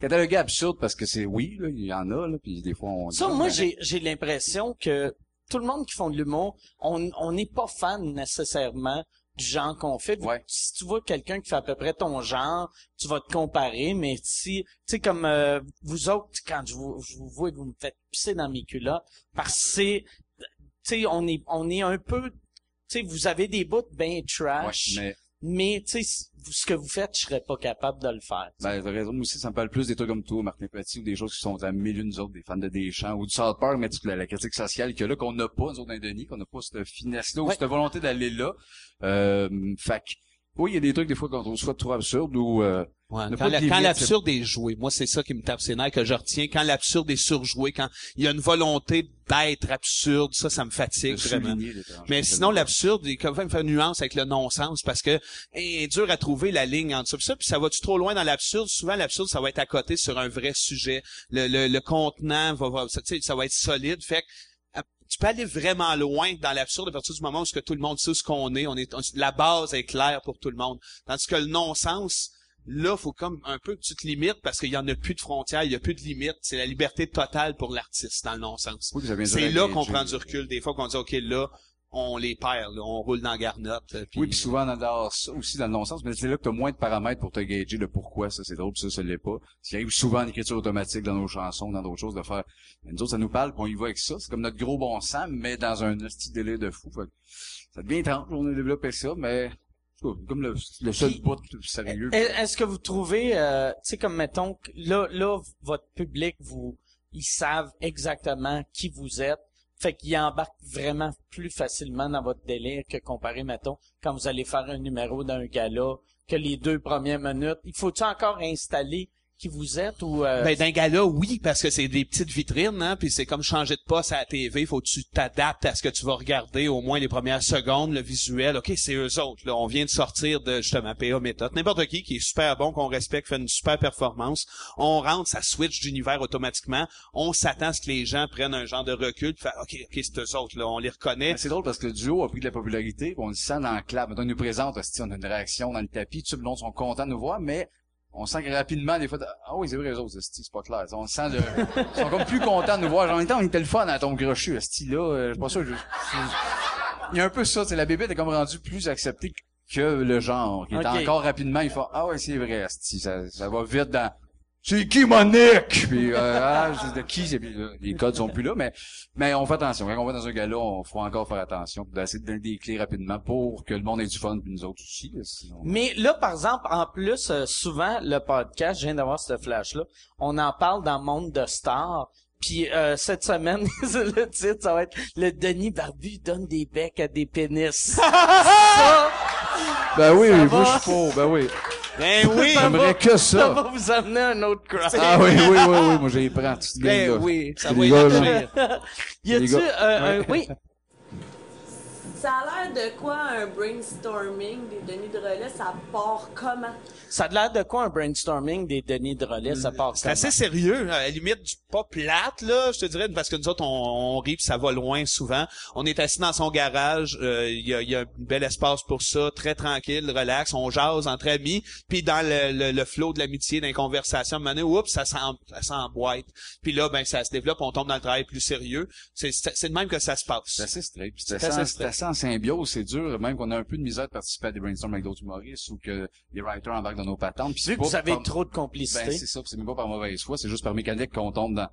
catalogué absurde parce que c'est oui, là, il y en a, là, puis des fois, on... ben, Ça, moi, j'ai, j'ai l'impression que tout le monde qui font de l'humour, on on n'est pas fan nécessairement du genre qu'on fait. Ouais. Si tu vois quelqu'un qui fait à peu près ton genre, tu vas te comparer, mais si, tu sais, comme euh, vous autres, quand je vous, je vous vois, vous me faites pisser dans mes culottes, parce que c'est, tu sais, on est, on est un peu, tu sais, vous avez des bouts bien Ouais, trash, mais- mais, tu sais, c- vous- ce que vous faites, je serais pas capable de le faire. Ben, t'as raison. Moi aussi, ça me parle plus des trucs comme toi, Martin Petit, ou des choses qui sont à mille une nous autres, des fans de Deschamps, ou du South Park, mais toute la, la critique sociale qu'il y a là, qu'on n'a pas, nous autres, dans les Denis, qu'on n'a pas cette finesse-là, ou cette volonté d'aller là. Euh, fait que Oui, il y a des trucs des fois qu'on trouve soit trop absurdes ou... euh, Ouais, ne quand pas la- dévier, quand c'est- l'absurde est joué, moi c'est ça qui me tape ses nerfs que je retiens. Quand l'absurde est surjoué, quand il y a une volonté d'être absurde, ça, ça me fatigue de vraiment. souligner l'étrangeté. Mais sinon, l'absurde, il quand même fait une nuance avec le non-sens parce que il est dur à trouver la ligne entre ça. Puis ça, puis ça va-tu trop loin dans l'absurde? Souvent, l'absurde, ça va être à côté sur un vrai sujet. Le, le, le contenant va, va- ça, tu sais, ça va être solide. Fait que, à- tu peux aller vraiment loin dans l'absurde à partir du moment où ce que tout le monde sait ce qu'on est. On est, on- la base est claire pour tout le monde. Tandis que le non-sens, là, faut comme un peu que tu te limites parce qu'il y en a plus de frontières, il y a plus de limites. C'est la liberté totale pour l'artiste dans le non-sens. Oui, vous avez C'est raison, là qu'on j'ai- prend du recul. Des fois qu'on dit, OK, là, on les perd, là, on roule dans la garnotte. euh, puis- Oui, puis souvent, on adore ça aussi dans le non-sens, mais c'est là que t'as moins de paramètres pour te gager le pourquoi, ça c'est drôle, puis ça, ça l'est pas. Ce qui arrive souvent en écriture automatique dans nos chansons, dans d'autres choses, de faire, mais nous autres, ça nous parle, puis on y va avec ça, c'est comme notre gros bon sens, mais dans un petit délai de fou. Fait que ça devient étrange, on a développé ça, mais en tout cas, comme le, le seul bout sérieux. Est- Est-ce que vous trouvez, euh, tu sais, comme mettons, que là, là, votre public, vous, ils savent exactement qui vous êtes, fait qu'ils embarquent vraiment plus facilement dans votre délire que comparé, mettons, quand vous allez faire un numéro d'un gala, que les deux premières minutes. Il faut-tu encore installer qui vous êtes ou... euh, Ben, d'un gala, oui, parce que c'est des petites vitrines, hein, puis c'est comme changer de poste à la TV, faut que tu t'adaptes à ce que tu vas regarder, au moins les premières secondes, le visuel, ok, c'est eux autres, là, on vient de sortir de, justement, PA méthode, n'importe qui qui est super bon, qu'on respecte, fait une super performance, on rentre, ça switch d'univers automatiquement, on s'attend à ce que les gens prennent un genre de recul, puis faire, ok, ok, c'est eux autres, là, on les reconnaît, Mais Ben, C'est drôle parce que le duo a pris de la popularité, puis on le sent dans le clap. Maintenant, ils nous présente, hostie, on a une réaction dans le tapis, tout le monde sont contents de nous voir, mais on sent que rapidement, des fois, ah oui, c'est vrai, les autres, hostie, c'est pas clair. On sent le, ils sont comme plus contents de nous voir. Genre, En même temps, on était le fun à ton grochu, hostie, là, euh, je suis pas sûr, que je- je- il y a un peu ça, c'est la bébête est comme rendue plus acceptée que le genre, qui est Ok. encore rapidement, il fait, ah ouais, c'est vrai, hostie, ça, ça va vite dans, c'est qui Monique? Puis euh, ah, je dis, de qui c'est puis, euh, les codes sont plus là, mais mais on fait attention. Quand on va dans un gala, on faut encore faire attention, puis d'essayer de donner des clés rapidement pour que le monde ait du fun, puis nous autres aussi. là, sinon- Mais là, par exemple, en plus, euh, souvent, le podcast, je viens d'avoir ce flash-là, on en parle dans le monde de stars. Puis euh, cette semaine, le titre, ça va être « Le Denis Barbu donne des becs à des pénis ». Ça, Ben oui, Ça moi va? je suis pour, ben oui. ben oui! J'aimerais que ça ça. va vous amener un autre crowd. Ah oui, oui, oui, oui, moi j'ai prends tout ce Ben gang-là. oui, ça Les va y gars, marcher. là. Y a-tu... Les gars. euh, un- oui, Ça a l'air de quoi un brainstorming des Denis de relais? Ça part comment? ça a l'air de quoi un brainstorming des Denis de relais, ça part C'est assez sérieux, à la limite du pas plate, là, je te dirais, parce que nous autres, on, on rit, puis ça va loin souvent. On est assis dans son garage, euh, il y, a, il y a un bel espace pour ça, très tranquille, relax, on jase entre amis, puis dans le, le, le flot de l'amitié, dans les conversations, à un moment donné, oups, ça s'en- ça s'emboîte. Puis là, ben ça se développe, on tombe dans le travail plus sérieux. C'est c'est- c'est de même que ça se passe. C'est assez straight. puis C'est C'est assez assez, straight. en symbiose, c'est dur, même qu'on a un peu de misère de participer à des brainstorms avec d'autres humoristes ou que les writers embarquent dans nos patentes. Puis c'est Vu que pas vous avez par- trop de Ben, complicité. c'est ça, puis c'est même pas par mauvaise foi, c'est juste par mécanique qu'on tombe dans.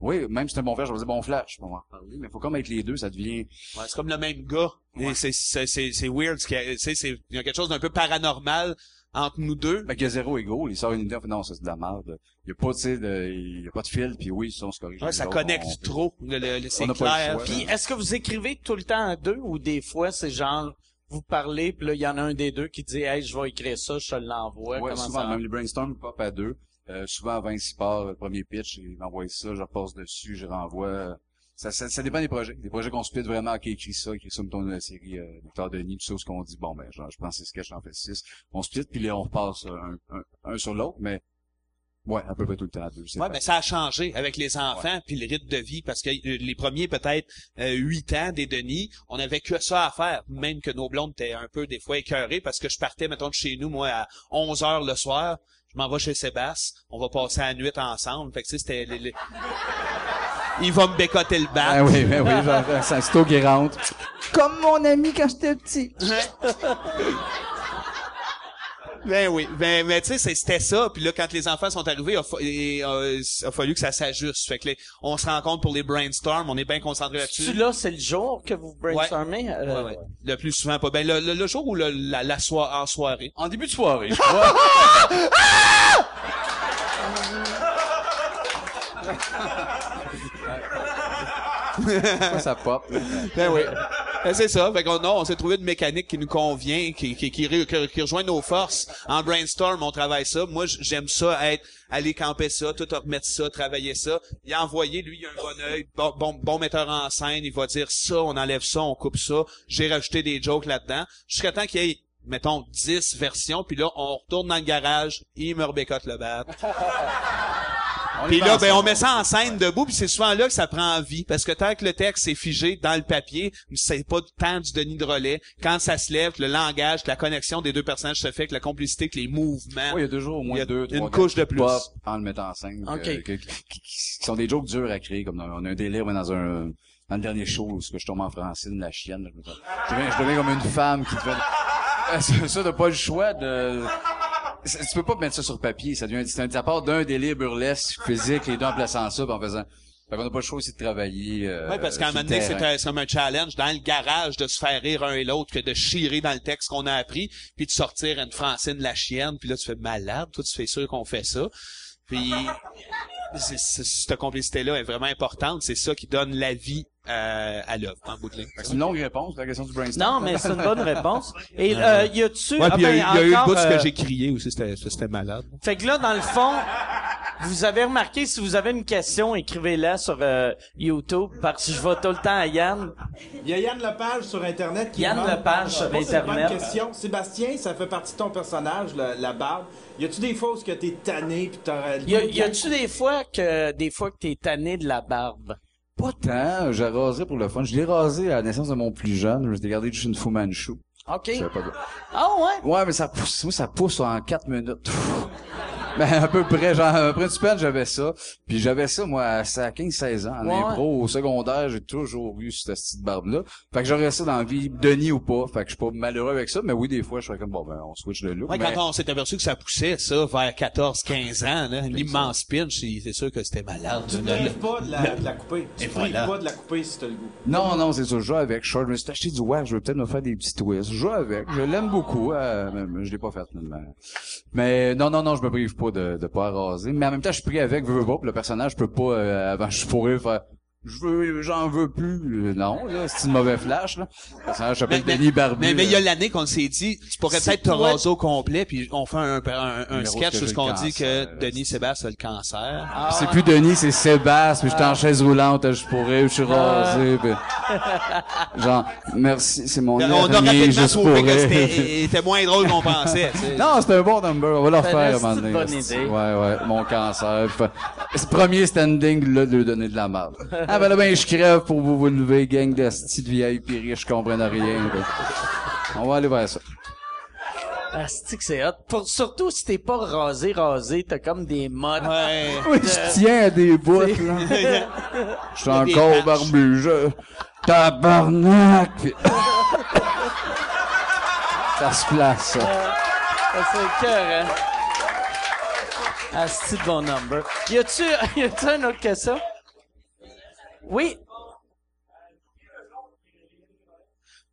Oui, même si c'est un bon flash, on va dire bon flash, on va en reparler, mais faut comme être les deux, ça devient. Ouais, c'est comme le même gars. Et C'est c'est- c'est- c'est weird, ce qui a- tu sais, c'est- il y a quelque chose d'un peu paranormal entre nous deux. Fait qu'il y a zéro égo, il sort une idée, on fait, non, ça c'est de la merde. Il y a pas, tu sais, de... il y a pas de fil, puis oui, ça on se corrige. Ouais, ça Les connecte autres, on- trop. Le, le- le- c'est n'a pas le clair. choix. Puis est-ce que vous écrivez tout le temps à deux ou des fois c'est genre vous parlez puis là il y en a un des deux qui dit hey je vais écrire ça je te l'envoie Ouais, comment souvent, ça même les brainstorms pop à deux. Euh, souvent, avant Vinci part, le premier pitch, il m'envoie ça, je repasse dessus, je renvoie. Ça, ça, ça dépend des projets. Des projets qu'on split vraiment, ok, écris ça, écris ça, mettons la série euh, Victor Denis, tout ça, ce qu'on dit, bon, ben, genre, je prends six sketchs, j'en fais six. On split, puis là, on repasse euh, un, un, un sur l'autre, mais, ouais, à peu près tout le temps à deux. c'est Ouais, ben, mais fait. ça a changé avec les enfants puis le rythme de vie parce que euh, les premiers peut-être euh, huit ans des Denis, on avait que ça à faire, même que nos blondes étaient un peu des fois écœurées parce que je partais mettons de chez nous moi à 11 heures le soir, je m'en vais chez Sébastien, on va passer la nuit ensemble, fait que tu sais, c'était les- les- il va me bécoter le bat. Ah oui, ben oui, genre, ça, c'est toi qui rentre. comme mon ami quand j'étais petit Ben oui, ben mais tu sais c'est- c'était ça. Puis là quand les enfants sont arrivés, il a, fa- et, euh, il a fallu que ça s'ajuste. Fait que là, on se rencontre pour les brainstorms, on est bien concentré tu là-dessus. là c'est le jour que vous brainstormez Ouais, euh, ouais. Le plus souvent pas. Ben le, le- le jour ou le, la, la soir- en soirée. En début de soirée, je crois. Pourquoi ça pop. Ben oui. Ben, c'est ça. Fait qu'on non, on s'est trouvé une mécanique qui nous convient, qui, qui, qui, re- qui- qui rejoint nos forces. En brainstorm, on travaille ça. Moi, j- j'aime ça, être, aller camper ça, tout remettre ça, travailler ça. Il a envoyé, lui, il a un bon œil, bon, bon, bon metteur en scène. Il va dire ça, on enlève ça, on coupe ça. J'ai rajouté des jokes là-dedans. Jusqu'à temps qu'il y ait mettons 10 versions puis là on retourne dans le garage il me rebécote le bat puis là, ben, hein. on met ça en scène debout, puis c'est souvent là que ça prend vie. Parce que tant que le texte est figé dans le papier, c'est pas du temps du Denis de relais. Quand ça se lève, que le langage, que la connexion des deux personnages se fait, que la complicité, que les mouvements. Ouais, il y a toujours Hein? au Il y moins a deux, une trois. quatre couche de qui plus. pop en le mettant en scène. que- Ok. que- qui, qui- qui sont des jokes durs à créer. Comme dans- on a un délire moi, dans un, dans le dernier show où ce que je tombe en Francine, la chienne. Je, me- je deviens, je deviens comme une femme qui devait, Ah, ça, ça, t'as pas le choix de, C'est- tu peux pas mettre ça sur papier. Ça devient, c'est un, à part d'un délire burlesque, physique, les deux en plaçant ça, puis en faisant, fait qu'on n'a pas le choix aussi de travailler, euh, Ouais, parce qu'à un sur le moment donné, terrain. c'est un- c'est comme un challenge dans le garage de se faire rire un et l'autre que de chier dans le texte qu'on a appris, puis de sortir une Francine la chienne, puis là tu fais malade, toi tu fais sûr qu'on fait ça. Puis c'est- c'est- cette complicité-là est vraiment importante, c'est ça qui donne la vie euh, à l'œuvre en bout de ligne. C'est une longue réponse, la question du brainstorm. Non, mais c'est une bonne réponse. Et euh, y a-tu... Ouais, ah, puis il y a, ben, eu- il y a eu le encore, bout de ce euh, que j'ai crié aussi, c'était ça, c'était malade. Fait que là, dans le fond, vous avez remarqué, si vous avez une question, écrivez-la sur euh, YouTube, parce que je vais tout le temps à Yann. Il y a Yann Lepage sur Internet qui Yann demande- Lepage sur Moi, c'est une bonne Internet. question. Sébastien, ça fait partie de ton personnage, le- la barbe. Y a-tu des fausses que t'es tanné pis t'aurais... Y, a- y a-tu des fois que des fois que t'es tanné de la barbe? Pas tant, j'ai rasé pour le fun. Je l'ai rasé à la naissance de mon plus jeune. Je me suis gardé juste une Fu Manchu. Ok. J'avais pas de- Ah ouais. Ouais, mais ça pousse, moi, ça pousse en quatre minutes. Pfff. Ben, à peu près, genre, à peu près du peine, j'avais ça. Puis j'avais ça, moi, à 15-16 ans. En Ouais. impro, au secondaire, j'ai toujours eu cette petite barbe-là. Fait que j'aurais ça dans la vie, Denis ou pas. Fait que je suis pas malheureux avec ça, mais oui, des fois, je serais comme, bon, ben, on switch le look. Ouais, mais- quand on s'est aperçu que ça poussait, ça, vers 14, 15 ans, là, l'immense pinch, c'est c'est sûr que c'était malade. Tu te là. prives pas de la, de la couper. Tu Et te prives voilà. pas de la couper si t'as le goût. Non, non, c'est ça. Je joue avec. Je me suis acheté du wax. Je vais peut-être me faire des petits twists. Je joue avec. Je l'aime beaucoup. euh, mais- mais je l'ai pas fait finalement. Mais non, non, non, je me prive pas de, de pas raser. Mais en même temps, je suis pris avec. Veux, veux pas. puis le personnage peut pas. euh, avant, je pourrais faire. Je veux, j'en veux plus. Euh, Non, là, c'est une mauvaise flash. Là. Le personnage s'appelle Denis Barbu. mais- mais il y a euh, l'année qu'on s'est dit, tu pourrais C'est peut-être te toi- raser au complet, puis on fait un, un, un Numéro que sketch j'ai où ce qu'on le dit que cancer. Ah. Denis Sébastien a le cancer. euh, C'est plus Denis, c'est Sébastien. Puis j'étais Ah. en chaise roulante. Je pourrais. Je suis rasé. puis- Genre, merci. C'est mon on a dernier. rapidement Juste trouvé que pourrais. c'était était moins drôle qu'on pensait. tu sais. Non, c'est un bon number. On va le refaire à un reste moment une donné. bonne idée. Ouais, ouais. Mon cancer. Puis, ce premier standing, là, de lui donner de la merde. Ah, ben là, ben, je crève pour vous vous lever, gang de style vieille puis riche, je comprends rien. là. On va aller vers ça. Ah, c'est que c'est hot. Pour, surtout si t'es pas rasé, rasé, t'as comme des modes. Ouais. Oui, Euh, je tiens à des bouts, là. Je suis des encore patchs. barbu, je... Tabarnak! Puis- ça se place, ça. Ah, c'est le cœur, hein. Ah, c'est de bon number. Y a-tu, y a-tu une autre question? Oui.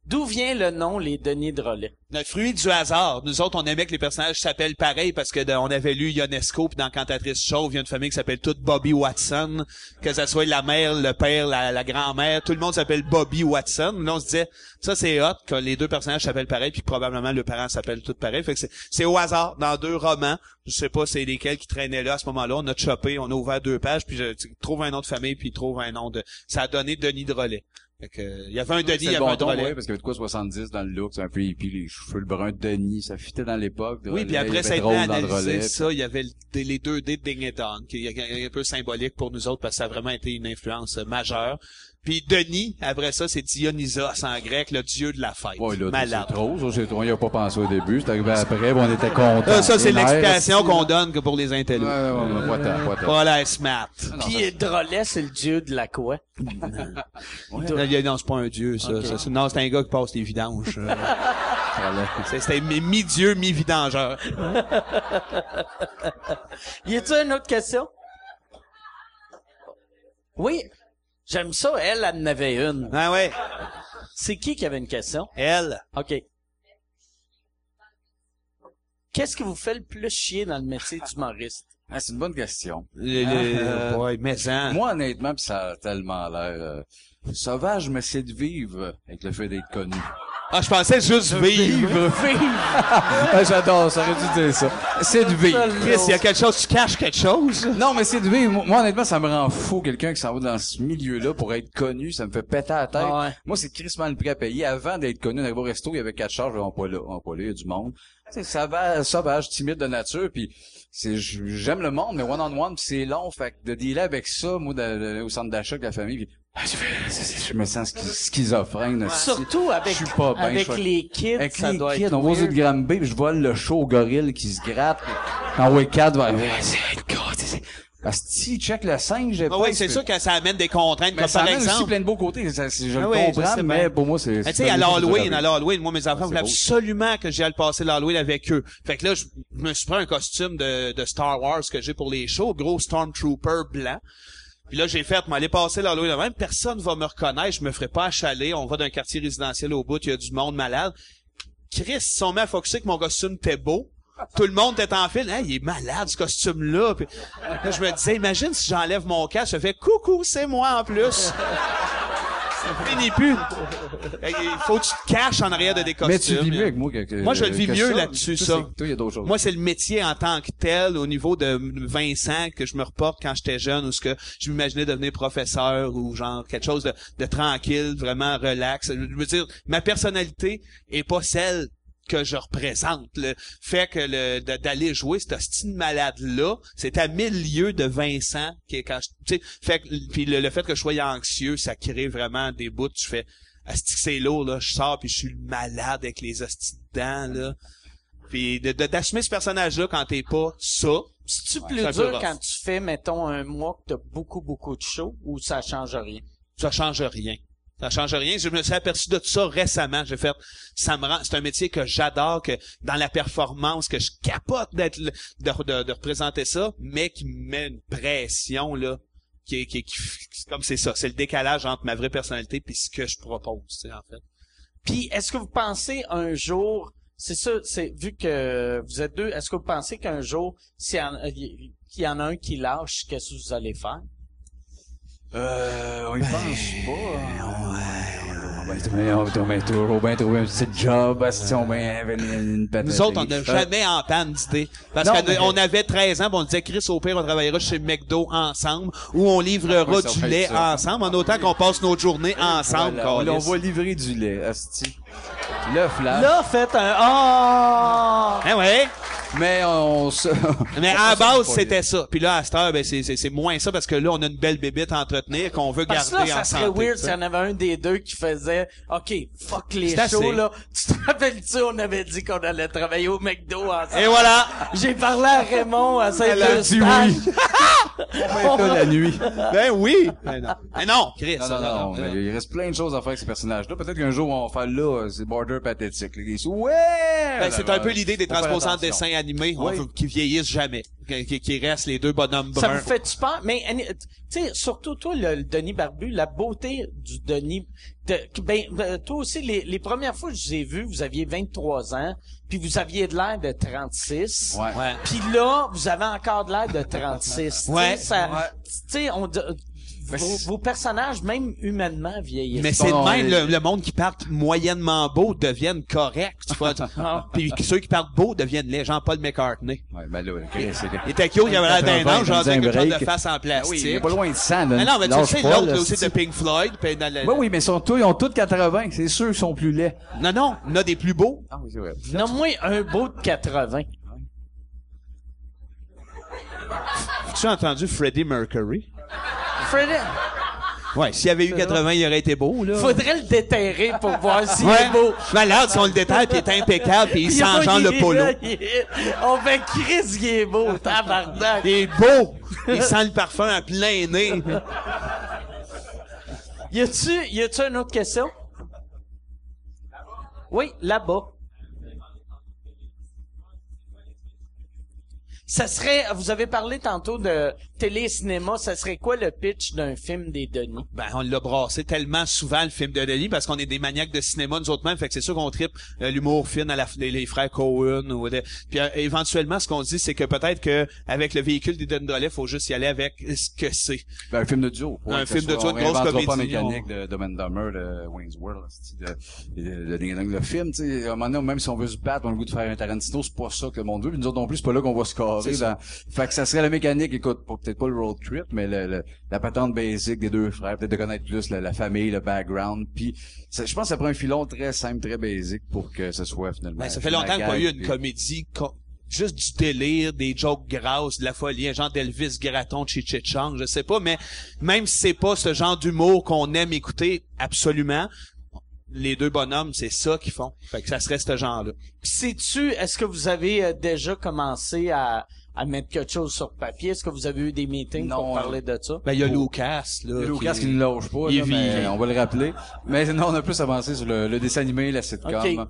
D'où vient le nom les Denis de Relais? Le fruit du hasard. Nous autres, on aimait que les personnages s'appellent pareil parce que de- on avait lu Ionesco puis dans Cantatrice Chauve, il y a une famille qui s'appelle toute Bobby Watson. Que ça soit la mère, le père, la, la grand-mère, tout le monde s'appelle Bobby Watson. Là, on se disait, ça c'est hot que les deux personnages s'appellent pareil puis que probablement le parent s'appelle tout pareil. Fait que c'est- c'est au hasard dans deux romans. Je sais pas c'est lesquels qui traînaient là à ce moment-là. On a chopé, on a ouvert deux pages puis je tu- trouve un nom de famille puis trouve un nom de. Ça a donné Denis de Relais. Fait que, il y avait un Denis, il y Ah C'est avait bon un ton, Drolet. ouais, parce qu'il y avait de quoi 70 dans le look, c'est un peu hippie, les cheveux, le brun de Denis, ça fitait dans l'époque. Oui, puis il après, était ça a été drôle dans le analysé. relais. Ça, il y avait le- des- les deux dés de Ding et Dong, qui est un peu symbolique pour nous autres, parce que ça a vraiment été une influence euh, majeure. Puis Denis, après ça, c'est Dionysos en grec, le dieu de la fête. Ouais, là, Malade. c'est trop, ça, c'est trop. On y a pas pensé au début, c'est arrivé après, puis on était contents. Ah, ça, c'est Les nerfs, l'explication c'est- qu'on donne que pour les Ouais, intellos. ouais, ouais, ouais, pas tant, pas tant. Voilà, smart. Puis Drolet, c'est le dieu de la quoi? Non, euh, non, c'est pas un dieu, ça. Ça, c'est- non, c'est un gars qui passe les vidanges. euh. C'est- C'était mi- mi-dieu, mi-vidangeur. Y a-tu une autre question? Oui. J'aime ça, elle, elle en avait une. Ah ouais, C'est qui qui avait une question? elle. OK. Qu'est-ce qui vous fait le plus chier dans le métier d'humoriste? Ah, c'est une bonne question. Le, le- Ah, euh, ouais, mais ça. Moi, honnêtement, puis ça a tellement l'air... euh, Sauvage mais c'est de vivre avec le fait d'être connu. Ah, je pensais juste vivre. Ah, J'adore, ça aurait dû dire ça. C'est de vivre. Chris, il y a quelque chose, tu caches quelque chose? Non, mais c'est de vivre. Moi, moi, honnêtement, ça me rend fou, quelqu'un qui s'en va dans ce milieu-là pour être connu. Ça me fait péter la tête. Ah ouais. Moi, c'est crissement le prix à payer. Avant d'être connu, d'arriver au resto, il y avait quatre charges, on pas là, on pas là, il y a du monde. C'est sauvage, sauvage, timide de nature, puis c'est, j'aime le monde, mais one-on-one, puis c'est long, fait que de dealer avec ça, moi, de- de- au centre d'achat avec la famille, puis ah, je fais- c'est- c'est- je me sens schi- schizophrène. aussi. Surtout avec, Je suis pas bien, avec je suis- les kids, Avec ça les doit kids, être on va aux weird. îles Granby, puis je vole le show au gorille qui se gratte. En way 4 va arriver. Asti, check le 5, j'ai Ah pas oui, c'est sûr que ça amène des contraintes, Mais comme ça par amène aussi exemple. plein de beaux côtés. ça, c'est- je Ah le oui, je comprends, sais bien. mais pour moi, c'est... Mais tu c'est sais, à un jeu de l'Halloween, à Halloween. l'Halloween, moi, mes enfants voulaient c'est beau. absolument que j'aille passer l'Halloween avec eux. Fait que là, je me suis pris un costume de, de Star Wars que j'ai pour les shows, gros Stormtrooper blanc. Puis là, j'ai fait, m'aller passer l'Halloween là-même, personne va me reconnaître, je me ferai pas achaler, on va d'un quartier résidentiel au bout, il y a du monde malade. Chris, ils sont mis à focusser que mon costume était beau. Tout le monde était en file. Hey, il est malade, ce costume-là. Puis là, je me disais, imagine si j'enlève mon casque, je fais coucou, c'est moi en plus. ça finit plus. Fait que Il faut que tu te caches en arrière de des costumes. Mais tu vis mieux là. avec moi que, que- Moi, je le vis que mieux ça. là-dessus, Toi, ça. c'est- Toi, il y a d'autres choses. Moi, c'est le métier en tant que tel, au niveau de Vincent, que je me reporte quand j'étais jeune, ou ce que je m'imaginais devenir professeur, ou genre quelque chose de, de tranquille, vraiment relax. Je veux dire, ma personnalité est pas celle que je représente. Le fait que le de- d'aller jouer ce style malade-là, c'est à mille lieues de Vincent qui est quand je- tu sais, fait que- puis le, le fait que je sois anxieux, ça crée vraiment des bouts. Tu fais Asti que c'est lourd, là, je sors puis je suis le malade avec les hosties dedans, là. Puis de, de- d'assumer ce personnage-là quand t'es pas ça. C'est-tu Ouais, plus c'est un peu dur rough. quand tu fais, mettons, un mois que t'as beaucoup, beaucoup de shows ou ça change rien? ça change rien. Ça change rien. Je me suis aperçu de ça récemment. J'ai fait, ça me rend, c'est un métier que j'adore, que dans la performance, que je capote d'être, le- de, de, de représenter ça, mais qui me met une pression, là, qui est, qui est- qui- comme c'est ça. C'est le décalage entre ma vraie personnalité puis ce que je propose, tu sais, en fait. Puis est-ce que vous pensez un jour, c'est ça, c'est vu que vous êtes deux, est-ce que vous pensez qu'un jour, s'il y, en- il y en a un qui lâche, qu'est-ce que vous allez faire? Euh, on y pense pas. Ouais, on va trouver- on va trouver- on va trouver un petit job, asti, on va venir une patate. Nous autres, on n'a jamais en panne d'idées. Parce Non, qu'on mais- avait 13 ans, puis on disait, Chris, au pire, on travaillera chez McDo ensemble, ou on livrera Ouais, ça du va être lait ça. ensemble, en autant qu'on passe notre journée ensemble. Voilà, on- on câlisse. va livrer du lait, asti. Le flash. Là, faites un Ah! Hein, ouais. Mais on se... Mais on à la se- base, c'était ça. Puis là, à cette heure, ben, c'est, c'est, c'est moins ça parce que là, on a une belle bébête à entretenir qu'on veut Parce que là, garder ça en serait santé. weird tu s'il sais. y en avait un des deux qui faisait OK, fuck les C'est shows assez. là. Tu te rappelles-tu, on avait dit qu'on allait travailler au McDo ensemble? Et voilà. J'ai parlé à Raymond à Elle a dit Saint-Eustache. oui. on va être là la nuit. Ben oui. Ben non. Mais non, Chris. Non, non, non, non, mais il reste plein de choses à faire avec ces personnages-là. Peut-être qu'un jour, on va faire là, euh, c'est border pathétique. là. Ils sont- Ouais! Ben, c'est un peu l'idée des Faut faire transposants de attention. dessins animés. On Oui. veut hein, qu'ils vieillissent jamais. Qu'ils qu'ils restent les deux bonhommes Ça bruns. vous fait tu peur? Mais, Annie, tu sais, surtout toi, le, le Denis Barbu, la beauté du Denis. de- ben, euh, toi aussi, les, les premières fois que je vous ai vu, vous aviez 23 ans, puis vous aviez de l'air de 36. Ouais. Ouais. Puis là, vous avez encore de l'air de 36. Tu sais, Ouais. ça- Ouais. Tu sais, on, d- Mais vos, c'est- vos personnages, même humainement, vieillissent. Mais c'est Bon, de même les- le, le monde qui part moyennement beau deviennent correct. tu vois. Ah. Puis ceux qui partent beau deviennent les Jean-Paul McCartney. Ouais, ben là, Chris, c'est... Il était cute, il avait l'air d'un Ben, ange, genre ben, avec une sorte break. de face en Oui, plastique. il est pas loin de 100, là. Mais non, mais tu Lâche sais, pas, l'autre là, là, aussi de c'est- Pink Floyd. puis dans le- Oui, oui, mais ils sont tous, ils ont tous 80. C'est sûr qu'ils sont plus laids. Non, non, on a des plus beaux. Ah oui, c'est vrai. Nomme-moi un beau de 80. Tu as entendu Freddie Mercury? Faudrait, Ouais, s'il y avait eu 80, il aurait été beau, là. faudrait le déterrer pour voir s'il Ouais. est beau. Malade, si on le détaille, puis il est impeccable, puis il Il a- sent genre il le est polo. là, il est- On fait Chris, il est beau, tabarnak. Il est beau! Il sent le parfum à plein nez. Y a-tu, y a-tu une autre question? Oui, là-bas. Ça serait, vous avez parlé tantôt de télé-cinéma, ça serait quoi le pitch d'un film des Denis? Ben, on l'a brassé tellement souvent, le film de Denis, parce qu'on est des maniaques de cinéma, nous autres-mêmes. Fait que c'est sûr qu'on tripe euh, l'humour fin à la, les, les frères Cohen. Ou de- puis euh, éventuellement, ce qu'on dit, c'est que peut-être que avec le véhicule des Dendrolet, faut juste y aller avec ce que c'est. Ben, un film de duo. Un film de duo, de une grosse pas comédie, mécanique de Domaine Dummer, de Wayne's World, esti, de, de, de Ding Dong. Le film, tu sais, à un moment donné, même si on veut se battre, on a le goût de faire un Tarantino, c'est pas ça que le monde veut. Puis nous autres non plus, c'est pas là qu'on va se carrer. dans- Fait que ça serait la mécanique, écoute, pas- peut-être pas le road trip, mais le- le- la patente basic des deux frères, peut-être de connaître plus la, la famille, le background. Puis, ça- je pense que ça prend un filon très simple, très basic pour que ce soit finalement... Ben, ça fait longtemps qu'on a eu une comédie co- juste du délire, des jokes grasses, de la folie, un genre d'Elvis Graton, Chiché Chang, je sais pas, mais même si c'est pas ce genre d'humour qu'on aime écouter absolument, les deux bonhommes, c'est ça qu'ils font. Fait que ça serait ce genre-là. Puis sais-tu, est-ce que vous avez euh, déjà commencé à, à mettre quelque chose sur papier? Est-ce que vous avez eu des meetings Non, pour euh, parler de ça? Ben, il y a Lucas, là. Le qui- Lucas Euh, qui ne loge pas, Il là, vit, mais il- on va le rappeler. Mais non, on a plus avancé sur le, le dessin animé, la sitcom, Ok.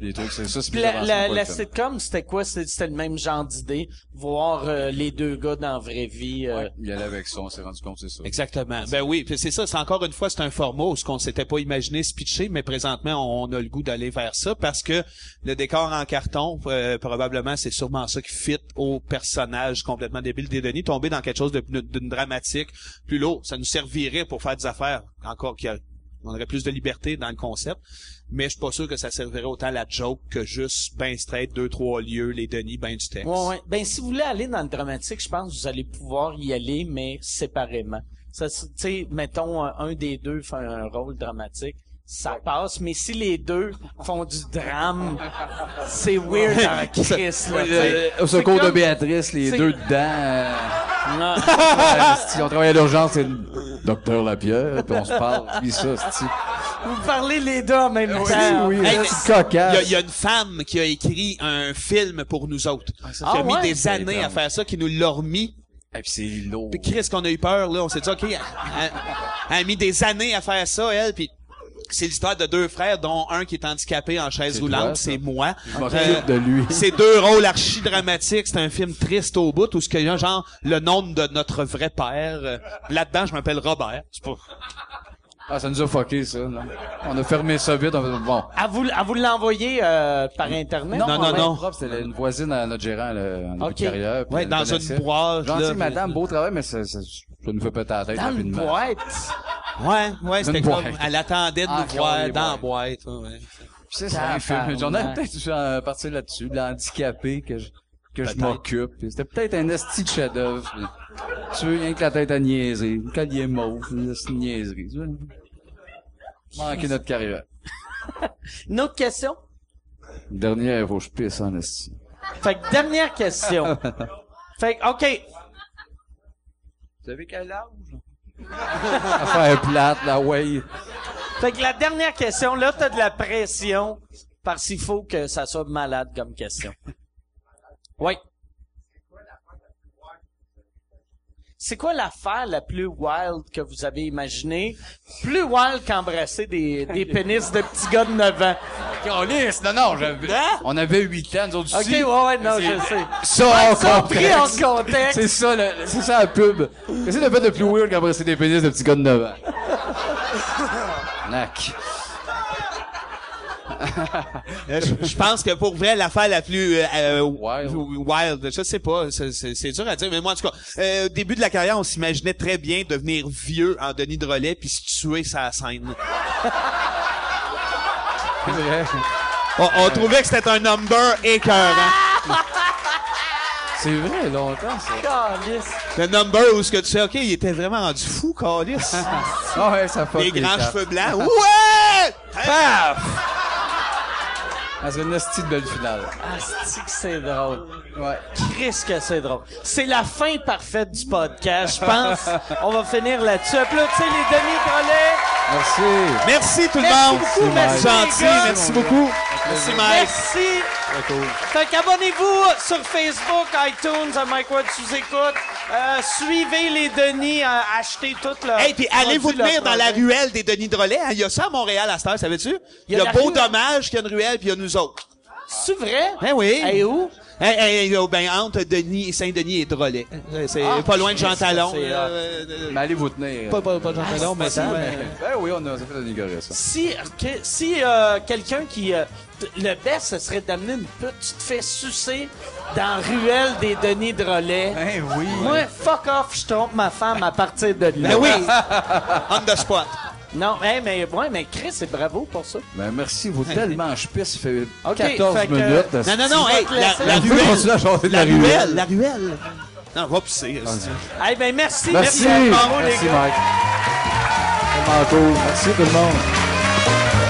les trucs, c'est ça, c'est Puis plus la, avancé, la, pas le la film. sitcom, c'était quoi? C'était c'était le même genre d'idée? Voir euh, les deux gars dans la vraie vie. euh, Ouais, il allait avec ça, on s'est rendu compte, c'est ça. Exactement. Ben oui, puis c'est ça. C'est encore une fois, c'est un format où ce qu'on s'était pas imaginé se pitcher, mais présentement, on, on a le goût d'aller vers ça parce que le décor en carton, euh, probablement, c'est sûrement ça qui fit au personnage complètement débile des Denis, tomber dans quelque chose de- d'une dramatique plus lourd. Ça nous servirait pour faire des affaires encore qu'il y a- on aurait plus de liberté dans le concept, mais je suis pas sûr que ça servirait autant à la joke que juste ben straight, deux, trois lieux, les Denis, ben du texte. Ouais, ouais. Ben, si vous voulez aller dans le dramatique, je pense que vous allez pouvoir y aller, mais séparément. Ça, se- tu sais, mettons, un, un des deux fait un rôle dramatique, ça passe, mais si les deux font du drame, c'est weird en Christ, là, tu sais. euh, au Euh, C'est secours de comme- Béatrice, les c'est- deux dedans, euh, Non. si on travaille à l'urgence, c'est le docteur Lapierre, puis on se parle, puis ça, c'est Vous parlez les deux en même temps. oui, Hey, là, mais- c'est Il y, a, cocasse. il y a une femme qui a écrit un film pour nous autres. Ah qui a mis ouais? des années à faire ça, qui nous l'a remis. Et puis c'est lourd. Puis Chris, qu'on a eu peur, là, on s'est dit, OK, elle, elle- elle a mis des années à faire ça, elle, puis c'est l'histoire de deux frères, dont un qui est handicapé en chaise C'est roulante, toi, ça. c'est moi. Euh, Je m'occupe de lui. C'est deux rôles archi-dramatiques, c'est un film triste au bout, où ce qu'il y a, genre, le nom de notre vrai père. Euh, Là-dedans, je m'appelle Robert. C'est pas... Ah, ça nous a fucké, ça, là. On a fermé ça vite, on a fait, bon. À vous, à vous l'envoyer euh, par Internet? Non, non, Ah Ouais, non. le prof, c'était une voisine à notre gérant, là, en début Ok. de carrière. puis Ouais, elle dans le connaissait. une boîte, là, Gentille puis- madame, beau travail, mais ça, ça, ça nous fait péter la tête Dans une rapidement. boîte. Ouais, ouais, c'était Une comme, boîte. elle attendait de Ah, nous voir les dans la boîte. ouais, ouais. Puis ça, c'est un film. Tabarnak. J'en ai peut-être euh, partir là-dessus, de l'handicapé que je, que je m'occupe. Puis C'était peut-être un esti de chef-d'œuvre. puis Tu veux rien que la tête à niaiser. Le collier mauve, une esti de niaiserie. Tu veux- Manquer notre carrière. Une autre question? Dernière, il faut que je pisse en esti. Fait que dernière question. fait que, OK, Vous avez quel âge? Affaire plate, la way. Fait que la dernière question, là, t'as de la pression parce qu'il faut que ça soit malade comme question. Oui. C'est quoi l'affaire la plus wild que vous avez imaginée? Plus wild qu'embrasser des, des pénis de petits gars de 9 ans. Calice, non, non, j'avais, Hein? on avait 8 ans, nous autres OK, aussi. ouais, ouais, non, je sais. Ça, on Ça, pris en contexte. C'est ça, le- c'est ça la pub. C'est le fait de plus weird qu'embrasser des pénis de petits gars de 9 ans. Nac. Euh, je, je pense que pour vrai, l'affaire la plus euh, euh, Wild. wild, je sais pas, c'est- c'est c'est dur à dire, mais moi en tout cas, euh, au début de la carrière, on s'imaginait très bien devenir vieux en Denis de relais puis se tuer sa scène. On, on trouvait que c'était un number écœurant. C'est vrai, longtemps, ça. Calice. Le number où ce que tu sais, ok, il était vraiment rendu fou, Carlis. Ah ouais, ça fuck Les grands cartes. cheveux blancs. Ouais! Paf! Ah, c'est une hostie de belle finale. Asti que Ah, c'est drôle. Ouais. Chris que c'est drôle. C'est la fin parfaite du podcast, je pense. On va finir là-dessus. Applaudissez les demi-collets. Merci. Merci tout le Merci monde! beaucoup, merci, gentil, les gars. merci beaucoup. Merci Mike. Merci. Fait qu'abonnez-vous sur Facebook, iTunes, à Mike Ward sous-écoute. Euh, suivez les Denis, euh, achetez tout leur... Hey, puis allez vous produit, tenir leur dans Ah, la projet. ruelle hein? des Denis Drolet. hein. Il y a ça à Montréal à cette heure, savais-tu? Il y y a a, la beau rue- dommage qu'il y a une ruelle, puis il y a nous autres. C'est vrai? Ben oui. Et où? Hey, hey, hey, oh, ben, entre Denis, Saint-Denis et Drolet. Euh, C'est Ah. pas loin de Jean Talon. c'est là, hot. euh, euh, Mais allez vous tenir. pas, pas, pas Jean Ah, Talon, mais ça. Ben oui, on a, ça fait un égoret, ça. Si, que- si euh, quelqu'un qui... euh, t- le best, ce serait d'amener une pute, tu te fais sucer dans la ruelle des Denis de relais. Ben oui. Moi, fuck off, je trompe ma femme à partir de là. Ben oui! On the spot. Non, hey, mais, ouais, mais Chris, c'est bravo pour ça. Ben merci, vous tellement je pisse, ça fait Ok, 14 fait que- minutes. euh, Non, non, non, hey, la, la La rue ruelle. continue à chanter de La la ruelle, Ah, ruelle. la ruelle. Non, va pisser. c'est- Hey, ben merci, Merci. merci, à Maro, les Merci, gars. Mike. Tellement cool. Merci tout le monde.